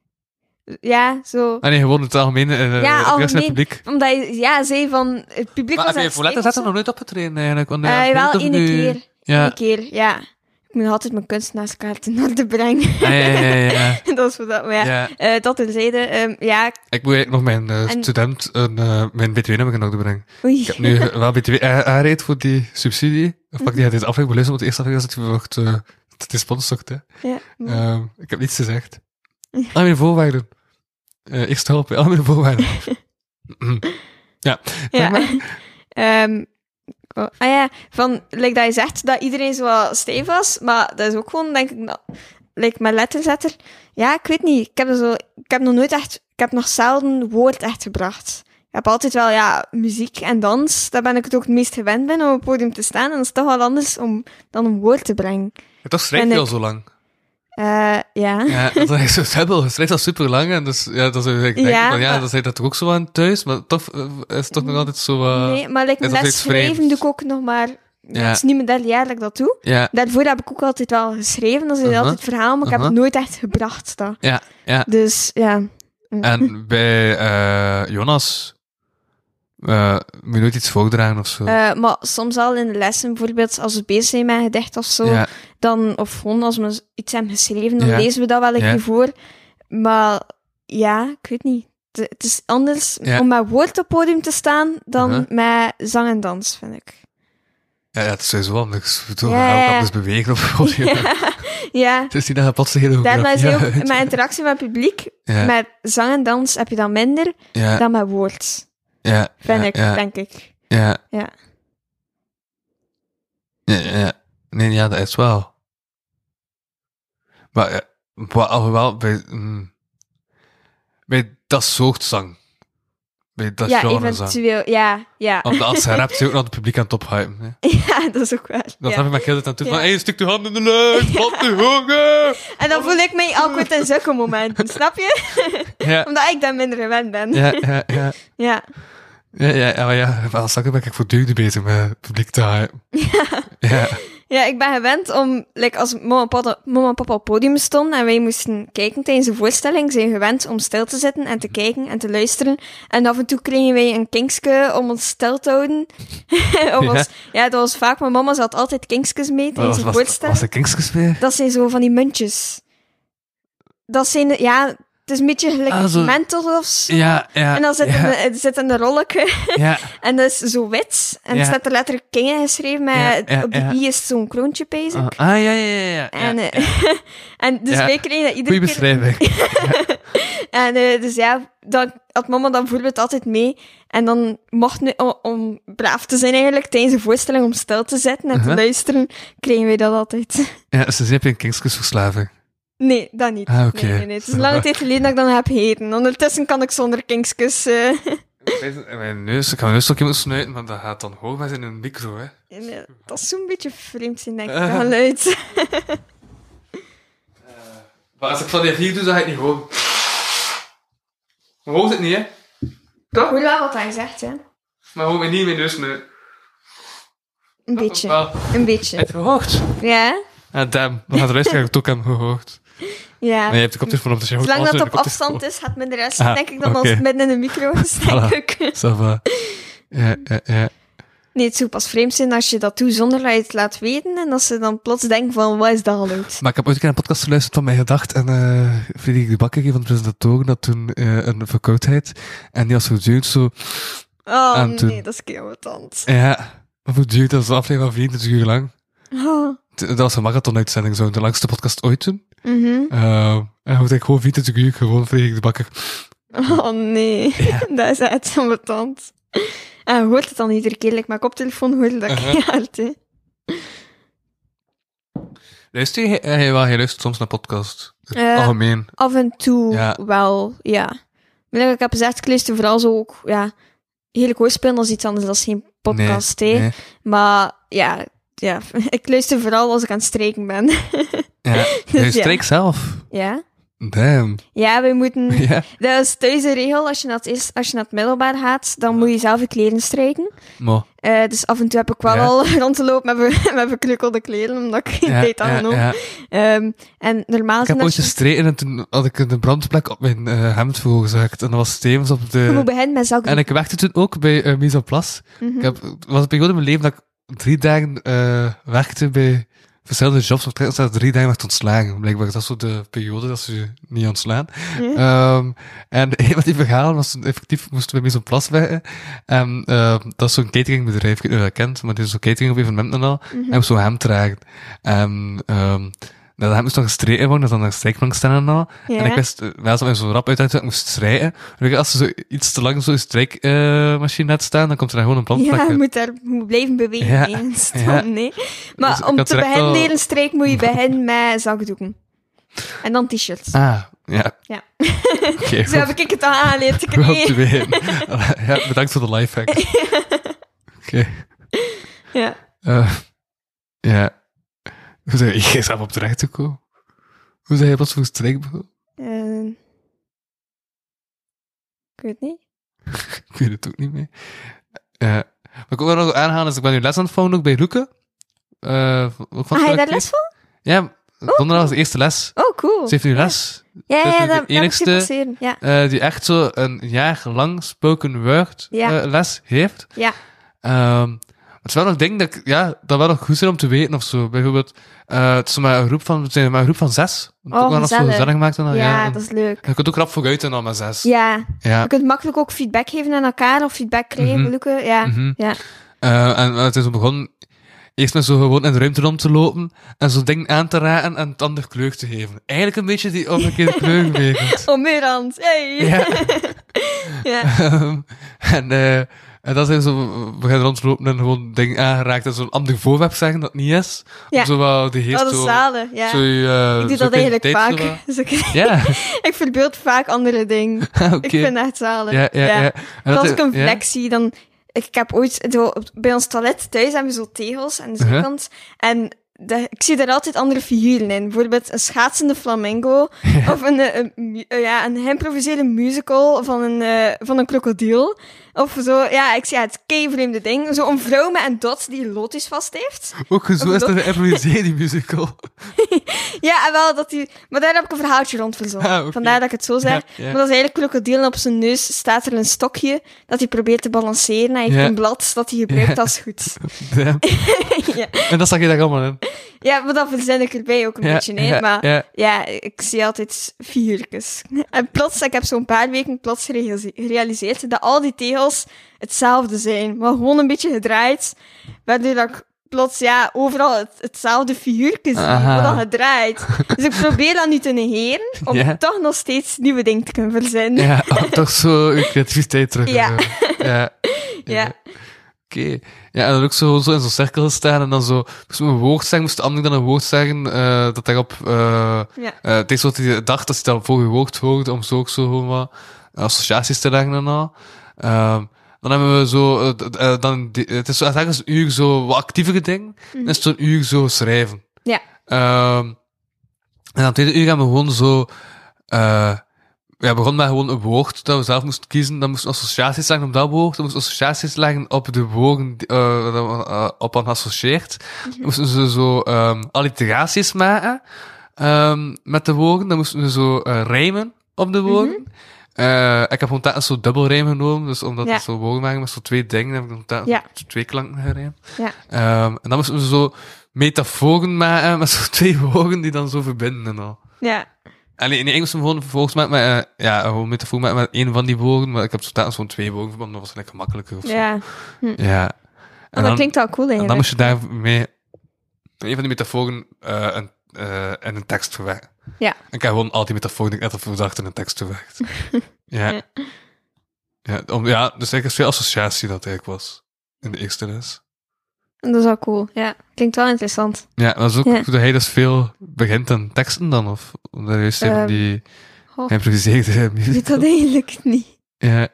D: Ja, zo.
C: Ah nee, gewoon in het algemeen. eh, eh,
D: Ja,
C: het algemeen.
D: algemeen.
C: publiek.
D: Omdat je, ja, zei van, het publiek
C: Maar heb
D: was aan
C: je
D: het
C: voor letters
D: spreken
C: zetten nog nooit opgetreden eigenlijk? Want,
D: of
C: ja,
D: zo. Eh,
C: ik weet
D: wel
C: niet of
D: één
C: nu-
D: keer.
C: Ja.
D: Eén keer, ja. Ik moet altijd mijn kunstenaarskaart in orde brengen.
C: Ah, ja, ja, ja, ja.
D: dat is voor dat, maar ja.
C: Ja.
D: Eh, dat terzijde, ehm ja, ik-
C: Ik moet eigenlijk nog mijn eh,
D: En-
C: student een, eh, mijn btw-nummer in orde brengen.
D: oei.
C: Ik heb nu eh, wel btw a- aanreed voor die subsidie. Of
D: Mhm.
C: pak die uit deze aflevering beluisteren, want de eerste aflevering is dat je wordt eh, dat is spons zocht, hè.
D: Ja, maar-
C: Ehm, ik heb niets gezegd. Aan mijn voorwaarden. Eh eerst hulp, aan mijn voorwaarden. Mhm. zeg
D: ja. Ehm, oh, ah ja, van, like dat je zegt dat iedereen zo wel stijf was, maar dat is ook gewoon, denk ik, dat, like mijn letterzetter. Ja, ik weet niet, ik heb, er zo, ik heb nog nooit echt, ik heb nog zelden woord echt gebracht. Ik heb altijd wel, ja, muziek en dans, daar ben ik het ook het meest gewend ben om op het podium te staan, en dat is toch wel anders om, dan een woord te brengen.
C: En toch schrijf
D: En
C: je
D: ik-
C: al zo lang.
D: Eh, ja.
C: Ja, dat is zo dubbel. Het schrijft al super lang en dus ja, dat is, ik denk
D: Ja,
C: van, ja,
D: maar-
C: dan zei dat toch ook zo aan thuis, maar toch eh, is het toch nog altijd zo. eh,
D: nee, maar like,
C: is
D: mijn
C: dat
D: les
C: iets vreemds?
D: schrijven doe ik ook nog maar...
C: Ja.
D: Het is niet mijn derde jaar dat ik dat doe.
C: Ja,
D: Daarvoor heb ik ook altijd wel geschreven. Dat is
C: Uh-huh.
D: altijd verhaal, maar ik heb
C: Uh-huh.
D: het nooit echt gebracht. Dat.
C: ja, ja.
D: Dus ja.
C: En bij eh, Jonas eh, moet je nooit iets voordragen of zo.
D: Eh, maar soms al in de lessen, bijvoorbeeld als we bezig zijn met een gedicht of zo,
C: ja,
D: dan, of gewoon als we iets hebben geschreven, dan
C: Ja.
D: lezen we dat wel een
C: Ja.
D: keer voor. Maar ja, ik weet niet. Het- Het is anders
C: Ja.
D: om met woord op het podium te staan dan
C: Uh-huh.
D: met zang en dans, vind ik.
C: ja, ja, het is sowieso anders. Ik bedoel,
D: Ja, ja,
C: ja,
D: ja.
C: kan dus bewegen op het podium.
D: ja.
C: Het is niet dat je plots de hele
D: Daarna is
C: ja,
D: heel, met interactie met het publiek,
C: ja,
D: met zang en dans heb je dan minder
C: ja,
D: dan met woord,
C: ja,
D: vind
C: ja,
D: ik,
C: ja,
D: denk ik.
C: Ja.
D: Ja.
C: Ja, ja, ja. Nee, ja, dat is wel. Maar, ja, maar alhoewel, bij, mm, bij dat soort zang. Bij dat
D: ja,
C: genre zang.
D: eventueel. Ja, ja.
C: Omdat als hij rapt, zit hij ook nog het publiek aan het ophypen. Hè.
D: ja, dat is ook waar.
C: Dat
D: ja.
C: heb ik met Gilde aan toe van,
D: Ja.
C: hey, stuk de hand in de lucht, wat de honger!
D: En dan voel ik mij awkward in zulke momenten, snap je?
C: Ja,
D: Omdat ik dan minder gewend ben. Ja.
C: ja, ja, ja.
D: Ja.
C: Ja, ja, ja, maar ja, maar als zanger ben ik voortdurend bezig met het publiek te hypen. Ja.
D: ik ben gewend om, like, als mama en, papa, mama en papa op het podium stonden en wij moesten kijken tijdens een voorstelling, zijn we gewend om stil te zitten en te kijken en te luisteren. En af en toe kregen wij een kinkske om ons stil te houden. om
C: Ja. Oh,
D: Ons, ja, dat was vaak, mijn mama zat altijd kinkskes mee tijdens
C: Was,
D: een
C: was,
D: voorstelling.
C: was de Kingskes weer?
D: Dat zijn zo van die muntjes. Dat zijn, de- ja, het is een beetje gelijk
C: Ah, zo-
D: mentos of zo.
C: Ja, ja.
D: En dan zit,
C: ja,
D: een, er zit een rolletje
C: ja.
D: en dat is zo wit. En
C: Ja.
D: er staat de letter King in geschreven, maar
C: Ja, ja,
D: op die
C: ja.
D: I is zo'n kroontje bezig.
C: Ah, ja, ja, ja. ja,
D: en,
C: ja.
D: eh, en dus
C: Ja.
D: wij kregen dat iedere
C: Goeie
D: keer.
C: beschrijving.
D: En eh, dus ja, dan had mama dan bijvoorbeeld altijd mee. En dan mocht nu, om, om braaf te zijn eigenlijk, tijdens een voorstelling om stil te zitten en
C: Uh-huh.
D: te luisteren, kregen wij dat altijd.
C: Ja, ze zijn een kingskusverslaving.
D: Nee, dat niet.
C: Ah, oké.
D: Nee, nee, nee. Het is lange tijd geleden dat ik dan heb heten. Ondertussen kan ik zonder kingskus. eh,
C: Mijn neus, ik ga mijn neus ook moeten snuiten, want dat gaat dan hoog met in een micro, hè.
D: nee, eh, dat is zo'n beetje vreemd zijn, denk ik.
C: Eh.
D: dat Geluid.
C: Maar als ik van die hier doe, dan ga ik niet hoog. Maar hoog is het niet, hè.
D: Ik hoor wel wat hij zegt, hè?
C: Maar hoog me niet in mijn neus snuiten.
D: Een beetje. Een beetje.
C: Het gehoord.
D: Ja?
C: Ah, damn. We gaan de luisteraar ook hebben gehoord.
D: Ja.
C: Maar je hebt de koptelefoon op, dus je hoort
D: Zolang dat
C: alles
D: het
C: in
D: op
C: de
D: afstand is, gaat men de rest,
C: Ah,
D: denk ik, dan als
C: oké.
D: het midden in de micro is, denk
C: Voilà.
D: ik.
C: koptelefoon. Ça va. Ja, ja, ja.
D: Nee, het zou pas vreemd zijn als je dat doet zonder dat je het laat weten en dat ze dan plots denken van, wat is dat geluid?
C: Maar ik heb ooit een keer een podcast geluisterd van Mijn Gedacht en eh Frederik de Bakker, een van de presentatoren, had toen eh, een verkoudheid. En die was voortdurend zo...
D: Oh
C: En Ah, toen-
D: nee, dat is keerwatant.
C: Ja, voortdurend, dat was een aflevering van 24 uur lang.
D: Oh.
C: T- Dat was een marathon-uitzending, zo, de langste podcast ooit toen.
D: mhm.
C: Eh, en goed, ik gewoon 24 uur, gewoon Frederik de Bakker.
D: oh nee,
C: Ja.
D: dat is echt ambetant. En je hoort het dan iedere keer, like, mijn koptelefoon hoorde dat
C: Uh-huh.
D: keihard, hè.
C: Luister je, eh, wel, je luistert soms naar podcast.
D: Eh,
C: Algemeen.
D: Af en toe
C: Ja.
D: wel, ja. Maar like ik heb gezegd, ik luister vooral zo ook, ja, hele hoorspelen als iets anders, dat is geen podcast, hè.
C: nee.
D: Maar ja, ja, ik luister vooral als ik aan het streken ben.
C: Ja.
D: Dus
C: Je
D: ja.
C: streek zelf.
D: ja?
C: Damn.
D: Ja, we moeten...
C: Ja.
D: Dat is thuis een regel, als je, naar het, eerst- als je naar het middelbaar gaat, dan moet je zelf je kleren strijken.
C: Mo.
D: Eh, dus af en toe heb ik wel
C: Ja.
D: al rond te lopen met, ver- met verknukkelde kleren, omdat ik geen
C: Ja,
D: tijd had
C: ja,
D: genomen.
C: ja.
D: Ehm, en normaal
C: Ik heb
D: zijn dat
C: ooit
D: je-
C: gestreken en toen had ik een brandplek op mijn eh, hemd voorgezakt. En dat was stevens op
D: je moet
C: de...
D: beginnen met zakken.
C: En ik werkte toen ook bij eh Mise en Place.
D: Mhm.
C: Ik heb, het was een periode in mijn leven dat ik drie dagen eh, werkte bij verschillende jobs. Op het drie dagen werd ontslagen. Blijkbaar dat is zo de periode dat ze je niet ontslaan. Ehm, en een van die verhalen was toen effectief, moesten we bij zo'n plas werken. En ehm, dat is zo'n cateringbedrijf, ik weet niet of je dat kent, maar dit is zo'n catering op evenementen en al.
D: Mhm.
C: En op zo'n hem dragen. En ehm dat hem moest dan gestreken worden, dat dan een strijkplank staan en al.
D: Ja.
C: En ik wist, eh, naast dat ik zo rap uit dat ik moest strijken. En ik- als er zo iets te lang zo'n strijkmachine net staan, dan komt er dan gewoon een brandplek
D: Ja, je
C: uit.
D: moet daar moet blijven bewegen.
C: Ja,
D: hè, en staan, hè. Maar
C: Dus ik
D: om
C: had direct
D: te beginnen
C: al-
D: leren strijken moet je beginnen met zakdoeken. En dan t-shirts.
C: Ah, ja.
D: Ja.
C: Oké,
D: Zo heb ik het al aangeleerd. Ik
C: goed, goed
D: weet.
C: te weten. ja, bedankt voor de lifehack. Oké.
D: Ja.
C: eh, ja. Hoe ben je zelf op terecht gekomen? Hoe ben je pas voor strijk begonnen?
D: Ehm, ik weet het niet.
C: Ik weet het ook niet meer. Eh, wat ik ook wel nog aanhalen is, ik ben nu les aan het volgen ook bij Roeke. Eh, ook van
D: Ah, ga je daar
C: collectief.
D: les van?
C: Ja, donderdag is de eerste les.
D: Oh, cool.
C: Ze heeft nu les.
D: Ja,
C: dat is
D: ja,
C: de
D: dat dat moet je
C: enigste-
D: passeren. Ja.
C: eh, die echt zo een jaar lang spoken word
D: Ja.
C: eh, les heeft.
D: Ja.
C: Ehm, het is wel nog ding dat ik, ja, dat wel nog goed zijn om te weten of zo. Bijvoorbeeld, eh, het is maar een groep van, het zijn maar een groep van zes. Want
D: Oh,
C: ook wel nog zo
D: gezellig.
C: gezellig gemaakt en dan,
D: Ja,
C: Oh, ja. en-
D: dat is leuk.
C: en je kunt ook rap vooruit en dan met zes.
D: Ja,
C: Ja.
D: je kunt makkelijk ook feedback geven aan elkaar of feedback krijgen,
C: Mhm.
D: Luke. Ja.
C: Mhm.
D: ja.
C: Eh, en het is begonnen eerst met zo gewoon in de ruimte om te lopen en zo'n ding aan te raken en het ander kleur te geven. Eigenlijk een beetje die omgekeerde kleurenwereld.
D: Oh, Merand, hey.
C: Ja.
D: ja.
C: Ehm, en, eh, en dat zijn zo, we gaan rondlopen en gewoon dingen aangeraakt en zo'n ander voorwerp zeggen dat het niet is.
D: Ja.
C: Om zo wel de geest
D: Dat is
C: zo-
D: zalen, ja.
C: zo je, eh,
D: ik doe
C: zo
D: dat
C: creativiteit
D: eigenlijk
C: zo wel-
D: vaak. Dus ik,
C: Ja,
D: ik verbeeld vaak andere dingen.
C: oké.
D: Ik vind dat echt zalig.
C: Ja, ja, ja. En dat
D: Als
C: is-
D: ik een
C: ja.
D: vlek zie, dan... Ik, ik heb ooit... zo op- Bij ons toilet thuis hebben we zo tegels aan de
C: Uh-huh.
D: zijkant. En de- ik zie daar altijd andere figuren in. Bijvoorbeeld een schaatsende flamingo. Of een, eh, een, mu- eh, ja, een geïmproviseerde musical van een, eh, van een krokodil. Of zo... Ja, ik zie ja, het kei-vreemde ding. Zo'n vrouw met een dot die een lotus vast heeft.
C: Ook zo is
D: dat-
C: dat een improvisatie musical.
D: Ja, en wel dat die... Maar daar heb ik een verhaaltje rond verzonnen.
C: Ah, oké.
D: Vandaar dat ik het zo zeg.
C: Ja, ja.
D: Maar dat is eigenlijk krokodil en op zijn neus staat er een stokje dat hij probeert te balanceren. Hij heeft
C: Ja.
D: een blad dat hij gebruikt
C: Ja.
D: als goed.
C: Damn.
D: ja.
C: En dat zag je daar allemaal in.
D: ja, maar dat verzin ik erbij ook een
C: Ja,
D: beetje, hè.
C: ja,
D: maar
C: ja.
D: ja, ik zie altijd figuurtjes. En plots, ik heb zo'n paar weken plots gerealise- gerealiseerd dat al die tegels hetzelfde zijn, maar gewoon een beetje gedraaid. Waardoor dat ik plots, ja, overal het, hetzelfde figuurtje zie,
C: Aha.
D: maar dan gedraaid. Dus ik probeer dat nu te negeren, om
C: Ja.
D: toch nog steeds nieuwe dingen te kunnen verzinnen.
C: Ja, om toch zo je creativiteit terug. te
D: Ja.
C: hebben. Ja.
D: Ja.
C: Oké. Ja, en dan ook zo, zo in zo'n cirkel staan en dan zo... Moest men een woord zeggen, moest de ander dan een woord zeggen eh, dat daarop... eh
D: Ja.
C: eh, het is wat hij dacht dat hij dat vorige woord hoorde, om zo ook zo gewoon wat associaties te leggen en al. Ehm, dan hebben we zo... eh, d- eh, dan, die- het is zo ergens een uur zo wat actievere dingen.
D: Mhm.
C: En is zo'n uur zo schrijven.
D: Ja.
C: Ehm, en aan het tweede uur gaan we gewoon zo... eh ja, begon met gewoon een woord dat we zelf moesten kiezen. Dan moesten we associaties leggen op dat woord. Dan moesten we associaties leggen op de woorden die, eh, dat we, eh, op aan geassocieerd.
D: Mhm.
C: Dan moesten ze zo ehm alliteraties maken ehm, met de woorden. Dan moesten we zo eh, rijmen op de woorden. Eh, ik heb ontdekt een soort dubbel rijm genomen. Dus omdat
D: Mhm. Ja.
C: het zo woorden maken met zo'n twee dingen, heb ik ontdekt
D: Ja.
C: zo twee klanken gerijmd.
D: Ja.
C: Ehm, en dan moesten we zo metaforen maken met zo'n twee woorden die dan zo verbinden en al.
D: Ja.
C: Allee, in Engels gewoon vervolgens met, met eh, ja, gewoon metafoor met, met één van die woorden, maar ik heb totaal zo'n twee woorden verband, dat was eigenlijk gemakkelijker of zo.
D: Ja,
C: Ja.
D: maar
C: En dan,
D: dat klinkt wel cool
C: en dan
D: eigenlijk.
C: moest je daarmee een van die metaforen eh een, eh, in een tekst verwerken.
D: Ja.
C: En ik heb gewoon al die metaforen die ik net had verdacht in een tekst verwerkt. ja. Ja, om, ja, dus eigenlijk is veel associatie dat eigenlijk was in de eerste les.
D: Dat is wel cool, ja. Klinkt wel interessant.
C: Ja, maar dat is ook
D: Ja.
C: hoe dat hij dus veel begint aan teksten dan, of omdat hij juist even
D: Ehm,
C: die...
D: Oh,
C: Geïmproviseerde
D: ik
C: muziek.
D: weet dat eigenlijk niet.
C: Ja.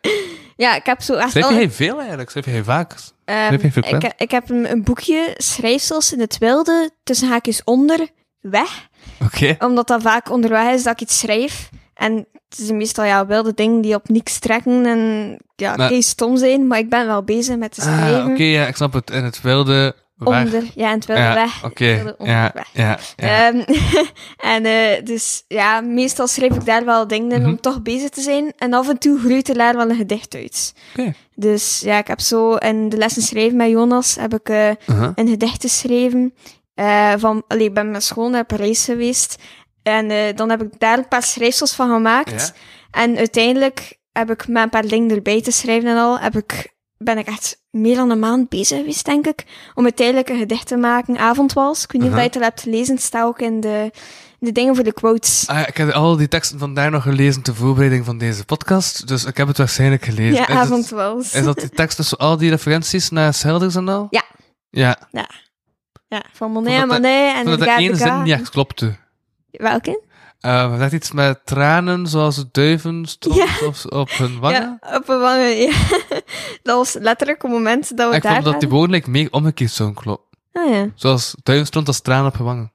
D: Ja, ik heb zo echt
C: Schrijf
D: al...
C: jij veel eigenlijk? Schrijf jij vaak?
D: Ehm,
C: Heb je veel
D: ik,
C: plan?
D: ik heb een, een boekje, Schrijfsels in het Wilde, tussen haakjes onder, weg.
C: Oké.
D: Omdat dat vaak onderweg is dat ik iets schrijf. En het is meestal ja, wilde dingen die op niks trekken en ja,
C: Maar-
D: oké, stom zijn. Maar ik ben wel bezig met te
C: Ah,
D: schrijven.
C: oké, ja, ik snap het. En het wilde weg.
D: onder, ja, in het wilde
C: ja,
D: weg. in
C: Oké,
D: het wilde onder,
C: ja,
D: weg.
C: ja, ja.
D: Ehm, en eh, dus ja, meestal schrijf ik daar wel dingen in om
C: Mhm.
D: toch bezig te zijn. En af en toe groeit er daar wel een gedicht uit.
C: Oké.
D: Dus ja, ik heb zo in de lessen schrijven met Jonas heb ik eh,
C: Uh-huh.
D: een gedicht geschreven. eh, van, allee, ik ben met school naar Parijs geweest. En eh, dan heb ik daar een paar schrijfsels van gemaakt. En uiteindelijk heb ik met een paar dingen erbij te schrijven en al, heb ik, ben ik echt meer dan een maand bezig geweest, denk ik. Om uiteindelijk een gedicht te maken, Avondwals. Ik weet niet
C: Aha.
D: of je het al hebt gelezen, het staat ook in de, de dingen voor de quotes.
C: Ah, ik heb al die teksten vandaag nog gelezen ter voorbereiding van deze podcast, dus ik heb het waarschijnlijk gelezen. Is
D: ja,
C: het-
D: Avondwals.
C: Is dat die tekst tussen al die referenties naar Schilders en al?
D: Ja.
C: Ja,
D: Ja, van Monet,
C: Vond dat dat-
D: Monet en
C: omdat dat één
D: Gattaca.
C: zin niet echt klopte.
D: Welke?
C: Eh, dat iets met tranen zoals de duiven stond op, op hun wangen.
D: Ja, op een wangen, ja. dat was letterlijk op het moment dat we
C: ik
D: daar
C: vond dat die
D: waren.
C: woorden like, meer omgekeerd zouden kloppen.
D: Ah, ja.
C: Zoals duiven stond als tranen op hun wangen.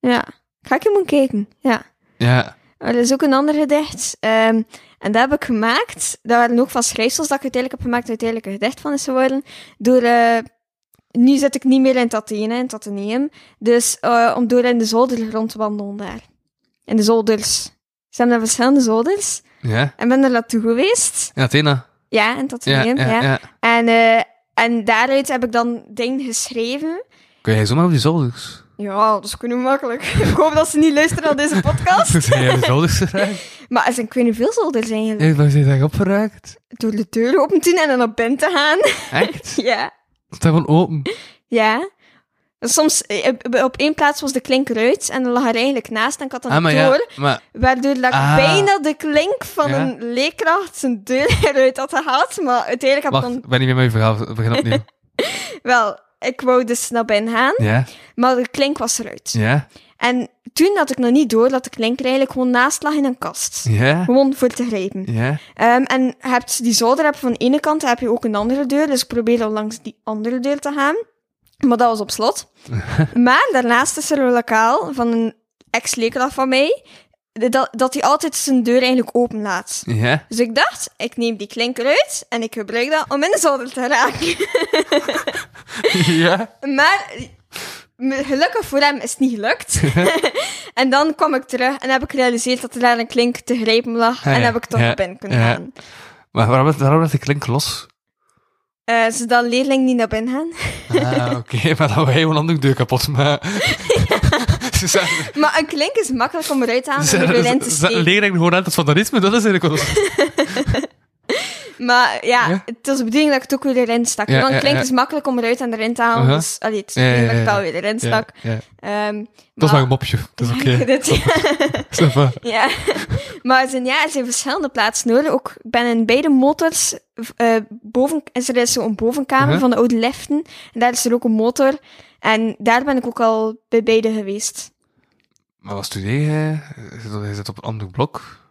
D: ja. Ga ik hem kijken, ja.
C: Ja,
D: Er Oh, is ook een ander gedicht. ehm, en dat heb ik gemaakt. Dat waren ook van schrijfsels dat ik uiteindelijk heb gemaakt. Uiteindelijk een gedicht van is geworden. Door... eh, nu zit ik niet meer in het Athene, in het Atheneum. Dus eh, om door in de zoldergrond te wandelen daar. In de zolders. Ze hebben daar verschillende zolders.
C: ja.
D: En ben er naartoe geweest.
C: In Athena.
D: Ja, in het
C: Ja, ja,
D: Atheneum. Ja,
C: ja.
D: En, eh, en daaruit heb ik dan dingen geschreven.
C: Kun jij zomaar op die zolders?
D: Ja, dat is kunnen makkelijk. ik hoop dat ze niet luisteren naar deze podcast.
C: Zijn jij op de zolders geraakt?
D: Maar er zijn kunnen veel zolders eigenlijk.
C: Hey, Waar zijn jij opgeraakt?
D: door de deur open te doen en dan naar binnen te gaan.
C: Echt?
D: ja.
C: Het staat gewoon open.
D: Ja. Soms, eh, op- op één plaats was de klink eruit en dan lag er eigenlijk naast en ik had dan
C: Ah, maar
D: een
C: ja.
D: toren,
C: Maar,
D: waardoor dat ik
C: Ah.
D: bijna de klink van
C: Ja.
D: een leerkracht zijn deur eruit had gehaald, maar uiteindelijk had ik
C: wacht,
D: dan...
C: ik ben niet meer met je verhaal. We beginnen opnieuw.
D: Wel, ik wou dus naar binnen gaan,
C: Ja,
D: maar de klink was eruit.
C: ja,
D: En toen had ik nog niet door dat de klink er eigenlijk gewoon naast lag in een kast.
C: ja,
D: Gewoon voor te grijpen.
C: ja.
D: Ehm, en je hebt die zolder heb je van de ene kant heb je ook een andere deur. Dus ik probeerde al langs die andere deur te gaan. Maar dat was op slot. maar daarnaast is er een lokaal van een ex-leerkracht van mij. Dat, dat hij altijd zijn deur eigenlijk open laat.
C: Ja,
D: Dus ik dacht, ik neem die klink eruit en ik gebruik dat om in de zolder te raken.
C: ja.
D: maar m- gelukkig voor hem is het niet gelukt. en dan kwam ik terug en heb ik gerealiseerd dat er daar een klink te grijpen lag.
C: Ah,
D: en
C: ja.
D: heb ik toch
C: Ja,
D: naar binnen kunnen
C: ja.
D: gaan.
C: Maar waarom, waarom dat die klink los?
D: Eh, zodat leerlingen niet naar binnen gaan.
C: Ah, oké, maar dan wij gewoon een deur kapot. Maar... ze zijn,
D: Maar een klink is makkelijk om eruit te halen en er weer in te steken.
C: leren gewoon uit het vandalisme, dat is eigenlijk wel...
D: maar ja,
C: Ja?
D: het was de bedoeling dat ik het ook weer erin stak.
C: Ja,
D: Want een
C: ja,
D: klink
C: ja.
D: is makkelijk om eruit en erin te halen.
C: Aha.
D: Dus allee, het is de
C: Ja, ja, ja,
D: bedoeling dat ik het wel weer erin
C: Ja,
D: stak.
C: ja.
D: Ehm,
C: Dat is maar
D: maar-
C: een mopje, dat is oké.
D: Dit-
C: Ça va.
D: ja. Maar er zijn, ja, er zijn verschillende plaatsen nodig. Ook ik ben in beide motors. v- eh boven, is er is zo'n bovenkamer
C: Aha.
D: van de oude liften. En daar is er ook een motor. En daar ben ik ook al bij beide geweest.
C: Maar wat studeer je? Je zit op- Je zit op een ander blok?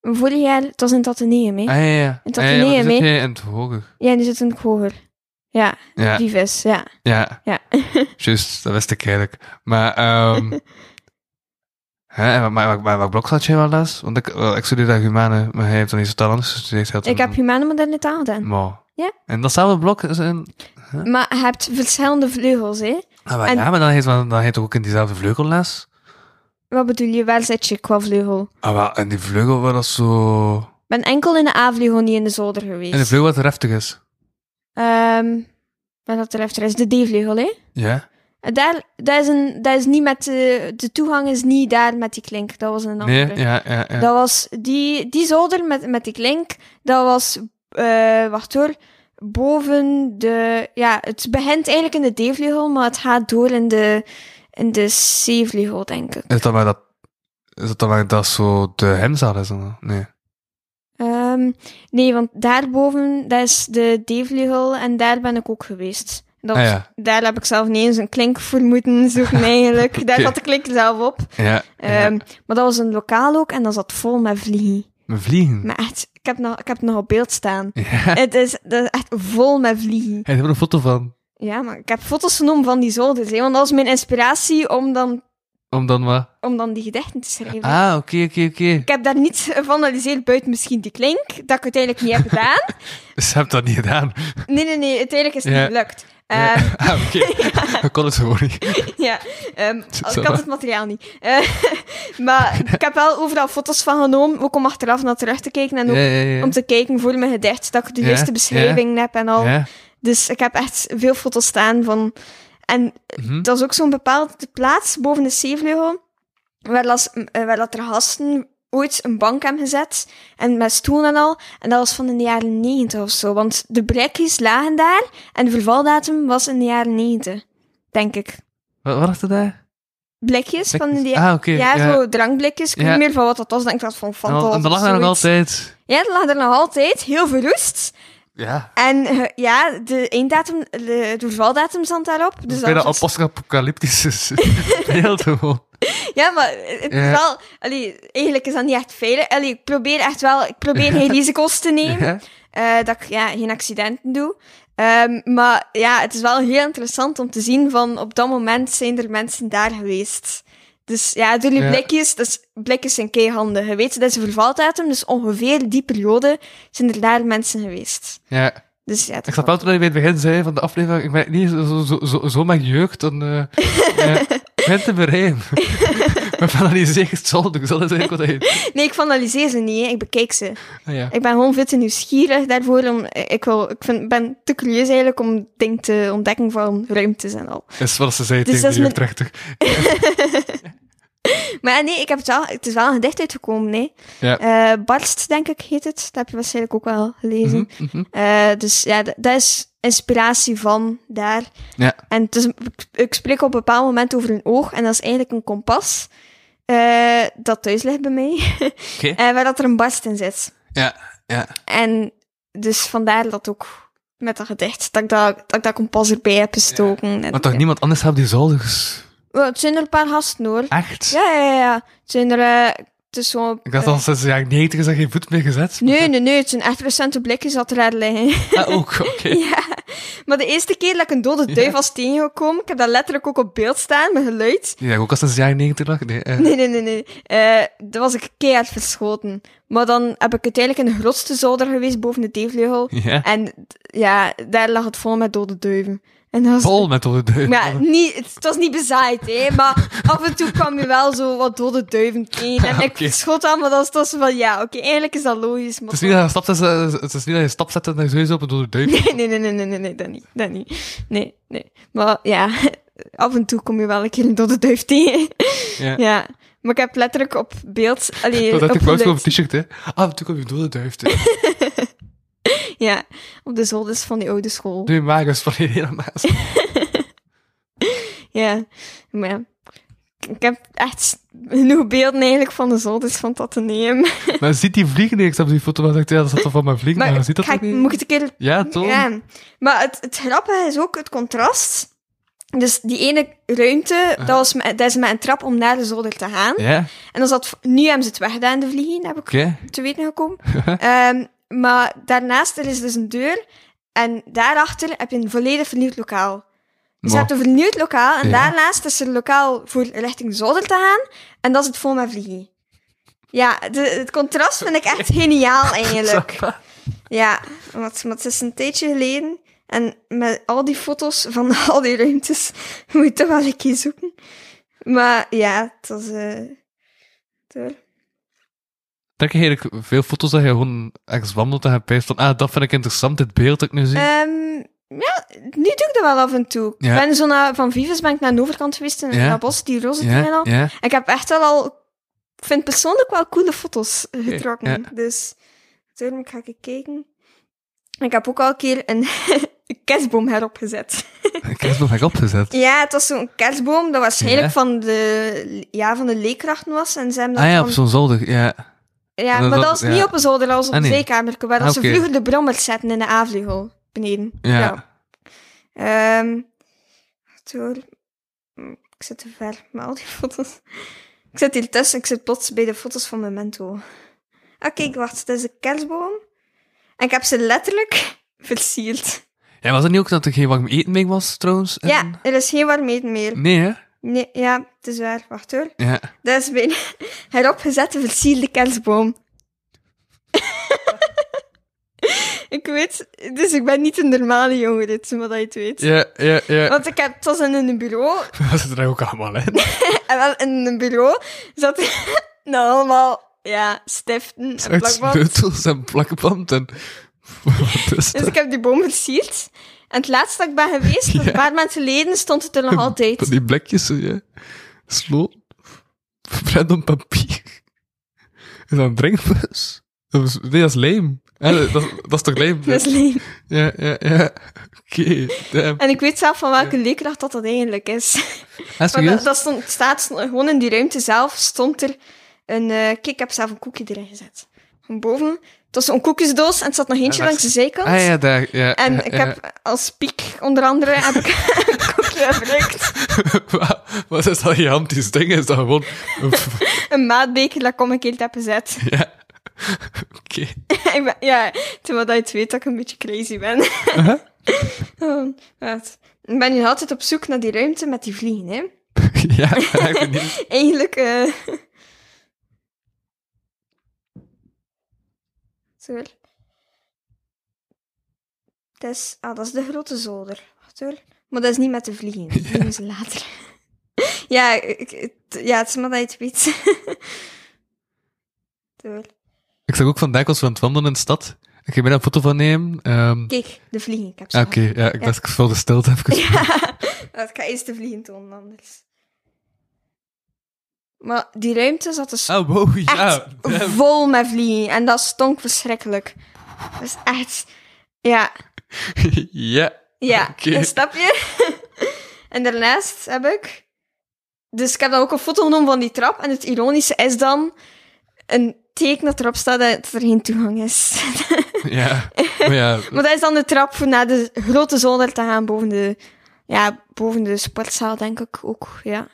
D: Vorig jaar, het was in het Atheneum, hè?
C: Ah, ja, ja.
D: En dat
C: Ah, ja,
D: je
C: maar
D: neer
C: dan zit
D: mee-
C: je in het hoger.
D: Ja, nu zit een hoger. Ja,
C: Ja,
D: die vis, ja.
C: ja.
D: Ja.
C: Juist, dat wist ik eigenlijk. Maar, ehm hè, en wat- maar, maar, maar wat blok zat jij wel les? Want ik, wel, ik studeerde daar humane, maar hij heeft dan iets totaal anders gestudeerd. dus Hij had
D: Ik
C: een-
D: heb humane moderne taal gedaan.
C: Maar.
D: Ja.
C: En datzelfde blok is in...
D: Maar je hebt verschillende vleugels, hè?
C: Ah, maar
D: En-
C: ja, maar dan heeft, dan heeft hij ook in diezelfde vleugelles.
D: Wat bedoel je, waar zit je qua vleugel?
C: Ah, wel, en die vleugel was dat zo...
D: Ik ben enkel in de A-vleugel niet in de zolder geweest.
C: En de vleugel wat reftig is.
D: Ehm, wat dat betreft, er is de D-vleugel, hè?
C: Ja?
D: En Daar, dat, is een, dat is niet met de, de toegang is niet daar met die klink. Dat was een andere.
C: Nee? Ja, ja, ja.
D: Dat was die, die zolder met, met die klink. Dat was, eh, wacht hoor, boven de. Ja, het begint eigenlijk in de D-vleugel, maar het gaat door in de, in de C-vleugel, denk ik.
C: Is dat maar dat... Is dat dan maar dat zo de hemzaal is dan? wel? Nee.
D: Ehm, nee, want daarboven, dat is de D-vleugel en daar ben ik ook geweest. Dat,
C: Ah, ja.
D: Daar heb ik zelf niet eens een klink voor moeten zoeken eigenlijk. Daar
C: Oké.
D: zat de klink zelf op.
C: Ja. ja.
D: Ehm, Maar dat was een lokaal ook en dat zat vol met vliegen.
C: Mijn vliegen.
D: Maar echt, ik heb, nog, ik heb het nog op beeld staan.
C: Ja.
D: Het is, dat is echt vol met vliegen.
C: Hey, daar hebben we een foto van.
D: Ja, maar ik heb foto's genomen van die zolders, hè, want dat was mijn inspiratie om dan,
C: Om dan wat...
D: om dan die gedichten te schrijven.
C: Ah, oké, oké, oké.
D: Ik heb daar niets van analyseerd buiten misschien die klink, dat ik uiteindelijk niet heb gedaan.
C: Ze hebben Dus dat niet gedaan.
D: Nee, nee, nee, uiteindelijk is het
C: Ja.
D: niet gelukt.
C: Ja.
D: Ehm,
C: Ah, oké. Ik kon het gewoon niet.
D: ja, ehm,
C: Zo.
D: ik had het materiaal niet. Eh, maar ik heb wel overal foto's van genomen, ook om achteraf naar terug te kijken en
C: Ja,
D: ook
C: ja, ja.
D: om te kijken voor mijn gedicht, dat ik de
C: Ja,
D: juiste
C: ja.
D: beschrijving heb en al.
C: Ja.
D: Dus ik heb echt veel foto's staan van... En
C: Mhm.
D: dat is ook zo'n bepaalde plaats boven de zeevleugel, waar, las, eh, waar dat er gasten ooit een bank hebben gezet, en met stoelen en al. En dat was van in de jaren negentig of zo, want de brekjes lagen daar, en de vervaldatum was in de jaren negentig, denk ik.
C: Wat, wat dacht je daar?
D: Blikjes van in de
C: Ah, oké.
D: ja,
C: ja.
D: zo drankblikjes. Ik weet
C: Ja.
D: niet meer van wat dat was, denk ik dat van
C: En dan-
D: Fanta
C: en dan
D: of
C: lag daar nog
D: zoiets.
C: altijd...
D: Ja, dat lag er nog altijd, heel verroest.
C: Ja.
D: En eh, ja, de einddatum, de, de vervaldatum stond daarop. Dus
C: Bijna
D: was-
C: op post-apocalyptisch is. Heel gewoon.
D: Ja, maar het is
C: Ja.
D: wel... Allee, eigenlijk is dat niet echt veilig. Allee, ik probeer echt wel... Ik probeer geen risico's te nemen.
C: Ja.
D: eh, dat ik ja, geen accidenten doe. Ehm, maar ja, het is wel heel interessant om te zien van... Op dat moment zijn er mensen daar geweest. Dus ja, door die
C: Ja.
D: blikjes... Dus blikjes zijn keihanden. Je weet, dat is een vervaldatum. Dus ongeveer die periode zijn er daar mensen geweest.
C: ja.
D: Dus ja, dat
C: Ik snap wel toen je bij het begin zei van de aflevering, ik ben niet zo, zo, zo, zo, zo met jeugd en eh eh, ben te bereiden. maar van die zeker zal doen, zal het eigenlijk wat heen.
D: Nee, ik analyseer ze niet. hè. Ik bekijk ze.
C: Ah, ja.
D: Ik ben gewoon veel te nieuwsgierig daarvoor. Om, ik wil, ik vind, ben te curieus eigenlijk om dingen te ontdekken van ruimtes en al.
C: Dat is wat ze zei
D: Dus
C: tegen
D: dat
C: de
D: is mijn-
C: jeugdrechter.
D: Maar ja, nee, ik heb het wel, het is wel een gedicht uitgekomen. Nee.
C: Ja.
D: Eh, Barst, denk ik, heet het. Dat heb je waarschijnlijk ook wel gelezen.
C: Mhm, mhm.
D: Eh, dus ja, d- dat is inspiratie van daar.
C: Ja.
D: En het is, ik, ik spreek op een bepaald moment over een oog. En dat is eigenlijk een kompas. eh, dat thuis ligt bij mij.
C: Oké.
D: en waar dat er een barst in zit.
C: Ja, ja.
D: En dus vandaar dat ook met dat gedicht, dat ik dat, dat, ik dat kompas erbij heb gestoken. En-
C: Maar toch
D: ja.
C: niemand anders heeft die zoldigers.
D: Wel, het zijn er een paar gasten hoor.
C: Echt?
D: Ja, ja, ja. Het zijn er... eh, het is gewoon...
C: Ik dacht al sinds de jaren 90 is daar geen voet meer gezet.
D: Nee, nee, nee. Het zijn echt recente blikjes dat er daar liggen.
C: Ah, ook, oké.
D: ja. Maar de eerste keer dat ik een dode duif
C: Ja.
D: was tegengekomen, ik heb dat letterlijk ook op beeld staan, met geluid.
C: Die dacht ook al sinds de jaren 90 lag. Nee, eh.
D: Nee, nee, nee, nee. Eh dan was ik keihard verschoten. Maar dan heb ik uiteindelijk in de grootste zolder geweest, boven de deevleugel.
C: Ja.
D: En t- ja, daar lag het vol met dode duiven. En dat was...
C: Vol met op de deur.
D: Maar ja, niet, het, het was niet bezaaid, hè, maar af en toe kwam je wel zo wat dode duiven tegen. En ik
C: Oké.
D: schot aan, maar dat was toch zo van, ja, oké, eigenlijk is dat logisch. Maar
C: Het is niet dat je stap zet, eh, het is niet dat je stap zet en dan sowieso op een dode duif.
D: toch- Nee, nee, nee, nee, nee, nee, dat niet, dat niet. Nee, nee. Maar ja, af en toe kom je wel een keer een dode duif tegen.
C: Ja.
D: Ja, maar ik heb letterlijk op beeld... Allee,
C: Dat
D: op
C: had ik wel
D: geluid-
C: op een t-shirt, hè. Ah, toen kwam je dode duif tegen.
D: Ja, op de zolders van die oude school.
C: Nu magus van die hele maas.
D: Ja, maar ja. Ik- Ik heb echt genoeg beelden eigenlijk van de zolders van Tatteneum.
C: Maar ziet die vliegen niet? Ik snap die foto wel zegt, ja, dat zat toch van mijn vliegen, maar,
D: Maar
C: je ziet dat
D: ga
C: toch
D: ik,
C: niet?
D: moet ik het een keer...
C: Ja, toch?
D: Ja. Maar het, het grappige is ook het contrast. Dus die ene ruimte, dat, was met, dat is met een trap om naar de zolder te gaan.
C: Ah. Ja,
D: En dan zat... Nu hebben ze het weggedaan, de vliegen, heb ik
C: oké.
D: te weten gekomen. Ehm, maar daarnaast, er is dus een deur. En daarachter heb je een volledig vernieuwd lokaal. Dus je
C: Maar-
D: hebt een vernieuwd lokaal. En
C: Ja.
D: daarnaast is er een lokaal voor richting de zolder te gaan. En dat is het vol met vliegen. Ja, de, het contrast vind ik echt geniaal eigenlijk. Ja, want, want het is een tijdje geleden. En met al die foto's van al die ruimtes moet je toch wel een keer zoeken. Maar ja, het was... eh, door.
C: Denk je eigenlijk veel foto's dat je gewoon echt wandelt en je pijst van, ah, dat vind ik interessant, dit beeld dat ik nu zie.
D: Ehm, ja, nu doe ik dat wel af en toe.
C: Ja.
D: Ik ben zo naar, van Vives ben ik naar de overkant geweest, en
C: Ja.
D: naar Bos, die roze
C: ja,
D: dingen al.
C: ja.
D: En ik heb echt wel al... Ik vind persoonlijk wel coole foto's eh, getrokken.
C: Ja.
D: Dus daarom ga ik kijken. Ik heb ook al een keer een, een kerstboom herop gezet.
C: Ik heb het nog opgezet.
D: Ja, het was zo'n kerstboom dat waarschijnlijk
C: Ja.
D: van, de, ja, van de leerkrachten was. En ze hebben dat
C: Ah ja, op
D: van-
C: zo'n zolder, ja.
D: ja,
C: dat-
D: maar dat
C: dat-
D: was niet
C: ja.
D: op een zolder, dat was op
C: Ah,
D: een
C: nee.
D: zeekamer. Waar
C: Ah,
D: dat ze
C: oké.
D: vroeger de brommers zetten in de avlugel beneden.
C: Ja.
D: Ja. Ehm, wacht hoor. Hm, Ik zit te ver met al die foto's. Ik zit hier tussen. Ik zit plots bij de foto's van Memento. Ah, kijk, wacht. Het is een kerstboom. En ik heb ze letterlijk versierd.
C: Ja, was het niet ook dat er geen warm eten mee was, trouwens? En-
D: Ja, er is geen warmheden meer.
C: Nee, hè?
D: Nee, ja, het is waar. Wacht hoor.
C: Ja.
D: Dat is mijn heropgezette versierde kerstboom. ik weet, dus ik ben niet een normale jongen, dit is wat je het weet.
C: Ja, ja, ja.
D: Want ik heb, het was in een bureau,
C: Was het er ook allemaal in?
D: en wel in een bureau zat nou allemaal, ja, stiften en
C: Uit
D: plakband.
C: sleutels en plakband en... Wat is
D: Dus
C: dat?
D: ik heb die boom versierd. En het laatste dat ik ben geweest, een
C: Ja.
D: paar maanden geleden, stond het er nog
C: Van
D: altijd.
C: die blikjes, ja. Sloot. Random papier. Is dat een drinkbus? Dat is- Nee, dat is lijm. Ja, dat, dat, dat is toch lijm?
D: Dat is leem.
C: Ja, ja, ja. Oké, damn.
D: En ik weet zelf van welke leerkracht dat, dat eigenlijk is.
C: Ah,
D: Maar
C: serieus?
D: dat, dat stond, staat stond- gewoon in die ruimte zelf stond er een. eh, kijk, ik heb zelf een koekje erin gezet. Van boven. Het was een koekjesdoos en er zat nog eentje
C: wacht.
D: langs de zijkant.
C: Ah ja, daar, ja.
D: En
C: ja,
D: ik
C: ja.
D: heb als piek onder andere heb ik een koekje gebruikt.
C: Wa- Wat is dat gigantisch ding? Is dat gewoon...
D: Een maatbeker dat ik om een keer heb gezet.
C: ja. Oké.
D: ik ben, ja, terwijl dat je het weet dat ik een beetje crazy ben.
C: Huh?
D: Oh, wat. Ik ben nu altijd op zoek naar die ruimte met die vliegen, hè?
C: ja, ik ben niet...
D: Eigenlijk. eh Zo. Dat is, ah, dat is de grote zolder. Wacht hoor. Maar dat is niet met de vliegen. Die doen ze later. ja, ik, het- ja, het is maar dat je het weet. Zo hoor.
C: Ik zag ook vandaag als we aan het wandelen in de stad. Ik ging bijna een foto van nemen. Ehm,
D: Kijk, de vliegen. Ik heb ze
C: ah, Oké, ja, ik dacht ik vul de stilte even.
D: gehad. Ik ga eerst de vliegen tonen, anders. Maar die ruimte zat dus
C: Ah, wow,
D: echt
C: ja. damn.
D: vol met vliegen. En dat stonk verschrikkelijk. Dat is echt... Ja,
C: ja.
D: ja.
C: Oké.
D: Een stapje. en daarnaast heb ik... Dus ik heb dan ook een foto genomen van die trap. En het ironische is dan een teken dat erop staat dat er geen toegang is.
C: Ja. Maar ja,
D: maar dat is dan de trap voor naar de grote zolder te gaan boven de... Ja, boven de sportzaal denk ik ook, ja.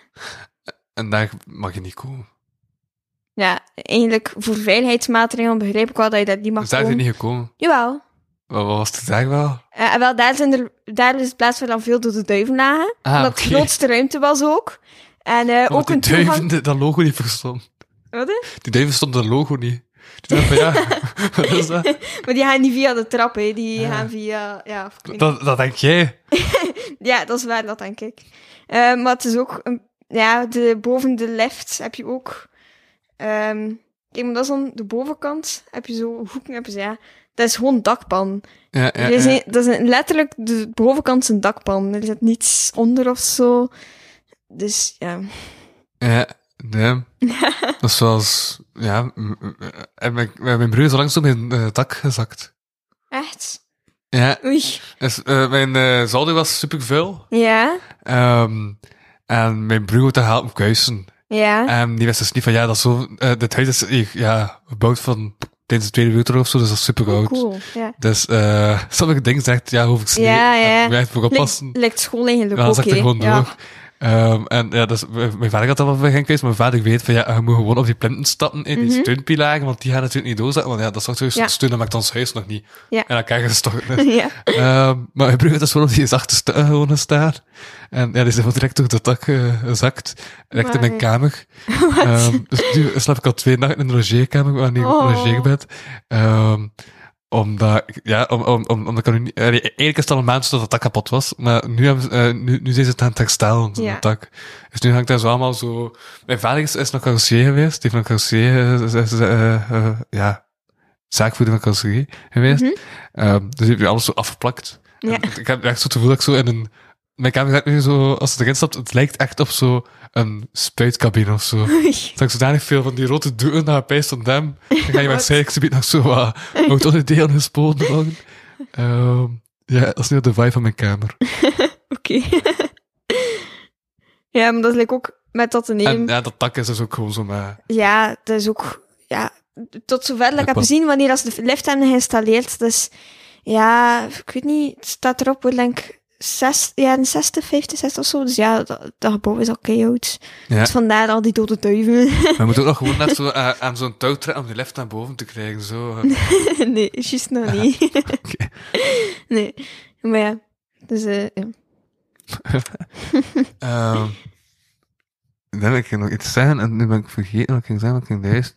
C: en daar mag je niet komen.
D: Ja, eigenlijk voor veiligheidsmaatregelen begrijp ik wel dat je dat niet mag
C: Dus daar zijn
D: doen.
C: niet gekomen.
D: Jawel.
C: Wat wat was het daar wel?
D: Eh, en wel, daar, zijn er, daar is het plaats waar dan veel door de duiven lagen.
C: Ah,
D: omdat
C: oké.
D: de grootste ruimte was ook. En eh,
C: Omdat
D: ook een
C: die duiven
D: toegang...
C: de- dat logo niet verstond.
D: Wat, hè?
C: Die duiven stond dat logo niet. Die dacht van, ja, wat is dat?
D: Maar die gaan niet via de trap, hè. Die
C: Ja.
D: gaan via... Ja, of ik weet
C: Ah. Dat, dat denk jij.
D: niet. ja, dat is waar, dat denk ik. Eh, maar het is ook... Een, ja, de, boven de lift heb je ook... ehm kijk, maar dat is dan de bovenkant. Heb je zo hoeken, heb je zo, ja... Dat is gewoon dakpan.
C: Ja, ja,
D: Er is
C: ja.
D: een- dat is een- letterlijk de bovenkant is een dakpan. Er zit niets onder of zo. Dus ja...
C: Ja, damn. Dat is zoals... Ja, m- m- en mijn, mijn broer is langs op mijn eh, dak gezakt.
D: Echt?
C: Ja,
D: Oei.
C: dus, eh, mijn eh zolder was super vuil.
D: Ja,
C: Ehm, en mijn broer had daar helpen kuisen.
D: ja.
C: En die wist dus niet van, ja, dat is zo... eh, dit huis is eh, ja, gebouwd van tijdens de Tweede Wereldoorlog of zo, dus dat is super
D: Oh,
C: oud.
D: cool. Ja.
C: Dus eh sommige dingen zegt, ja, hoef ik ze
D: Ja,
C: niet.
D: ja.
C: En wij voor oppassen.
D: Lijkt, lijkt school eigenlijk
C: Ja, dat
D: ook,
C: zegt er
D: hè?
C: gewoon
D: ja.
C: door. Ehm, en ja, dus, mijn mijn vader had dat wel van geen Mijn vader weet van ja, je moet gewoon op die plinten stappen, in die
D: Mhm.
C: steunpilaren, want die gaan natuurlijk niet doorzetten. Want ja, dat zorgt voor
D: Ja.
C: steun, dat maakt ons huis nog niet.
D: Ja.
C: En dan kijken ze toch.
D: ja.
C: Ehm, maar mijn broer is gewoon op die zachte steun gewoon gaan staan. En ja, die is wel direct door de dak eh, gezakt. Direct in mijn
D: Amai.
C: kamer. Ehm, dus nu slaap ik al twee nachten in de logeerkamer, maar niet op
D: Oh.
C: een logeerbed. Ehm, omdat, ik- ja, om, om, om, omdat ik er nu niet... eh, Eigenlijk is het al een maand zodat dat dak kapot was, maar nu, hebben ze, eh, nu, nu zijn ze het aan het herstellen, zo'n
D: Ja.
C: dak. Dus nu hangt daar zo allemaal zo... Mijn vader is, is nog carrossier geweest, die heeft nog carrossier... eh, z- z- eh, eh, ja, zaakvoerder van carrosserie geweest. Ehm, dus die heeft nu alles zo afgeplakt.
D: Mhm. Ja.
C: En Ik heb echt zo het gevoel dat ik zo in een... Mijn kamer gaat nu zo, als het erin stapt, het lijkt echt op zo een spuitcabine of zo.
D: Oei.
C: Dat ik zodanig veel van die rode doeken naar pijs van dem. Dan ga je
D: Wat?
C: waarschijnlijk zometeen nog zo wat autodelen gespoten worden. Ehm, ja, dat is nu de vibe van mijn kamer.
D: Oké. ja, maar dat lijkt ook met dat te
C: En
D: nemen.
C: ja, dat tak is dus ook gewoon zo maar...
D: Ja, dat is ook... Ja, tot zover dat ik heb
C: Dakpan.
D: gezien wanneer als de lift hebben geïnstalleerd. Dus ja, ik weet niet. Het staat erop, hoe lang zes, jaren 60, 50, 60 of zo. Dus ja, dat, daarboven is al keihoud.
C: Ja.
D: Dus vandaar al die dode duiven.
C: We moeten ook nog gewoon net zo eh, aan zo'n touw trekken om die lift naar boven te krijgen. Zo. eh.
D: nee, juist nog niet.
C: Oké.
D: nee, maar ja. Dus eh, ja.
C: Ehm, dan wil ik nog iets zeggen en nu ben ik vergeten wat ik ging zeggen, wat ik ging lezen.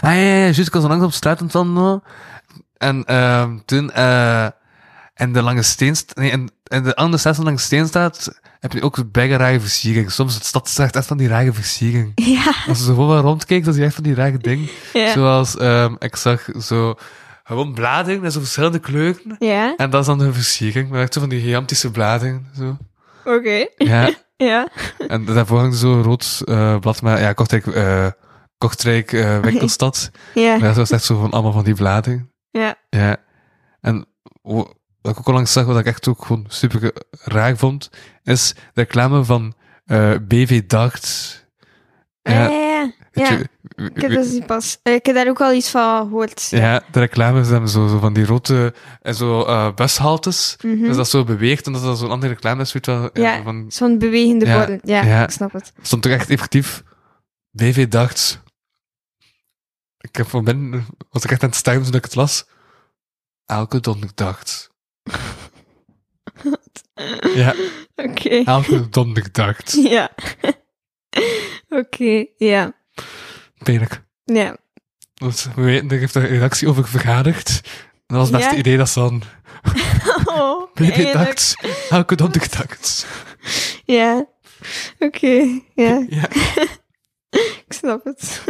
C: Ah ja, ja, ja, juist, ik was langs op straat aan het wandelen. En ehm, toen eh in de lange steen, nee, in, in de andere straat van de lange steen staat, heb je ook bijna rare versiering. Soms het stad zegt echt van die rare versiering.
D: Ja,
C: Als je zo gewoon rondkijkt, dan zie je echt van die rare dingen.
D: ja.
C: Zoals, ehm, ik zag zo, gewoon bladeren met zo verschillende kleuren.
D: Ja,
C: En dat is dan hun versiering. Maar echt zo van die gigantische bladeren, zo.
D: oké.
C: Ja.
D: Ja.
C: En daarvoor hing zo'n rood eh, blad, maar ja, Kortrijk, eh Kortrijk eh, winkelstad.
D: Ja,
C: Maar dat was echt zo van allemaal van die bladeren.
D: ja.
C: Ja. En wo- wat ik ook al langs zag, wat ik echt ook gewoon super raar vond, is de reclame van eh, BV Dacht.
D: Ah,
C: Ja,
D: ja, ja.
C: weet
D: ja.
C: je-
D: Ik heb, dat niet pas. eh, ik heb daar ook al iets van gehoord.
C: ja, de reclames hebben zo, zo van die rode en zo eh, bushaltes.
D: Mhm.
C: Dus dat zo beweegt en dat dat zo'n andere reclame is. Weet je wel,
D: Ja.
C: van,
D: Zo'n bewegende
C: Ja,
D: borden. Ja,
C: ja.
D: ik snap het.
C: stond toch echt effectief. BV dacht. Ik heb voor ben, was ik echt aan het stuimen toen ik het las. Elke donderdag. Ja,
D: Oké.
C: elke donderdag.
D: Ja. Oké, ja.
C: Pijnlijk.
D: Ja.
C: Want we weten, daar heeft de redactie over vergaderd. En dat was het beste
D: Ja.
C: idee dat ze dan.
D: Oh,
C: BV
D: eigenlijk.
C: dacht. Elke donderdag.
D: Ja. Oké, ja.
C: Ja,
D: Ik snap het.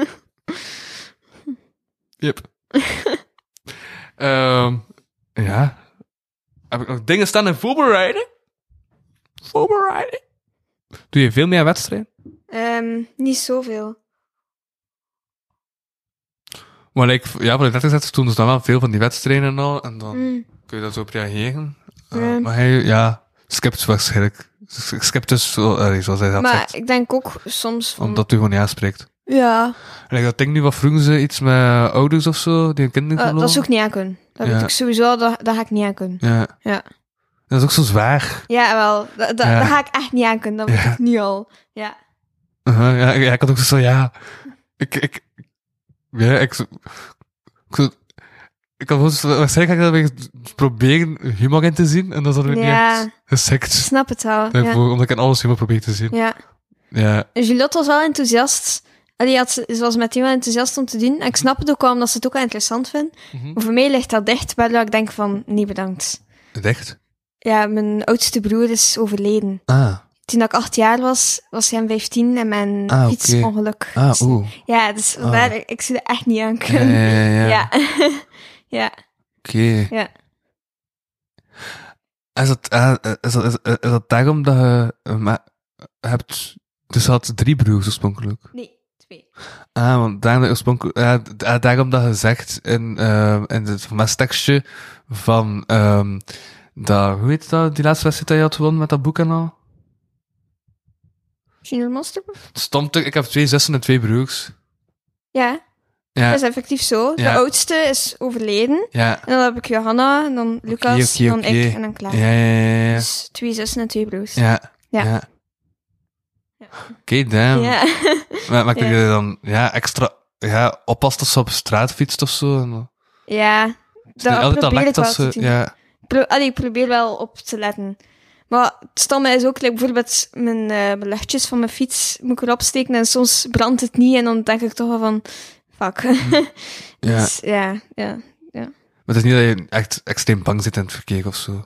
C: yep. Ehm, ja. Heb ik nog dingen staan en voorbereiden? Voorbereiden? Doe je veel meer aan wedstrijden?
D: Ehm, niet zoveel.
C: Maar like, ja, voor de dertigers toen ze dus dan wel veel van die wedstrijden en al. En dan
D: Mm.
C: kun je daar zo op reageren. Eh,
D: Ja.
C: Maar hij, ja, skipt dus waarschijnlijk. Skipt dus, zo- eh, zoals hij dat
D: Maar
C: zegt.
D: ik denk ook soms van...
C: Omdat u gewoon niet aanspreekt.
D: Ja,
C: En ik dat ding nu, wat vroegen ze? Iets met ouders of zo? Die hun kinderen
D: eh,
C: geloven?
D: dat is ook niet aan kunnen. Dat
C: Ja.
D: weet ik sowieso, dat, dat ga ik niet aan kunnen.
C: Ja.
D: Ja.
C: Dat is ook zo zwaar.
D: Ja, wel. Dat, dat,
C: Ja.
D: dat ga ik echt niet aan kunnen. Dat weet
C: Ja.
D: ik nu al. Ja.
C: Uh-huh, ja, ja, ik had ook zo, ja... Ik, ik... Ja, ik... zo- Ik, zo- ik had gewoon zo- waarschijnlijk ga ik dat weer proberen humor in te zien. En dat is dan weer
D: Ja.
C: niet echt gesekt.
D: Ik snap het wel. Ja.
C: Daarvoor, Omdat ik aan alles helemaal probeer te zien.
D: ja.
C: Ja,
D: Juliette was wel enthousiast. En die had, ze was meteen wel enthousiast om te doen. En ik snap het ook wel, omdat ze het ook wel interessant vindt.
C: Mhm.
D: Maar voor mij ligt dat dicht, waardoor ik denk van, nee bedankt.
C: echt?
D: Ja, mijn oudste broer is overleden.
C: Ah,
D: Toen ik acht jaar was, was hij 15 en mijn
C: Ah, oké.
D: fietsongeluk.
C: ah,
D: Dus-
C: oeh. Ah.
D: Ja, dus vandaar, ik, ik zie er echt niet aan
C: Ja,
D: kunnen.
C: ja, ja. ja.
D: Ja. ja.
C: Oké.
D: Ja.
C: Is, dat, ah, is, dat, is, is dat daarom dat je eh, ma- hebt... Dus je had drie broers oorspronkelijk.
D: Nee, twee.
C: Ah, want daarom, dat je oorspronkelijk, ja, d- ah, daarom dat je zegt in, eh, in het mestekstje van... ehm, dat, hoe heet dat, die laatste wedstrijd dat je had gewonnen met dat boek en al?
D: Junior Monster?
C: Het Stond er, ik heb twee zussen en twee broers.
D: Ja,
C: Ja,
D: dat is effectief zo.
C: Ja.
D: De oudste is overleden.
C: ja,
D: En dan heb ik Johanna, en dan Lucas,
C: oké,
D: dan
C: oké.
D: ik en dan Klaar.
C: ja, ja, ja, ja.
D: Dus twee zussen en twee broers.
C: Ja.
D: Ja. Ja.
C: Oké, damn.
D: Ja.
C: Maar, maar kun
D: Ja.
C: je dan ja, extra ja, oppassen als ze op straat fietst of zo? En, dan-
D: Ja,
C: is het niet
D: dat
C: dat
D: probeer ik
C: lekt
D: wel
C: als
D: te
C: ze-
D: doen.
C: Ja,
D: Pro- Allee, ik probeer wel op te letten. Maar het stomme is ook, like, bijvoorbeeld mijn, eh, mijn luchtjes van mijn fiets moet ik erop steken en soms brandt het niet en dan denk ik toch wel van, fuck.
C: ja.
D: Dus ja, ja.
C: Maar het is niet dat je echt extreem bang zit in het verkeer of zo.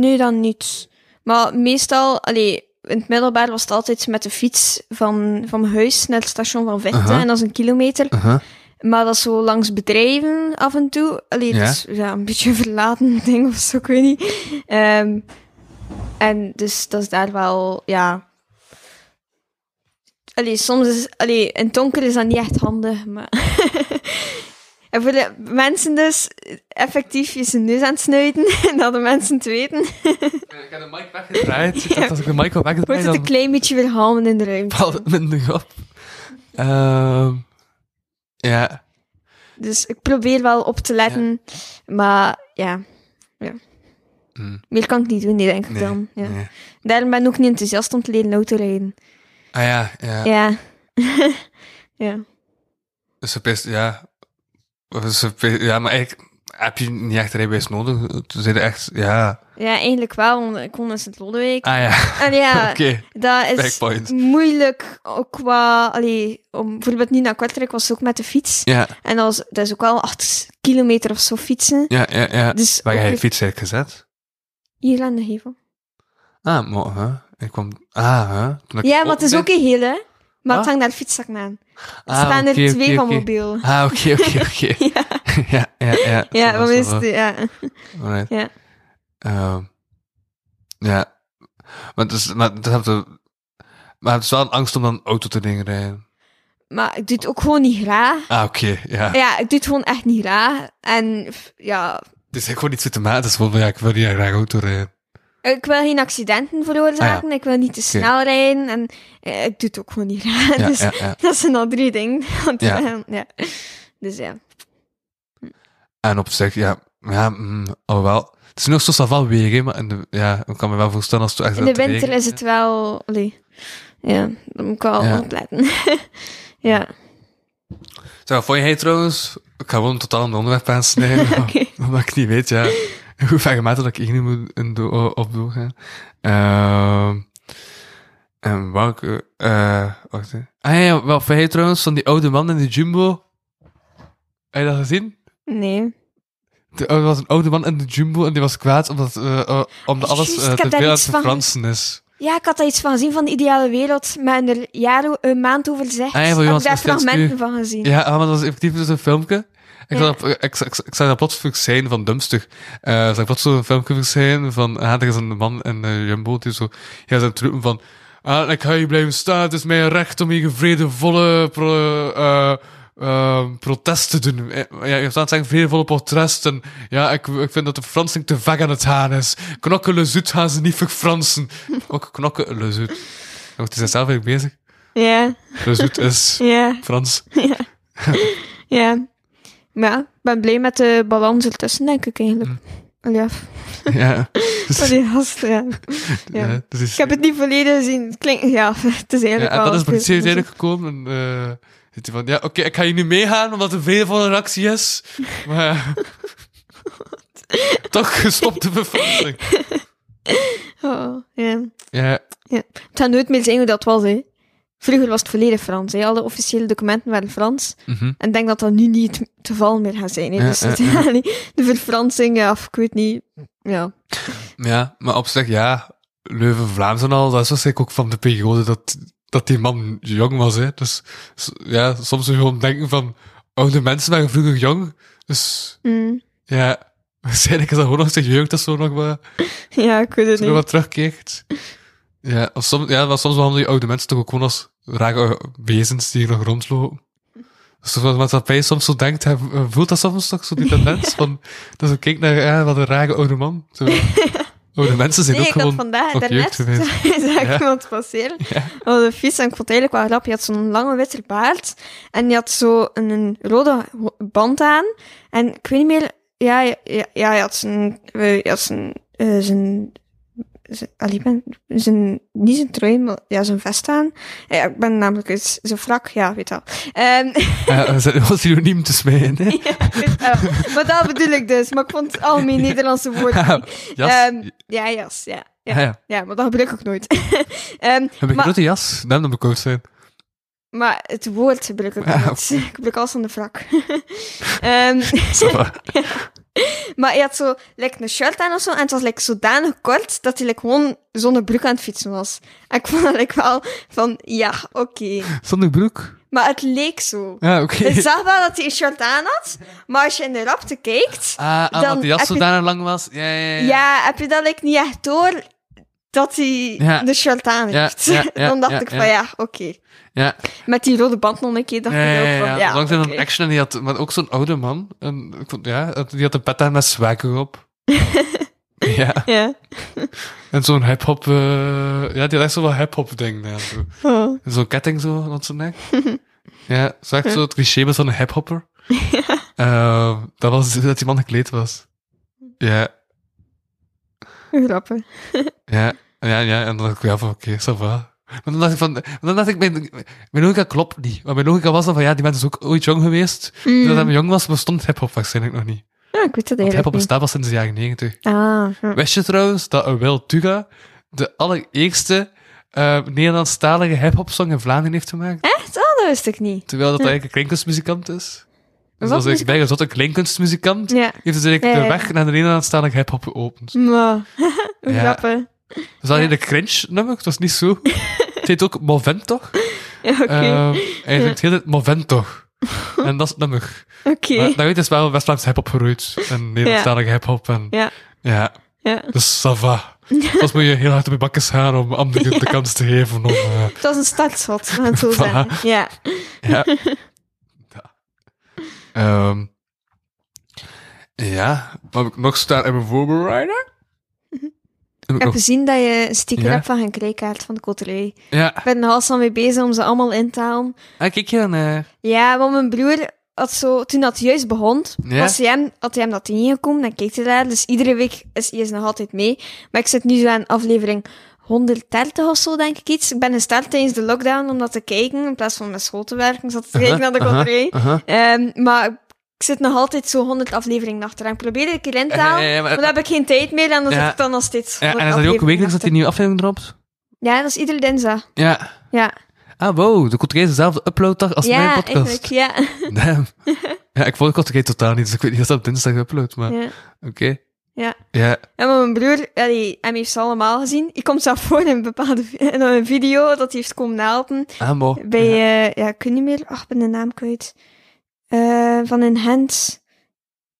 D: Nu dan niet. Maar meestal, allee, in het middelbaar was het altijd met de fiets van, van mijn huis naar het station van Vechten
C: Aha.
D: en dat is een kilometer.
C: Uh-huh.
D: Maar dat is zo langs bedrijven af en toe. Allee,
C: Ja.
D: dus ja, een beetje een verlaten ding of zo, ik weet niet. Ehm, en dus dat is daar wel, ja... Allee, soms is... Allee, in het donker is dat niet echt handig, maar... en voor de mensen dus, effectief je zijn neus aan het snuiten, dat de mensen het weten,
C: Ik heb de mic weggedraaid. Als ik de mic had
D: wordt
C: weggedraaid,
D: het een
C: dan
D: klein beetje verhalmen in de ruimte.
C: valt het minder op. Ehm, ja.
D: Dus ik probeer wel op te letten, maar ja...
C: Mm.
D: Meer kan ik niet doen, denk ik
C: Nee,
D: dan. Ja.
C: nee.
D: Daarom ben ik ook niet enthousiast om te leren auto rijden.
C: Ah ja, ja.
D: Ja. ja.
C: Dus ze pist- ja. Dus ze pist- ja, maar eigenlijk heb je niet echt rijbewijs nodig. Ze zijn echt, ja.
D: Ja, eigenlijk wel, want ik kom in Sint-Lodewijk.
C: Ah ja,
D: En ja,
C: oké.
D: dat is
C: Backpoint.
D: moeilijk ook qua... Allee, om, bijvoorbeeld nu naar Kortrijk was het ook met de fiets.
C: Ja,
D: En dat is, dat is ook wel 8 kilometer of zo fietsen.
C: ja, ja. ja.
D: Dus
C: Waar
D: ook
C: heb je je
D: weer-
C: fiets eigenlijk gezet?
D: hier aan de gevel.
C: Ah, maar, hè? Ik kwam, ah, hè? Toen ik Oh,
D: Ja, maar
C: op
D: het is
C: ben-
D: ook een hele. Maar
C: Ah.
D: het hangt naar de fietszak aan. Er
C: Ah,
D: staan er
C: oké, oké,
D: twee van
C: oké.
D: mobiel.
C: Ah, oké, oké, oké.
D: Ja,
C: Ja, ja, ja.
D: ja,
C: Dat
D: wat
C: was
D: is
C: wel-
D: het? Ja.
C: Alright.
D: Ja.
C: Ehm, ja. Maar het is, maar, het is, maar het is wel een angst om dan een auto te dingen rijden.
D: Maar ik doe het ook gewoon niet graag.
C: Ah, oké, ja.
D: Ja, ik doe het gewoon echt niet graag. En f- ja,
C: Het is gewoon iets automatisch. Van, dus ja, ik wil hier graag auto rijden.
D: ik wil geen accidenten veroorzaken.
C: Ah,
D: Ik wil niet te snel rijden. En eh, ik doe het ook gewoon niet graag.
C: Ja,
D: dus
C: ja, ja.
D: dat zijn al drie dingen. Want,
C: Ja.
D: eh, ja. Dus ja.
C: En op zich, ja. Ja, mm, alhoewel. Het is nog zo wel weer, hè, maar in de, ja, ik kan me wel voorstellen als het echt
D: In de winter is het wel... Allee, ja, dan moet ik wel
C: Ja.
D: opletten. ja,
C: Zo, vond jij trouwens... Ik ga gewoon totaal een onderwerp aansnijden.
D: Oké.
C: Omdat ik niet weet, ja... Hoe ver gemaakt dat ik hier nu moet in do op doorgaan. Ehm, en welke... eh wacht, hè. Ah ja, ja, wat vond jij trouwens van die oude man in de Jumbo? Heb je dat gezien?
D: nee.
C: De- Er was een oude man in de Jumbo en die was kwaad omdat, eh, eh, omdat alles
D: Juist,
C: eh,
D: Oh, ik
C: te
D: heb daar
C: veel aan het
D: iets van-
C: verfransen is.
D: Ja, ik had daar iets van gezien van de ideale wereld, maar in een jaar, een maand over gezegd.
C: Ah ja, van
D: heb
C: Johan
D: ik daar
C: Sebastian
D: fragmenten
C: Spuur.
D: van gezien.
C: Ja, ah, maar dat was effectief dus een filmpje. Ik,
D: Ja.
C: zag, op- ik, ik, ik zag dat plots verschijnen van Dumpster. Eh zag ik plots zo'n filmpje verschijnen van... Ah, er is een man in de Jumbo die zo... Ja, zijn troepen van... Ah, ik ga hier blijven staan. Het is mijn recht om hier vredevolle... Pro, eh, ehm, protest te doen. Eh, Ja, je staat te zeggen vredevolle protesten. Ja, ik, ik vind dat de Fransing te vaak aan het gaan is. Knokken le zoet gaan ze niet verfransen. Ook knokken le zoet. Ja, want die zijn zelf eigenlijk bezig.
D: Ja,
C: Le zoet is
D: ja,
C: Frans.
D: ja. Maar ja, ik ben blij met de balans ertussen, denk ik eigenlijk.
C: Mm.
D: Ja,
C: Ja.
D: van die gast, ja. Ja.
C: Ja, dus is-
D: Ik heb het niet volledig gezien. Het klinkt, ja, het is
C: ja,
D: eigenlijk
C: en
D: wel... dus
C: dan is de politie uiteindelijk gekomen en eh, zegt hij van, ja, oké, ik ga hier nu meegaan omdat er veel van een actie is, maar toch gestopt de bevansing.
D: Oh, ja.
C: Ja,
D: Het gaat nooit meer zijn hoe dat was, hè. Vroeger was het volledig Frans, hè. Alle officiële documenten waren Frans.
C: mhm.
D: En ik denk dat dat nu niet het geval meer gaat zijn, hè.
C: Ja,
D: Dus
C: ja,
D: het- de verfransing, ja, of ik weet niet. Ja.
C: ja, maar op zich, ja, Leuven-Vlaams en al, dat is waarschijnlijk ook van de periode dat, dat die man jong was, hè. Dus s- ja, soms moet je gewoon denken van, oude mensen waren vroeger jong, dus
D: Mm.
C: ja, waarschijnlijk is dat gewoon nog steeds jeugd, dat zo nog maar...
D: Ja, ik weet het
C: Als je
D: niet.
C: wat terugkeert. Ja, of soms, ja, maar soms behandelen je oude mensen toch ook gewoon als rare wezens die hier nog rondlopen. Dus wat de maatschappij soms zo denkt, hij eh, voelt dat soms toch zo die tendens van, dat ze kijkt naar, ja, wat een rare oude man. Zo, oude mensen zijn
D: Nee,
C: ook
D: ik had
C: gewoon
D: vandaag,
C: nog
D: daarnet,
C: jeugd geweest.
D: zag ik
C: Ja.
D: iemand passeren. Op de fiets, en ik vond het eigenlijk wel grappig. Je had zo'n lange witte baard, en die had zo een, een rode ho- band aan. En ik weet niet meer, ja, ja, ja, ja je had zijn, eh, je had zijn, eh, zijn, zijn, allee, ik ben, zijn, niet zijn trui, maar ja, zijn vest aan. Ja, ik ben namelijk eens, zijn frak, ja, weet wel. Ehm,
C: Ja, er zit wel synoniem tussen mij in, hè.
D: ja, weet wel. maar dat bedoel ik dus, maar ik vond het algemeen Nederlandse woord.
C: jas.
D: Ehm, ja, jas, ja. Ja,
C: ja, ja.
D: ja, maar dat gebruik ik ook nooit. Ehm,
C: Heb ik een
D: maar-
C: grote jas? Dan moet ik koud zijn.
D: maar het woord gebruik ik ook
C: Ah,
D: nooit. Ik gebruik alles aan de wrak. Ehm,
C: Zo, eh,
D: maar hij had zo like, een shirt aan of zo. En het was like, zodanig kort dat hij like, gewoon zonder broek aan het fietsen was. En ik vond dat like, wel van, ja, oké.
C: Zonder broek?
D: Maar het leek zo.
C: Ja, oké.
D: Ik zag wel dat hij een shirt aan had. Maar als je in de rapte kijkt,
C: Ah, ah,
D: Dan
C: want die jas
D: heb je-
C: zodanig lang was. Ja, ja, Ah, ja.
D: ja, heb je dat like, niet echt door dat hij
C: Ja.
D: de shirt aan
C: Ja,
D: heeft.
C: ja, ja,
D: Dan dacht
C: ja,
D: ik
C: ja.
D: van, ja, oké.
C: ja.
D: Met die rode band nog een keer dacht
C: Ja, ja,
D: ik ook
C: ja,
D: van,
C: ja.
D: ja,
C: Langs in
D: oké.
C: een action en die had, maar ook zo'n oude man. En, ik vond- ja, het- die had een pet aan met zwakker op. ja,
D: Ja.
C: en zo'n hip-hop. eh, ja, die had echt zo wat hip-hop ding. Ja, zo.
D: Oh.
C: En zo'n ketting zo rond zijn nek. ja, zo echt zo het cliché was van een hip-hopper. Eh, dat was dat die man gekleed was. Ja.
D: Grappen.
C: Ja, ja, ja. En dan dacht ik, ja, van oké, ça va. Maar dan dacht ik van, maar dan dacht ik, mijn, mijn logica klopt niet. Want mijn logica was dan van, ja, die mensen is ook ooit jong geweest.
D: Mm.
C: Dat hij jong was, bestond hip-hop waarschijnlijk nog niet.
D: Ja,
C: Want
D: ik weet dat eigenlijk
C: hip-hop
D: niet.
C: bestaat pas sinds de jaren 90.
D: Ah, ja.
C: Wist je trouwens dat Will Tuga de allereerste eh, Nederlandstalige hip-hop song in Vlaanderen heeft gemaakt?
D: echt? Oh, dat wist ik niet.
C: Terwijl dat eigenlijk een klinkkunstmuzikant is. Dus
D: Wat
C: als ik
D: muzikant?
C: ben een klinkkunstmuzikant,
D: Ja.
C: heeft dus eigenlijk
D: Ja,
C: de
D: ja, ja.
C: weg naar de Nederlandstalige hip-hop geopend.
D: Maar, hoe
C: Ja.
D: grappig.
C: Dus alleen de cringe nummer, het was niet zo. Het heet ook Moventoch.
D: Ja, Oké,
C: Ehm, hij zingt heel het Moventoch. En dat is het nummer.
D: oké.
C: Maar dat weet is wel West-Vlaams hip-hop geroeid. En Nederlandstalige hip-hop. En,
D: Ja.
C: ja,
D: Ja.
C: dus ça va. Soms moet je heel hard op je bakkes gaan om anderen de kans te geven om... eh,
D: Het was een startschot, laat het zo zeggen. Ja.
C: Ja. ja. Ehm, ja. Wat heb ik nog staan in mijn voorbereiding? Mhm. Heb ik
D: Ik heb
C: nog...
D: gezien dat je een sticker
C: Ja.
D: hebt van een krijkaart van de koterij.
C: Ja.
D: Ik ben er al mee bezig om ze allemaal in te halen.
C: Ah, kijk hier naar.
D: Ja, want mijn broer had zo, toen dat juist begon,
C: Ja.
D: was hij hem, had hij hem dat ingekomen, dan keek hij daar. Dus iedere week is hij is nog altijd mee. Maar ik zit nu zo aan aflevering 130 of zo, denk ik iets. Ik ben gestart tijdens de lockdown om dat te kijken, in plaats van met school te werken. Ik zat te kijken naar de koterij. Ehm, maar ik zit nog altijd zo 100 afleveringen achteraan. Ik probeer er een keer in te
C: Ja, ja, ja,
D: halen,
C: maar-
D: maar dan heb ik geen tijd meer en dan
C: Ja.
D: zit ik dan nog
C: Ja,
D: steeds
C: en is
D: 100
C: dat ook
D: afleveringen
C: wekelijks dat die
D: achter.
C: nieuwe aflevering dropt?
D: Ja, dat is iedere dinsdag.
C: Ja.
D: Ja,
C: Ah, wow. De Coterie is dezelfde uploaddag als mijn
D: ja eigenlijk.
C: podcast.
D: Ja.
C: Damn. Ja, ik volg Coterie totaal niet, dus ik weet niet of dat op dinsdag upload, maar
D: ja.
C: oké.
D: Ja.
C: Ja.
D: Ja, maar mijn broer, allee, hem heeft ze allemaal gezien. Ik kom zelf voor in een bepaalde vi- in een video dat hij heeft komen helpen.
C: Ah, mooi.
D: Bij, ja, ja ik weet niet meer, ach, ik ben de naam kwijt. Eh, van een hand.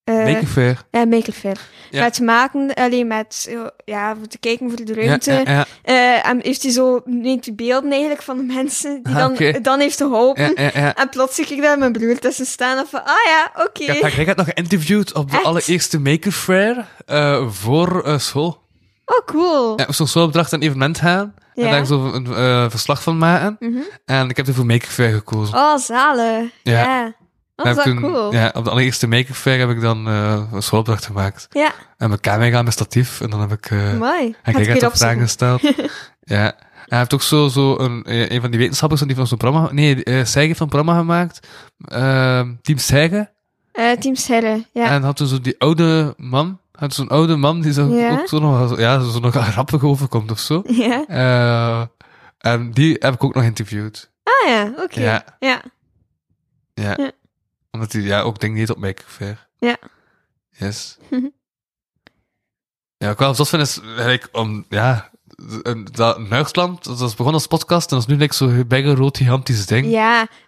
D: eh,
C: Make it fair.
D: ja, Michael Fair.
C: Ja.
D: Met maken, alleen met, eh, ja, voor te kijken voor de
C: Ja,
D: ruimte.
C: ja, ja,
D: Eh, en heeft hij zo, neemt hij beelden eigenlijk van de mensen die
C: Ah,
D: dan,
C: oké.
D: dan heeft geholpen.
C: ja, ja, ja.
D: En plots zie ik daar mijn broer tussen staan en van, ah ja, oké.
C: Ik heb haar net nog geïnterviewd op de
D: Echt?
C: allereerste Maker Fair eh, voor eh, school.
D: Oh, cool.
C: Ja, ik moest op schoolopdracht naar een evenement gaan en
D: Ja.
C: daar zo een eh, verslag van maken.
D: Mhm.
C: En ik heb toen voor Maker Fair gekozen.
D: Oh, zalen.
C: Ja.
D: Ja. Oh,
C: En
D: is
C: heb
D: dat
C: toen,
D: cool.
C: ja, op de allereerste Maker Fair heb ik dan eh, een schoolopdracht gemaakt.
D: Ja,
C: En mijn camera, mijn statief en dan heb ik... eh
D: mooi.
C: en
D: Had
C: ik
D: ik
C: heb
D: weer
C: op vragen
D: opzoeken.
C: gesteld. ja. En hij heeft ook zo, zo een, eh, een van die wetenschappers die van zo'n programma... Nee, eh Seige heeft een programma gemaakt. Ehm, Team Seige.
D: Eh, Team Serre, ja.
C: En had toen zo die oude man, had zo'n oude man die zo
D: Ja.
C: ook zo nog, ja, zo nog grappig overkomt of zo.
D: Ja.
C: Eh, en die heb ik ook nog interviewd.
D: Ah ja, oké.
C: Ja.
D: Ja. ja.
C: Ja.
D: Ja.
C: Omdat die ja, ook denk niet op mij ver.
D: Ja.
C: Yes. ja, ik wel zot vind is eigenlijk om, ja, een- dat Nuigsland, dat is begonnen als podcast en dat is nu like zo'n rood gigantisch ding.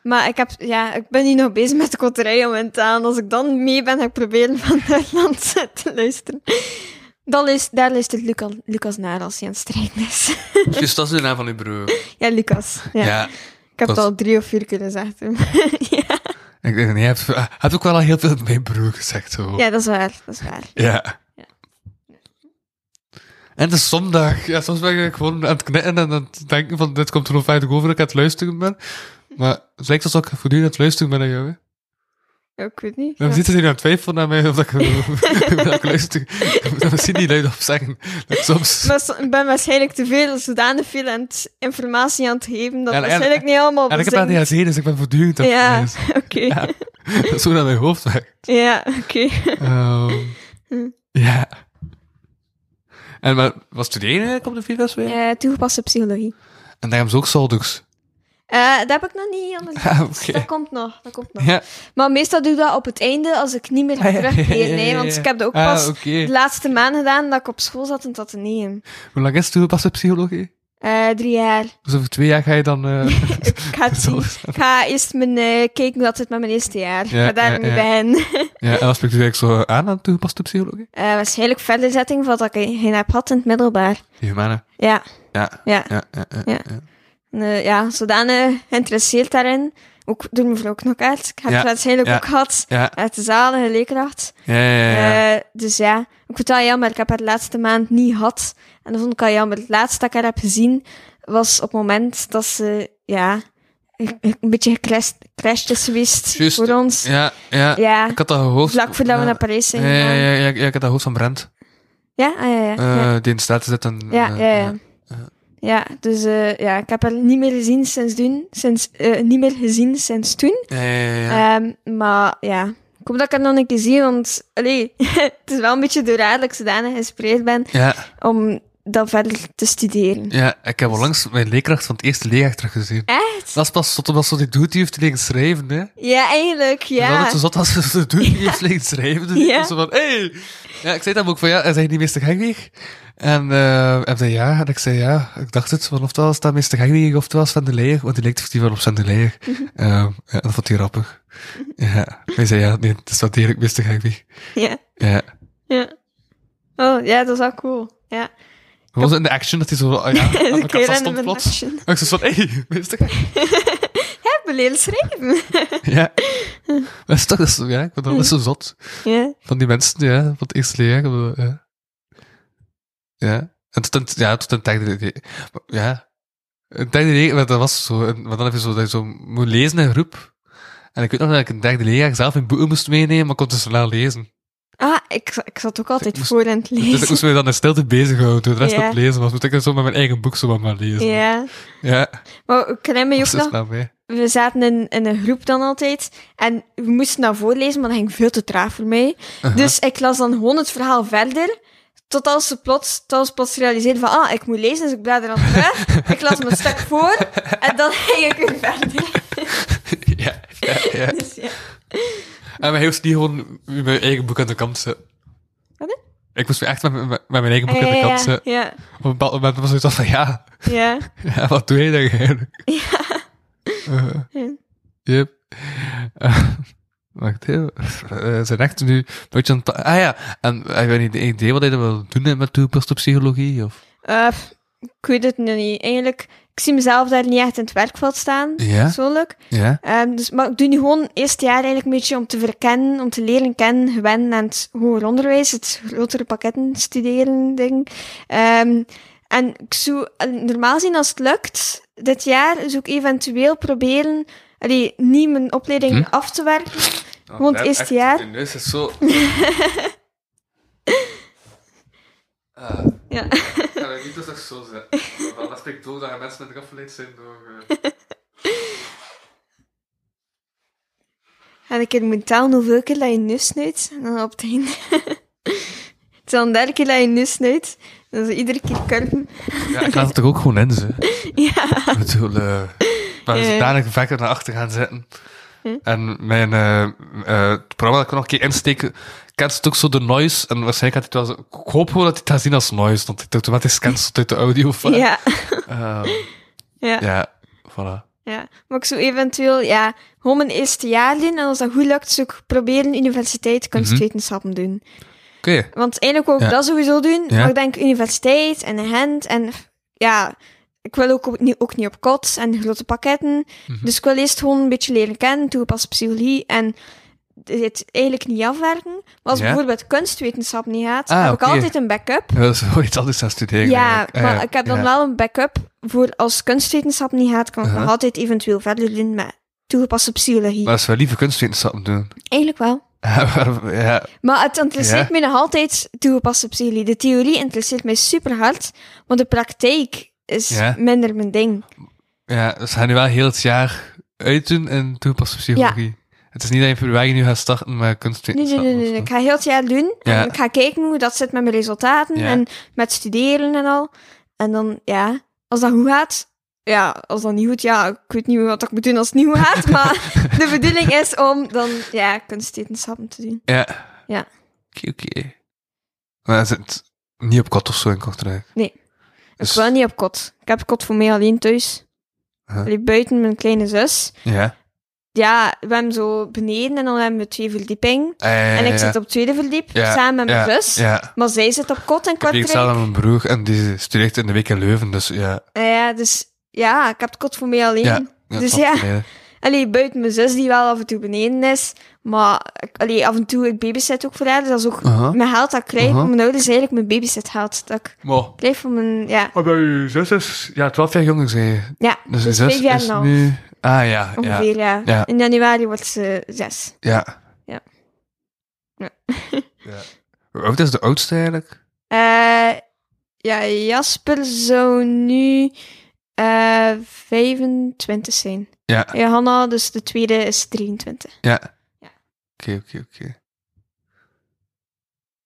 D: maar ik, heb, ja, ik ben nu nog bezig met de koterij om in te halen. Als ik dan mee ben, ga ik proberen van Nederland te luisteren. Dan is, daar luistert Lucas, Lucas naar als hij aan het strijden is.
C: Dus dat is de naam van uw broer.
D: ja, Lucas. Ja.
C: ja.
D: ik heb het
C: dat-
D: al drie of vier keer gezegd. hè. ja.
C: Ik denk, nee, je hebt, je hebt ook wel al heel veel mijn broer gezegd. Zo.
D: ja, dat is waar. Dat is waar.
C: Ja.
D: Ja.
C: En het is zondag. Ja, soms ben ik gewoon aan het knetten en aan het denken van dit komt er nog veilig over dat ik aan het luisteren ben. Maar het lijkt alsof ik voortdurend aan het luisteren ben naar jou. Hè.
D: Ja, ik weet niet.
C: En
D: Ja.
C: misschien zit hij nu aan het twijfelen naar mij of dat ik, dat ik luister. Ik moet dat misschien niet luid op zeggen. Dat ik soms...
D: Maar so- ik ben waarschijnlijk te veel, zodanig veel aan het- informatie aan het geven,
C: En-
D: dat
C: en-
D: waarschijnlijk niet allemaal
C: en ik heb
D: bezinkt.
C: ADHD, dus ik ben voortdurend aan het
D: Ja,
C: lezen.
D: oké.
C: Ja. Dat is Zo naar mijn hoofd weg.
D: Ja, oké.
C: Ehm,
D: Hm.
C: ja. En maar, wat studeer je eigenlijk op de VWS weer?
D: Eh, toegepaste psychologie.
C: En daarom is ook Soldux.
D: Eh, dat heb ik nog niet anders.
C: Ah,
D: Dat
C: oké.
D: komt nog, dat komt nog.
C: Ja.
D: Maar meestal doe ik dat op het einde als ik niet meer ga
C: Ah, ja, ja, ja,
D: terugkeren.
C: ja,
D: Nee,
C: ja.
D: want ik heb dat ook
C: Ah,
D: pas
C: oké.
D: de laatste maand gedaan dat ik op school zat en dat neem.
C: Hoe lang is toegepaste psychologie?
D: Eh drie jaar.
C: Dus over twee jaar ga je dan... eh,
D: Ik ga, het zien.
C: Zo.
D: Ik ga eerst mijn, eh, kijken hoe dat het met mijn eerste jaar. Ik
C: Ja,
D: ga daar
C: ja,
D: mee
C: ja.
D: beginnen.
C: ja, en wat spreekt u eigenlijk zo aan aan toegepaste psychologie?
D: Eh, waarschijnlijk verderzetting van dat ik geen heb gehad in het middelbaar.
C: Die humane.
D: Ja,
C: Ja,
D: ja.
C: ja, ja, ja.
D: Ja. En, eh, ja, zodanig geïnteresseerd daarin. Ook door mevrouw Knokkaert. Ik heb
C: Ja,
D: het waarschijnlijk
C: ja.
D: ook gehad.
C: Ja,
D: Uit de zalige leerkracht.
C: ja, ja, ja, ja.
D: Eh, dus ja, ik vond het wel jammer. Ik heb haar de laatste maand niet gehad. En dat vond ik wel jammer. Het laatste dat ik haar heb gezien was op het moment dat ze, ja, een een beetje gecrashed, gecrashed is geweest
C: Juist.
D: voor ons.
C: Ja, ja.
D: ja,
C: Ik had dat gehoord.
D: vlak voordat
C: ja.
D: we naar Parijs zijn
C: Ja, ja,
D: gegaan.
C: ja, ja, ja, ik had dat hoofd van Brent.
D: Ja, ah, ja, ja. ja.
C: eh, die in staat zit en...
D: Ja,
C: eh,
D: ja, ja.
C: ja.
D: Ja, dus eh, ja, ik heb haar niet meer gezien sinds toen. Sinds, eh, niet meer gezien sinds toen.
C: Ja, ja, ja, ja.
D: Ehm, maar ja, ik hoop dat ik haar nog een keer zie, want allee, het is wel een beetje door haar dat ik zodanig geïnspireerd ben
C: Ja,
D: om dat verder te studeren.
C: ja, ik heb onlangs mijn leerkracht van het eerste leerjaar teruggezien.
D: Echt?
C: Dat is pas tot omdat ze die doet, die heeft leren schrijven, hè.
D: Ja, eigenlijk,
C: Dan
D: ja.
C: het zo zat als ze de doet, die heeft leren schrijven. Dus
D: Ja.
C: ik was zo van, hey! Ja, ik zei dan ook van, ja, en zei die meester Gengweg? En eh hij zei ja, en ik zei ja. Ik dacht het, van oftewel is dat meester Gengweg, oftewel is Van de Leijer, want die lijkt effectief wel op Van de Leijer.
D: Mhm.
C: Ehm, ja, dat vond hij grappig. Ja, hij zei ja, nee, het is wel degelijk meester Gengweg.
D: ja.
C: Ja.
D: Ja. Oh, ja, dat is wel cool. Ja.
C: Gewoon zo in de action, dat hij zo, ah ja, aan
D: Ik
C: mijn kassa stond
D: een
C: plots.
D: action.
C: En ik zo van, hey, meester Gengweg.
D: Ik ben leren schrijven.
C: Ja. Dat is toch, dat is, ja, ik vond dat, dat is zo zot.
D: ja.
C: Van die mensen, ja, van het eerste leerjaar. omdat, Ja. ja. En tot een, ja, tot een derde leer- Ja. Een derde leerjaar, maar dat was zo. een- Maar dan heb je zo, dat je zo moet lezen in een groep. En ik weet nog dat ik een derde leerjaar zelf in boeken moest meenemen, maar ik kon dus snel lezen.
D: Ah, ik, za- ik zat ook altijd
C: Ik moest-
D: voor aan het lezen.
C: Dus ik moest me dan in stilte bezighouden toen de rest
D: Ja.
C: op het lezen was. Moet ik dan zo met mijn eigen boek zo wat maar lezen.
D: Ja.
C: Ja,
D: Maar ik herinner me
C: dat
D: ook
C: is
D: nog,
C: snel mee.
D: we zaten in, in een groep dan altijd. En we moesten dat voorlezen, maar dat ging veel te traag voor mij. Dus ik las dan gewoon het verhaal verder. Totdat ze plots, tot ze plots realiseerden van, ah, ik moet lezen, dus ik blader aan het terug. ik las mijn stuk voor, en dan ging ik weer verder.
C: ja, ja, ja.
D: Dus ja.
C: En mijn hoofd niet gewoon met mijn eigen boek aan de kant zetten.
D: Wat, hè?
C: Ik moest me echt met, met, met mijn eigen boek
D: Ah,
C: aan de
D: ja,
C: kant
D: ja,
C: zetten.
D: ja,
C: Op een bepaald moment was het van, ja,
D: ja.
C: ja, wat doe je dan eigenlijk? Eh,
D: Ja.
C: Yep. Eh, wacht even. Eh, Ze zijn echt nu een beetje aan het... pa- Ah ja, en heb je een idee wat hij dan wil doen hè, met toegepaste psychologie? Of?
D: Eh, pff, ik weet het nog niet. Eigenlijk, ik zie mezelf daar niet echt in het werkveld staan,
C: Ja.
D: persoonlijk.
C: Ja?
D: Ehm, dus, maar ik doe nu gewoon het eerste jaar eigenlijk een beetje om te verkennen, om te leren kennen, gewennen aan het hoger onderwijs, het grotere pakketten studeren ding. Ehm, en ik zou, en normaal zien als het lukt, dit jaar zou ik eventueel proberen, allee, niet mijn opleiding
C: Hm?
D: af te werken. Want het eerste jaar-
C: Je neus is zo...
D: Ja.
C: Ah, Ik kan het niet dus zo zijn. Want dat spreekt door dat mensen met afgeleid zijn door... eh,
D: En ik moet tellen hoeveel keer dat je nu snuit. En dan op het einde. het is al een derde keer dat je nu snuit. Dan is iedere keer kurven.
C: Ja, ik laat het er ook gewoon in, ze.
D: Ja.
C: Ik bedoel, eh maar
D: Ja. Hm?
C: zodanig vaker naar achter gaan zitten. En mijn, eh eh, het programma dat ik nog een keer insteken, kent het ook zo de noise. En waarschijnlijk had hij het wel zo- Ik hoop gewoon dat hij het gaat zien als noise, want het automatisch kent het uit de audio. van.
D: Ja.
C: Ehm,
D: Ja.
C: ja, voilà.
D: ja. Maar ik zou eventueel, ja, gewoon mijn eerste jaar doen. En als dat goed lukt, zou ik proberen universiteit kunstwetenschappen doen.
C: Oké.
D: Want eigenlijk wil ik
C: Mhm. Ja.
D: dat sowieso doen.
C: Ja.
D: Maar ik denk universiteit en Gent en ja... Ik wil ook, op- niet- ook niet op kot en grote pakketten.
C: Mhm.
D: Dus ik wil eerst gewoon een beetje leren kennen, toegepaste psychologie en het eigenlijk niet afwerken. Maar als
C: Ja.
D: bijvoorbeeld kunstwetenschap niet gaat,
C: Ah,
D: heb
C: oké.
D: ik altijd een backup.
C: Ja, Dat is wel iets anders aan studeren.
D: Ja,
C: eigenlijk. Eh,
D: maar ik heb dan
C: ja.
D: wel een backup voor als kunstwetenschap niet gaat, kan ik
C: Uh-huh.
D: nog altijd eventueel verder doen met toegepaste psychologie.
C: Maar als we liever kunstwetenschappen doen.
D: Eigenlijk wel.
C: ja,
D: Maar het interesseert
C: Ja.
D: mij nog altijd toegepaste psychologie. De theorie interesseert mij super hard, want de praktijk is
C: Ja.
D: minder mijn ding.
C: ja, dus we gaan nu wel heel het jaar uitdoen in toegepaste psychologie. Het is niet dat je in februari nu gaat starten met
D: Nee, nee,
C: kunstwetenschappen.
D: nee,
C: of
D: nee.
C: zo.
D: Ik ga heel het jaar doen.
C: Ja.
D: En ik ga kijken hoe dat zit met mijn resultaten
C: Ja.
D: en met studeren en al. En dan, ja, als dat goed gaat. Ja, als dat niet goed, ja, ik weet niet wat ik moet doen als het niet goed gaat. maar de bedoeling is om dan, ja, kunstwetenschappen te doen.
C: Ja.
D: Ja.
C: Oké, oké. Maar hij zit niet op kot of zo in Kortrijk.
D: Nee.
C: Dus-
D: Ik wil niet op kot. Ik heb kot voor mij alleen thuis.
C: Huh.
D: Allee, Buiten mijn kleine zus.
C: Ja.
D: Ja, we hebben zo beneden en dan hebben we twee verdiepingen. en ik zit op tweede verdiep,
C: Eh, Ja,
D: samen met mijn zus.
C: Ja.
D: Maar zij zit op kot en
C: Ik heb
D: Kortrijk.
C: zelf aan mijn broer en die studeert in de week in Leuven, dus ja.
D: Nou ja, dus ja, ik heb het kot voor mij alleen.
C: Ja, ja,
D: dus
C: dat
D: ja,
C: is beneden.
D: allee, buiten mijn zus die wel af en toe beneden is. Maar ik- allee, af en toe, ik babysit ook voor haar. Dus dat is ook
C: Aha.
D: mijn geld dat ik krijg
C: Aha.
D: van mijn ouders. Eigenlijk mijn babysit geld dat ik
C: Maar,
D: krijg van mijn... Ja,
C: maar je zus is... Ja, twaalf jaar jonger, zei je.
D: ja
C: Dus je
D: Dus
C: zus
D: vijf jaar
C: is
D: en een
C: nu... Ah, ja. Ja.
D: ongeveer, ja.
C: Ja.
D: In januari wordt ze zes.
C: Ja.
D: Ja. Ja.
C: Hoe oud is de oudste eigenlijk?
D: Eh, ja, Jasper zou nu eh 25 zijn.
C: Ja.
D: Ja, Hanna, dus de tweede is 23.
C: Ja.
D: Ja.
C: Oké, oké, oké.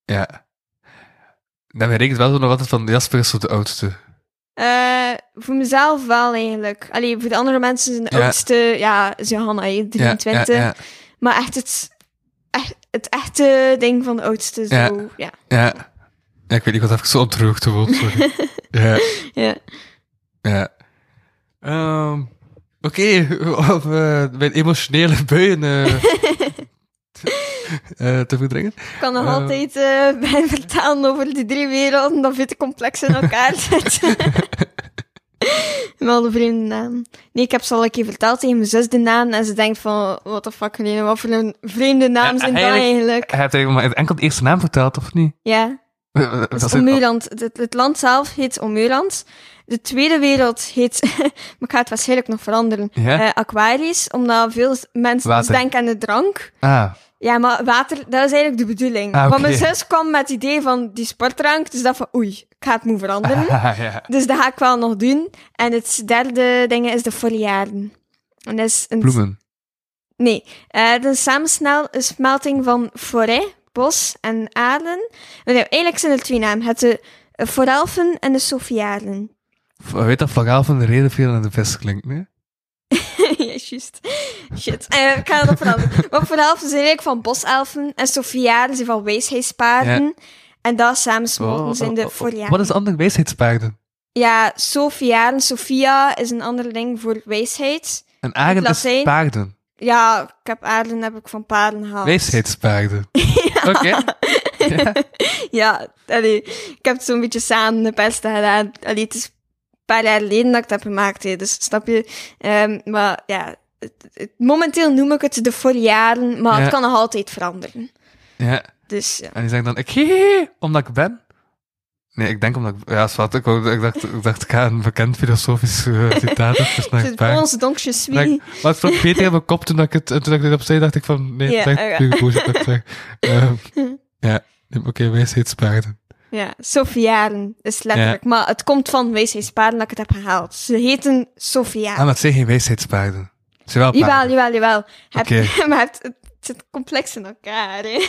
C: Ja. Nou, mij rekent wel zo nog altijd van Jasper is zo de oudste.
D: Eh, voor mezelf wel eigenlijk. Allee, voor de andere mensen zijn de
C: Ja.
D: oudste, ja, is Johanna, hè, 23.
C: Ja, ja,
D: Maar echt het, echt het echte ding van de oudste, zo,
C: Ja.
D: ja.
C: ja, ja. Ja, ik weet niet, ik was even zo ontroogd gewoon, sorry. ja,
D: ja.
C: ja. Ehm, Oké, om eh, mijn emotionele buien eh, eh, te verdringen.
D: Ik kan nog
C: Eh.
D: altijd eh, bij vertellen over die drie werelden, dat vind ik complex in elkaar zetten. Wel de vreemde naam. Nee, ik heb ze al een keer verteld tegen mijn zus de naam en ze denkt van, what the fuck, Helene, wat voor een vreemde naam
C: Ja,
D: zijn dat
C: eigenlijk-
D: eigenlijk?
C: Hij heeft eigenlijk maar enkel de eerste naam verteld, of niet?
D: Ja,
C: Dat
D: het is Omuland. Het, het land zelf heet Omuland. De tweede wereld heet, maar ik ga het waarschijnlijk nog veranderen,
C: Ja?
D: eh, Aquarius, omdat veel mensen
C: Water.
D: denken aan de drank.
C: ah,
D: Ja, maar water, dat is eigenlijk de bedoeling.
C: Ah, oké.
D: Want mijn zus kwam met het idee van die sportdrank, dus dat van oei, ik ga het moeten veranderen.
C: ja.
D: dus dat ga ik wel nog doen. En het derde ding is de foliaarden. En dat is een...
C: Bloemen.
D: Nee, eh, dat is samensnel een smelting van forêt, bos en aarden. Maar ja, eigenlijk zijn er twee namen. Het de eh, forelfen en de sofiaarden.
C: Weet dat Flagaal van de reden veel aan de vest klinkt, nee?
D: ja, juist. Shit. Eh, ik ga dat veranderen. Maar voor de helft zijn eigenlijk van boselfen en Sofiaden zijn van wijsheidspaarden. En dat
C: Oh,
D: samensmolten zijn de Florianen.
C: Wat is de andere wijsheidspaarden?
D: Ja, Sofiaden, Sophia is een ander ding voor wijsheid.
C: Een arend is
D: Latijn.
C: paarden.
D: Ja, ik heb aarden heb ik van paarden gehaald.
C: Wijsheidspaarden. Oké. Ja.
D: Ja, allee, ik heb het zo'n beetje samen de beste gedaan. Allee, het is een paar jaar geleden dat ik dat gemaakt heb, dus snap je? Ehm, maar ja, het- het- momenteel noem ik het de Florianen, maar
C: Ja.
D: het kan nog altijd veranderen.
C: ja.
D: Dus ja.
C: En die zegt dan, ik hee, omdat ik ben. Nee, ik denk omdat ik... Ja, zwart, ik, wou- ik, dacht, ik dacht, ik ga een bekend filosofisch eh, citaat even
D: Het
C: naar
D: is
C: het
D: bij
C: paard.
D: ons donkje
C: Maar
D: swie.
C: ik- maar het vloog beter in mijn kop toen ik, het, toen ik dit opzij dacht ik van, nee,
D: Ja,
C: het is echt
D: oké.
C: pure bullshit dat ik zeg. Ehm, ja, oké, wijsheidspaarden.
D: Ja, Sofiaren is letterlijk. Maar het komt van wijsheidspaarden dat ik het heb gehaald. Ze heten
C: Ah, maar
D: Sofiaren.
C: het zijn geen wijsheidspaarden. Het zijn Ah, wel
D: Jawel,
C: paarden.
D: jawel, jawel. Heb,
C: Oké.
D: maar het, het zit complex in elkaar, hè.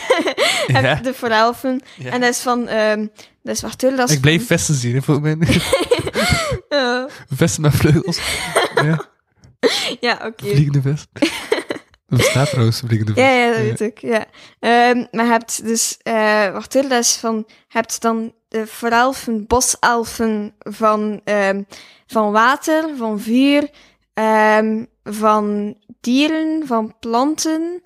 C: Ja.
D: Heb de voorelfen.
C: Ja.
D: En dat is van... ehm dat is wacht, hoor, dat is...
C: Ik bleef vissen zien, hè, volgens mij.
D: Eh,
C: Vissen met vleugels. ja,
D: ja, oké.
C: vliegende vest. Dat bestaat trouwens, vliegende vest.
D: Ja, ja, dat weet ik, ja. Ehm, maar je hebt dus... eh wacht, hoor, dat is van... je hebt dan eh, de voorelfen, boselfen van, ehm, van water, van vuur, ehm, van dieren, van planten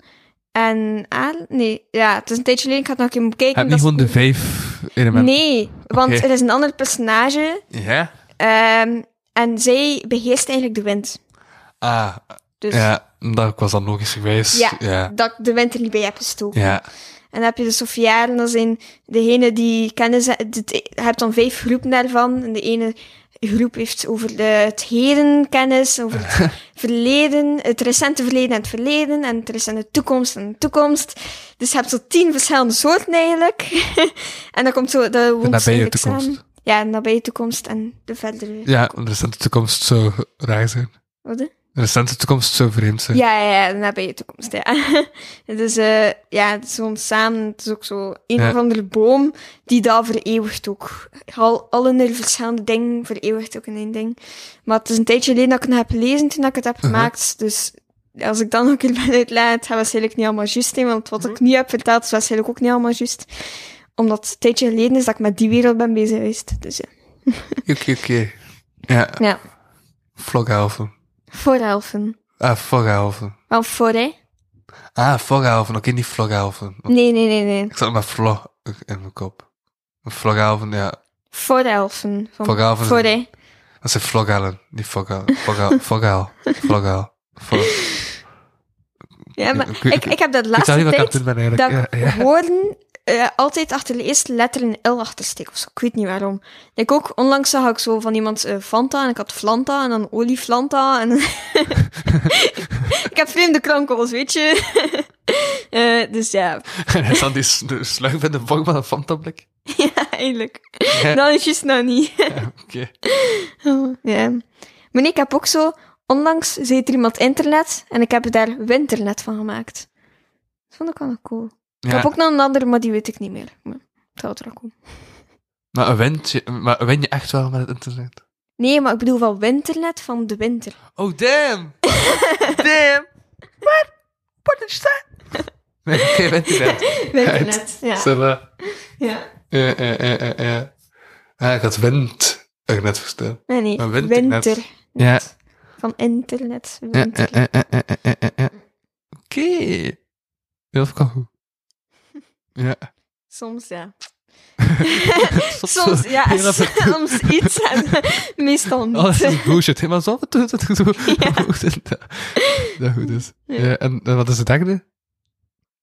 D: en aarde. Nee, ja, het is een tijdje geleden. Ik had nog even bekeken.
C: Heb niet
D: dat is-
C: gewoon de vijf elementen.
D: Nee, want
C: Oké.
D: er is een ander personage
C: Ja?
D: ehm, en zij beheerst eigenlijk de wind.
C: Ah,
D: Dus
C: ja, dat was dan logisch geweest.
D: Ja.
C: Ja.
D: dat ik de wind er niet bij heb gestoken.
C: Ja.
D: En dan heb je de Sofiaren, dat zijn degene die kennis... he- dit- Je hebt dan vijf groepen daarvan. En de ene groep heeft over de, het heden kennis, over het verleden, het recente verleden en het verleden, en het recente toekomst en de toekomst. Dus je hebt zo tien verschillende soorten eigenlijk. en dan komt zo... De, woont
C: nabije
D: eigenlijk
C: toekomst.
D: samen. Ja, de nabije toekomst en de verdere...
C: ja, de recente toekomst zou raar zijn.
D: Wat, hè?
C: De recente toekomst zou vreemd zijn.
D: Ja, ja, ja, nabij je toekomst, ja. Het is, eh, ja, het is gewoon samen, het is ook zo een
C: Ja.
D: of andere boom die dat vereeuwigt ook. Al, alle verschillende dingen vereeuwigt ook in één ding. Maar het is een tijdje geleden dat ik het heb gelezen toen ik het heb gemaakt, dus als ik dan ook een keer ben uitleggen, het gaat waarschijnlijk niet allemaal juist zijn, want wat ik
C: Mhm.
D: nu heb verteld is waarschijnlijk ook niet allemaal juist. Omdat het een tijdje geleden is dat ik met die wereld ben bezig geweest. Dus ja,
C: Oké, oké. Ja,
D: ja.
C: Vloghalven.
D: voorhelven.
C: Ah, Vloghalven.
D: Wel voor, hè?
C: Ah, Vloghalven. Oké, niet Vloghalven.
D: Nee, nee, nee, nee.
C: Ik zat met Vlog in mijn kop. Vloghalven, ja.
D: Voorhelven. Van
C: Voorhelven.
D: Voor, hè?
C: Dat zijn Vloghalen. Niet Vloghalen. Vloghal. Vloghal. Vloghal. Vlog-
D: Ja, maar
C: Ik-
D: ik,
C: ik-
D: ik, heb dat
C: Ik
D: laatste
C: zou niet wat ik aan het
D: tijd
C: doen ben
D: dat
C: eigenlijk.
D: ik
C: Ja, ja.
D: woorden eh, altijd achter de eerste letter een L achtersteek of zo. Ik weet niet waarom. Ik ook, onlangs zag ik zo van iemand eh, Fanta en ik had Flanta en dan Oliflanta en... ik heb vreemde krankels, weet je. Eh, dus ja,
C: En hij zat die s- de slurp in de vorm van een fantablik.
D: ja, eigenlijk.
C: Eh.
D: Dan is het nog niet.
C: Oké.
D: ja. Maar nee, ik heb ook zo... Onlangs zit er iemand internet en ik heb daar winternet van gemaakt. Dat vond ik wel nog cool. Ik heb ook nog een andere, maar die weet ik niet meer. Maar het zou er ook om.
C: Maar wint je, maar win je echt wel met het internet?
D: Nee, maar ik bedoel van winternet van de winter.
C: Oh, damn! damn! What? What is that? Nee, geen internet.
D: Winternet, ja.
C: Stella.
D: ja.
C: Ja, ja, ja, ja, ja. Ah, ik had wind er net verstaan.
D: Nee, nee.
C: Maar winternet.
D: Winter.
C: Ja.
D: Van internet.
C: Ja,
D: Winter.
C: ja, ja, ja, ja, ja, ja, ja. Oké. Heel veel goed. Ja.
D: Soms ja.
C: zo-
D: Soms ja.
C: heel even-
D: Soms iets en meestal niet.
C: Oh, dat is bullshit. Maar zo, wat doet het goed? Dat dat goed is.
D: Ja.
C: Ja, en eh, wat is het derde?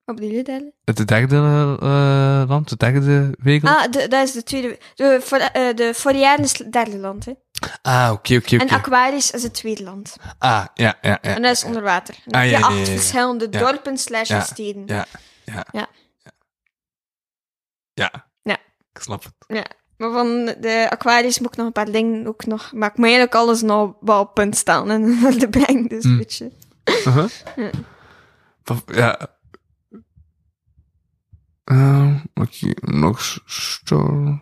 D: Wat bedoel je daar?
C: Het derde eh, land? Het derde regel?
D: Ah, de, dat is de tweede. De, voor, eh, de Floriade is het derde land. Hè.
C: Ah, oké, oké,
D: En
C: oké.
D: Aquarius is het tweede land.
C: Ah, ja, ja, ja.
D: En dat is onder water. En dan
C: Ah,
D: heb
C: ja, ja,
D: je acht
C: ja, ja.
D: verschillende
C: Ja.
D: dorpen slash
C: Ja.
D: steden.
C: Ja. Ja.
D: Ja.
C: Ja.
D: Ja.
C: Ik snap het.
D: Maar van de Aquarius moet ik nog een paar dingen ook nog... Maar ik moet eigenlijk alles nog wel op punt staan. En naar de breng, dus
C: Hmm.
D: weet je.
C: Uh-huh.
D: Ja.
C: Wat- Ja. Ehm, Wat je nog s- stor...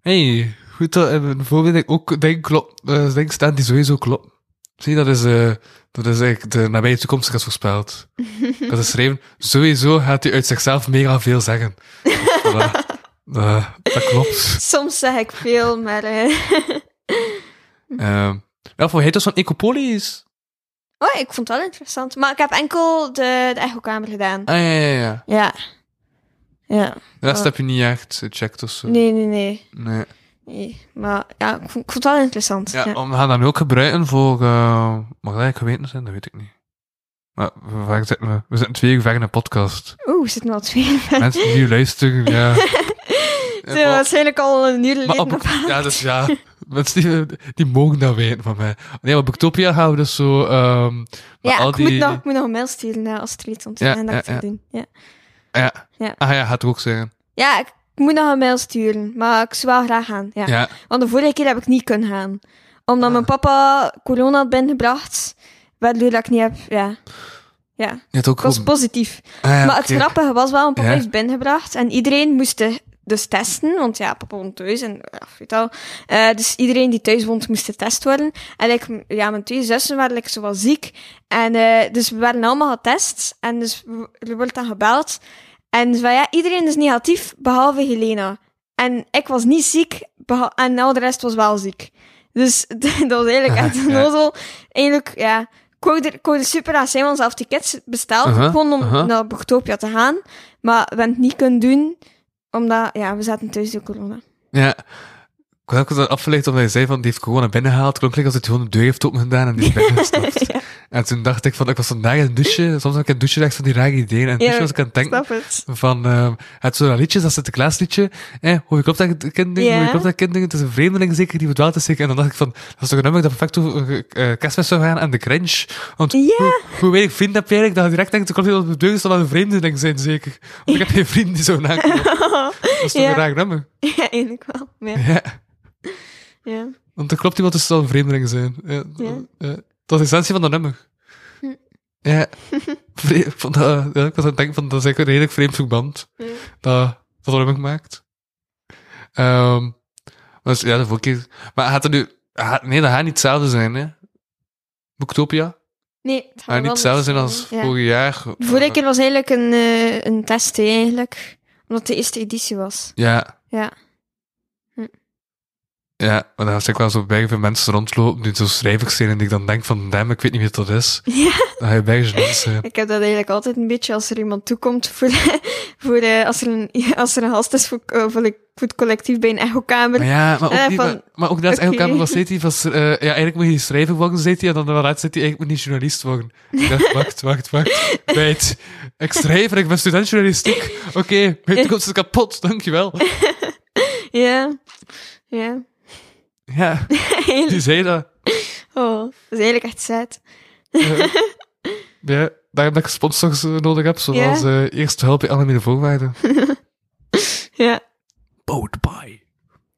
C: hey, goed dat eh, een voorbeeld dat ik ook denk klopt. eh, denk staat die sowieso klopt. Zie, dat is, eh, dat is eigenlijk de nabije toekomst die ik had voorspeld. dat is schreven, sowieso gaat hij uit zichzelf mega veel zeggen. Voilà. Eh, dat klopt.
D: Soms zeg ik veel, maar... eh,
C: Ehm ja, voor heet dat zo'n ecopolis?
D: Oh, ik vond het wel interessant. Maar ik heb enkel de, de echokamer gedaan.
C: Ah, ja, ja, ja.
D: Ja. Ja.
C: De rest
D: Ah.
C: heb je niet echt gecheckt of zo.
D: Nee, nee, nee.
C: nee.
D: nee. Maar ja, ik vond, ik vond het wel interessant.
C: Ja,
D: Ja.
C: om- we gaan dat nu ook gebruiken voor... eh mag dat eigenlijk geweten zijn? Dat weet ik niet. Maar we, vaak zitten we, we zitten twee uur ver in een podcast.
D: Oeh, zit nou twee.
C: Mensen die nu luisteren, ja.
D: Ze zijn waarschijnlijk al een uur
C: maar
D: geleden
C: op,
D: op haar.
C: ja, dus ja. Mensen die, die mogen dat weten van mij. Nee, maar Booktopia gaan we dus zo... ehm met
D: Ja,
C: al
D: ik,
C: die...
D: moet nog, ik moet nog een mail sturen eh, naar Astrid om te
C: Ja,
D: zeggen dat
C: ja,
D: ik het wil doen. Ja,
C: Ja.
D: Ja.
C: Ah ja, gaat ook zeggen.
D: ja ik, ik moet nog een mail sturen, maar ik zou wel graag gaan. Ja.
C: Ja. ja.
D: Want de vorige keer heb ik niet kunnen gaan. Omdat mijn papa corona had binnengebracht, waardoor dat ik niet heb... Ja, ja.
C: Je hebt ook
D: ik was
C: gewoon-
D: positief.
C: Ah, ja,
D: maar het
C: oké.
D: grappige was wel, een papa
C: Ja.
D: heeft binnengebracht en iedereen moest de- dus testen, want ja, papa woont thuis en ja, weet al. Eh, dus iedereen die thuis woont moest getest worden. En ik, ja, mijn twee zussen waren like, zo wel ziek. En eh, dus we werden allemaal getest en dus w- er wordt dan gebeld. En van ja, iedereen is negatief, behalve Helena. En ik was niet ziek, behal- en al de rest was wel ziek. Dus dat was eigenlijk echt een
C: Ja.
D: nozel. Eigenlijk, ja, ik wou er, ik wou er super aan zijn, want zelf tickets besteld.
C: Uh-huh,
D: Gewoon om
C: uh-huh.
D: naar Bochtopia te gaan. Maar we hebben het niet kunnen doen, omdat ja, we zaten thuis door corona.
C: Ja. Ik had ook dat afgeleid omdat je zei van, die heeft corona binnengehaald. Klonk like als het gewoon de deur heeft opengedaan en die is binnengestapt.
D: Ja.
C: En toen dacht ik van, ik was vandaag in de douche. Soms heb ik in de douche echt van die rare ideeën. En in de
D: Ja,
C: douche was ik aan het denken
D: Snap het?
C: van, ehm, het zo'n liedje, dat Sinterklaasliedje. Eh, hoe je klopt dat kinderen,
D: Ja.
C: hoe je klopt dat kinderen. Het is een vreemdeling zeker, die verdwaald is zeker. En dan dacht ik van, dat is toch een nummer dat perfect over eh, kerstmis zou gaan en de cringe. Want
D: Ja.
C: hoe, hoe weinig vrienden heb je eigenlijk, dat je direct denkt, ik klopt niet dat op de deur zal een vreemdeling zijn zeker. Want ik heb geen vrienden die zo nakomen. Dat is toch
D: Ja.
C: een raar nummer.
D: ja, eigenlijk wel. Ja.
C: Ja.
D: Ja.
C: Want er klopt iemand dus zal een vreemdeling zijn. Ja,
D: Ja.
C: ja. Dat is de essentie van dat nummer. Ja. Vre- ik vond dat- ja, ik was aan het denken van, dat is eigenlijk een redelijk vreemd verband.
D: Ja.
C: Dat, dat nummer maakt. Ehm, maar dus, ja, de vorige keer... Maar gaat er nu... gaat- nee, dat gaat niet hetzelfde zijn, hè? Booktopia?
D: Nee, het
C: Gaat Ah, niet hetzelfde zijn als
D: Ja.
C: vorig jaar.
D: De vorige keer was eigenlijk een, eh, een test, hè, eigenlijk. Omdat het de eerste editie was.
C: Ja.
D: Ja. Hm.
C: Ja, maar daar was ik wel zo bij veel mensen rondlopen die zo schrijvers zijn en die ik dan denk van, damn, ik weet niet wie dat is.
D: Ja.
C: Dan ga je bij je mensen.
D: Ik heb dat eigenlijk altijd een beetje als er iemand toekomt voor, voor eh, als, er een, als er een gast is voor, eh, voor, de- voor het collectief bij een echokamer.
C: Maar ja, maar ook,
D: Eh,
C: die-
D: van-
C: maar, maar ook dat is
D: Oké.
C: eigenlijk aan wat zit hij? Was, eh, ja, eigenlijk moet je schrijver worden, zit hij. En dan daaruit zit hij, eigenlijk moet je journalist worden. Ik dacht, wacht, wacht, wacht. Wait, ik schrijver, ik ben student journalistiek. Oké, mijn toekomst is kapot, dankjewel.
D: Ja. Ja.
C: Ja, die zei dat.
D: oh, dat is eigenlijk echt sad.
C: Ja. Ja, daarom dat ik sponsors eh, nodig heb, zoals eh eerst hulp bij alle mede voorwaarden.
D: Ja.
C: old pie.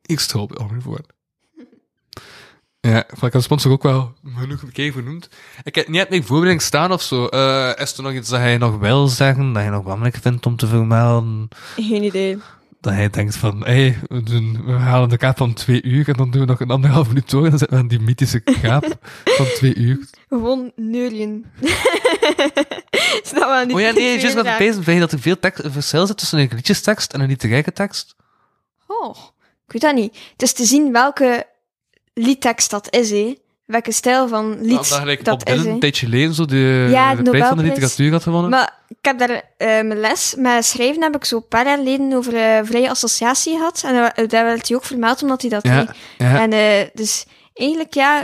C: Ik stroop het ongeveer voor. Ja, maar ik had sponsor ook wel genoeg een keer genoemd. Ik heb niet mijn voorbereiding staan of zo. Eh, is er nog iets dat hij nog wil zeggen, dat je nog belangrijk vindt om te vermelden?
D: Geen idee.
C: Dat hij denkt van, hé, we, doen- we halen de kaap van twee uur en dan doen we nog een anderhalf minuut door en dan zitten we aan die mythische kaap van twee uur.
D: Gewoon neurien. Snap aan die
C: Oh ja, nee, juist met de
D: vraag.
C: pezen vind je dat er veel tekst, een verschil zit tussen een liedjestekst en een literaire tekst?
D: Oh, ik weet dat niet. Het is te zien welke liedtekst dat is, hè. Welke stijl van lied
C: dat gelijk Bob
D: dat is,
C: Dylan
D: hè.
C: een tijdje geleden zo de,
D: Ja,
C: de prijs
D: de
C: van de
D: Nobelprijs.
C: literatuur had gewonnen.
D: Maar ik heb daar eh, mijn les met schrijven heb ik zo een paar jaar geleden over eh, vrije associatie gehad. En daar, daar werd hij ook vermeld omdat hij dat deed.
C: ja, ja.
D: En eh, dus eigenlijk, ja,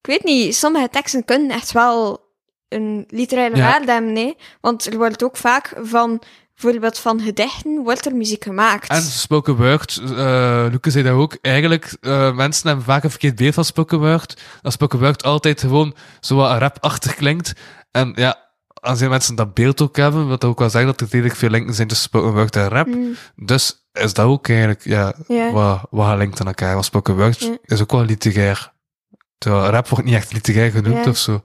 D: ik weet niet, sommige teksten kunnen echt wel een literaire
C: Ja.
D: waarde hebben, nee. Want er wordt ook vaak van, bijvoorbeeld van gedichten, wordt er muziek gemaakt.
C: En spoken word, eh Lucas zei dat ook. Eigenlijk, eh, mensen hebben vaak een verkeerd beeld van spoken word. Dat spoken word altijd gewoon zo wat rapachtig klinkt. En ja, als die mensen dat beeld ook hebben, wat ook wel zeggen dat er redelijk veel linken zijn tussen spoken word en rap.
D: Mm,
C: Dus is dat ook eigenlijk, ja,
D: ja.
C: wat, wat linkt aan elkaar. Want spoken word
D: Ja.
C: is ook wel literair. Terwijl rap wordt niet echt literair genoemd
D: Ja.
C: of zo.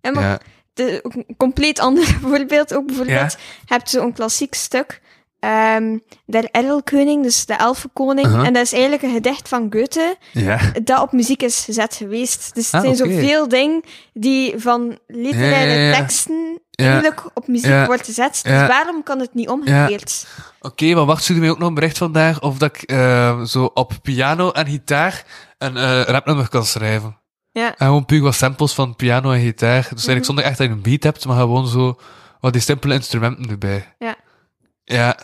D: Ja, maar
C: Ja,
D: de, ook een compleet ander voorbeeld. Ook bijvoorbeeld, heb je zo'n klassiek stuk. ehm de Erlkoning, dus de Elfenkoning.
C: Uh-huh.
D: En dat is eigenlijk een gedicht van Goethe
C: ja.
D: dat op muziek is gezet geweest. Dus het
C: Ah,
D: zijn
C: oké.
D: zoveel dingen die van literaire
C: Ja, ja, ja.
D: teksten
C: Ja.
D: eigenlijk op muziek
C: Ja.
D: wordt gezet.
C: Ja.
D: Dus waarom kan het niet omgekeerd?
C: Oké, maar wacht, stuurde mij ook nog een bericht vandaag of dat ik eh, zo op piano en gitaar een eh, rapnummer kan schrijven.
D: Ja. Mhm.
C: En gewoon puur wat samples van piano en gitaar. Dus eigenlijk zonder echt dat je een beat hebt, maar gewoon zo wat die simpele instrumenten erbij.
D: Ja.
C: Ja.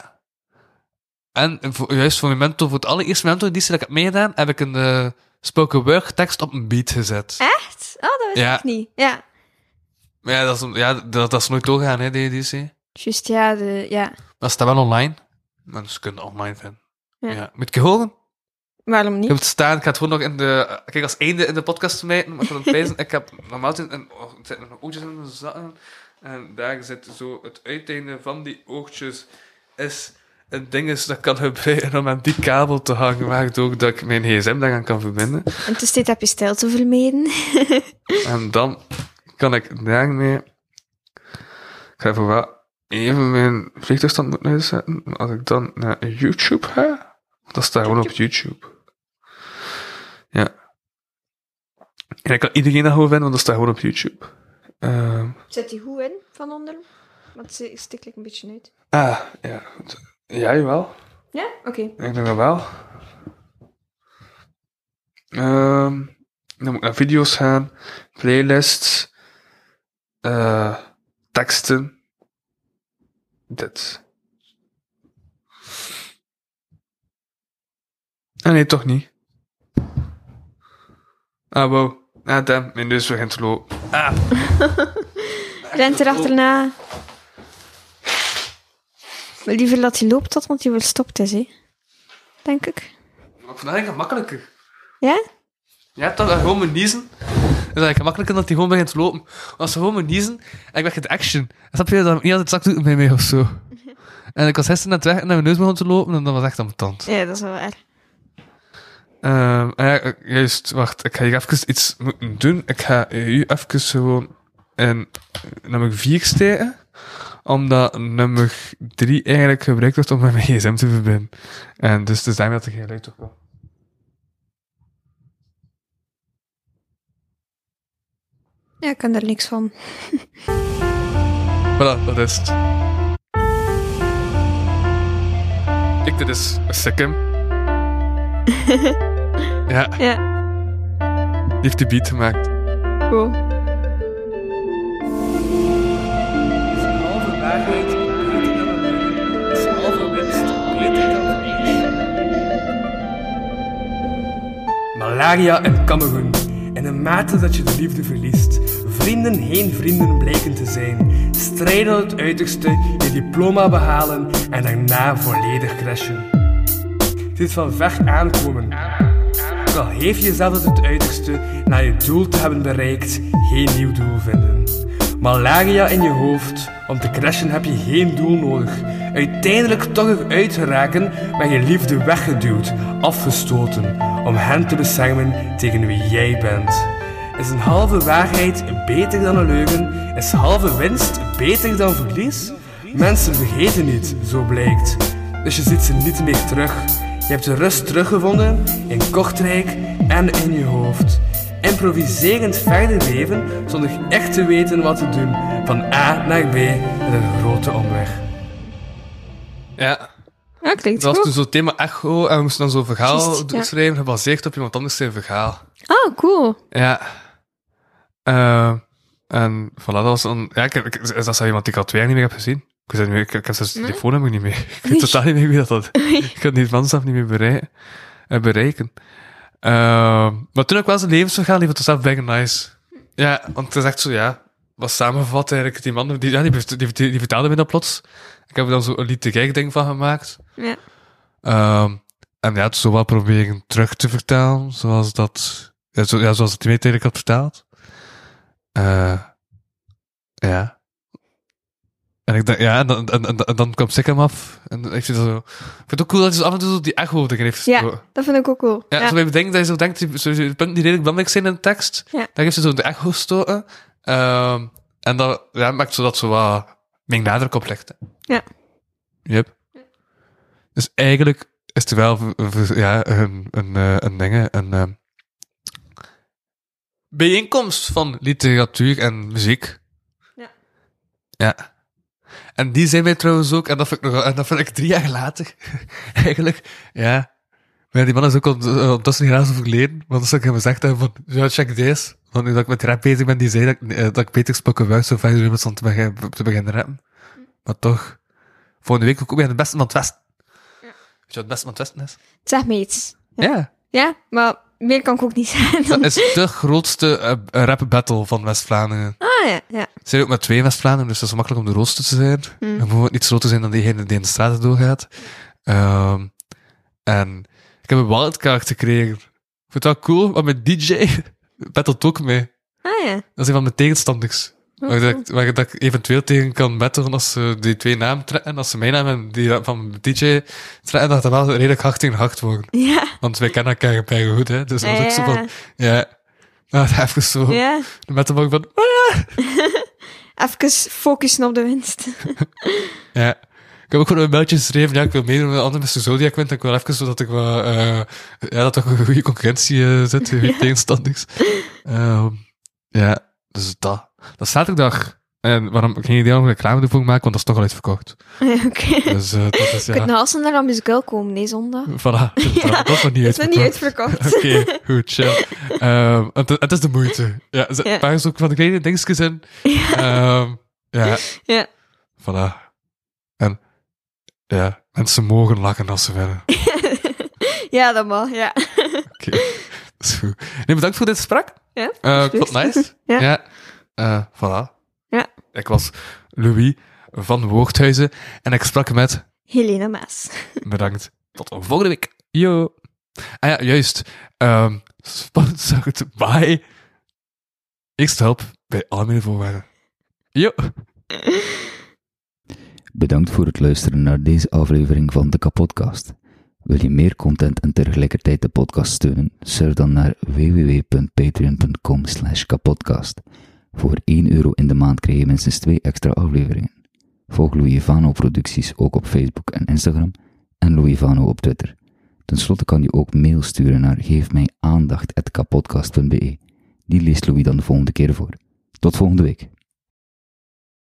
C: En voor, juist voor Memento, voor het allereerste Memento-editie dat ik heb meegedaan, heb ik een eh, spoken word tekst op een beat gezet.
D: Echt? Oh, dat wist
C: Ja.
D: ik niet. Ja,
C: Maar ja, dat is, ja, dat, dat is nooit doorgaan, hè, die editie.
D: juist, ja. De, ja.
C: Dat staat wel online. dus Mensen kunnen het online vinden.
D: Ja.
C: ja. Moet ik je horen?
D: Waarom niet?
C: Ik heb het staan. Ik ga het gewoon nog in de... Kijk, als einde in de podcast smijten. Maar ik wil het pijzen. Ik heb normaal gezien een, er zitten nog oogjes in mijn zakken. En daar zit zo... Het uiteinde van die oogjes is een ding is dat ik kan gebruiken om aan die kabel te hangen. Waardoor dat ik mijn gsm daaraan kan verbinden.
D: En te steeds heb je stijl te vermijden.
C: En dan kan ik daarmee... Ik ga even wel even mijn vliegtuigstand moeten uitzetten. Als ik dan naar YouTube ga... Dat staat gewoon op YouTube. Ja. En ik kan iedereen dat gewoon vinden, want dat staat gewoon op YouTube. Ehm,
D: Zet die hoe in van onder? Want ze stikt een beetje uit.
C: ah, ja. goed. Ja, jawel.
D: Ja? Oké.
C: Ik denk dat wel. Ehm, dan moet ik naar video's gaan, playlists, eh, teksten. Dit. Ah nee, toch niet. Ah, wow. Ah, damn, mijn neus begint te lopen. Ah,
D: Rent erachterna. Maar Liever dat hij loopt dat, want hij verstopt is, hè? Denk ik.
C: ik vind dat eigenlijk makkelijker.
D: Ja?
C: Ja, toch, en gewoon mijn niezen. Dat is eigenlijk makkelijker dan die gewoon begint te lopen. Want Als ze gewoon mijn niezen, en ik weg het action. En snap je, dan niet altijd zak doet mee mee of zo. En ik was gisteren net weg en mijn neus begon te lopen en dat was echt aan mijn tand.
D: Ja, dat is wel erg.
C: Ehm, ja, eh, juist, wacht. Ik ga hier even iets moeten doen. Ik ga u even gewoon in nummer 4 steken. Omdat nummer 3 eigenlijk gebruikt wordt om met mijn gsm te verbinden. En dus het is daarmee dat er geen geluid op komt.
D: Ja, ik kan daar niks van.
C: Voilà, dat is het. Kijk, dit is Sikkim. ja.
D: Ja.
C: Die heeft die beat gemaakt.
D: Cool.
B: Malaria en Cameroen. In de mate dat je de liefde verliest. Vrienden geen vrienden blijken te zijn. Strijden tot het uiterste, je diploma behalen en daarna volledig crashen. Dit van ver aankomen. Ook al heeft je jezelf tot het uiterste na je doel te hebben bereikt, geen nieuw doel vinden. Malaria in je hoofd. Om te crashen heb je geen doel nodig. uiteindelijk toch eruit geraken, ben je liefde weggeduwd, afgestoten, om hen te beschermen tegen wie jij bent. Is een halve waarheid beter dan een leugen? Is halve winst beter dan verlies? Mensen vergeten niet, zo blijkt. Dus je ziet ze niet meer terug. Je hebt de rust teruggevonden in Kortrijk en in je hoofd. Improviserend verder leven zonder echt te weten wat te doen. Van A naar B met een grote omweg.
C: Ja,
D: Ja, klinkt
C: dat was
D: goed.
C: toen zo'n thema echo en we moesten dan zo'n verhaal
D: Juist,
C: do-
D: ja.
C: schrijven gebaseerd op iemand anders zijn verhaal.
D: Ah, cool.
C: Ja. Eh, en voilà, dat was een... Ja, ik, heb- ik, is dat zo iemand die ik al twee jaar niet meer heb gezien? Ik, weet het niet meer, ik, ik heb zelfs de
D: Nee?
C: telefoonnummer niet meer. Ik
D: Oei.
C: weet totaal niet meer wie dat dat... Ik kan die vanzelf niet meer bereiken. eh, bereiken. Ehm, maar toen ook wel zijn levensverhaal, die vond ik zelf bang nice. Ja, want het is echt zo, ja... Was samenvat eigenlijk, die man, die, ja, die, die, die, die vertelde me dat plots. Ik heb er dan zo'n lied te gek ding van gemaakt.
D: Ja.
C: Ehm, en ja, het zo wat proberen terug te vertalen, zoals dat, ja, zo, ja, zoals het weet eigenlijk had vertaald. Eh, ja. En ik dacht, ja, en, dan- en, en, en dan kwam Sick hem af. En ik, vind dat zo, ik vind het ook cool dat hij zo af en toe zo die echo erin heeft.
D: Ja,
C: zo-
D: dat vind ik ook cool.
C: ja,
D: Ja.
C: zo bij bedenkt dat je zo denkt, die- zo, zo- punten die redelijk belangrijk zijn in de tekst,
D: Ja.
C: dan geeft ze zo de echo stoten. Ehm, en dat ja, maakt zo dat zo wat meer nadruk op legt. hè.
D: Ja.
C: Yep. Dus eigenlijk is het wel v- v- ja, een, een, eh, een ding, een ehm, bijeenkomst van literatuur en muziek.
D: Ja.
C: Ja. En die zijn wij trouwens ook, en dat vind ik, nog, en dat vind ik drie jaar later, eigenlijk, ja, maar ja, die man is ook op, eh, op dat zijn helaas overleden. Want als ik hem gezegd heb van, ja, check this. Want nu dat ik met rap bezig ben, die zei dat ik, eh, dat ik beter spoken word, zo verder iemand stond te, beg- te beginnen rappen. Maar toch, volgende week kom ik weer aan het beste van het westen. Weet je wat het beste van het westen is?
D: Zeg me iets. Ja.
C: Ja.
D: Ja, maar meer kan ik ook niet zijn.
C: Dat is de grootste eh, rap battle van West-Vlaanderen.
D: Ah ja, ja.
C: Ze zijn ook met twee West-Vlaanderen, dus dat is makkelijk om de roodste te zijn.
D: Hmm.
C: Je moet ook niet groter zijn dan diegene die in de straten doorgaat. Ehm, en ik heb een wildcard gekregen. Ik vind het wel cool, want mijn DJ battelt ook mee.
D: Ah ja.
C: Dat is een van mijn tegenstanders.
D: Oh,
C: Waar, dat,
D: cool.
C: ik- waar dat ik eventueel tegen kan battelen als ze die twee namen trekken. Als ze mijn naam en die van mijn DJ trekken, dat dat wel redelijk hard tegen hard wordt.
D: Ja.
C: Want wij kennen elkaar bij goed, hè. Dus dat was ook zo
D: ja.
C: van... Ja, nou, even zo.
D: ja.
C: Met de man van...
D: Even focussen op de winst.
C: Ja. Ik heb ook gewoon een mailtje geschreven, ja, ik wil meedoen met andere mensen Zodiac wint, en ik wil even zodat ik wel, eh ja, dat er een goede concurrentie eh, zit, goede tegenstanders. Ehm, ja, dus dat. Dat is zaterdag. En waarom ik geen idee waarom ik reclame ervoor maak, want dat is toch al uitverkocht.
D: Ah, ja, Oké.
C: Dus eh, dat is, ja,
D: Kunnen Hassen daar aan muzikaal komen, nee, zondag?
C: voilà.
D: Ja,
C: dat is nog niet
D: is nog
C: uitverkocht.
D: niet uitverkocht.
C: Oké, goed, chill. Ehm, het, het is de moeite. Ja, er
D: Ja.
C: zitten paar ook van de kleine dingetjes in. Ehm, ja.
D: Ja.
C: Voilà. En ja, mensen mogen lachen als ze willen. Oké,
D: ja, dat mag, ja.
C: dat is goed. Nee, bedankt voor dit gesprek.
D: Ja,
C: Eh, ik
D: alsjeblieft.
C: vond het nice.
D: Ja.
C: Eh, voilà.
D: Ja.
C: Ik was Louis van Woogthuizen en ik sprak met...
D: Helena Maas.
C: Bedankt. Tot volgende week. Yo. Ah ja, juist. Ehm sponsored by... Ik help bij alle mijn voorwaarden. Yo.
E: Bedankt voor het luisteren naar deze aflevering van de Kapodcast. Wil je meer content en tegelijkertijd de podcast steunen? Surf dan naar www.patreon.com slash kapodcast. Voor 1 euro in de maand krijg je minstens 2 extra afleveringen. Volg Louis Vano producties ook op Facebook en Instagram en Louis Vano op Twitter. Ten slotte kan je ook mail sturen naar geefmijaandacht.kapodcast.be. Die leest Louis dan de volgende keer voor. Tot volgende week.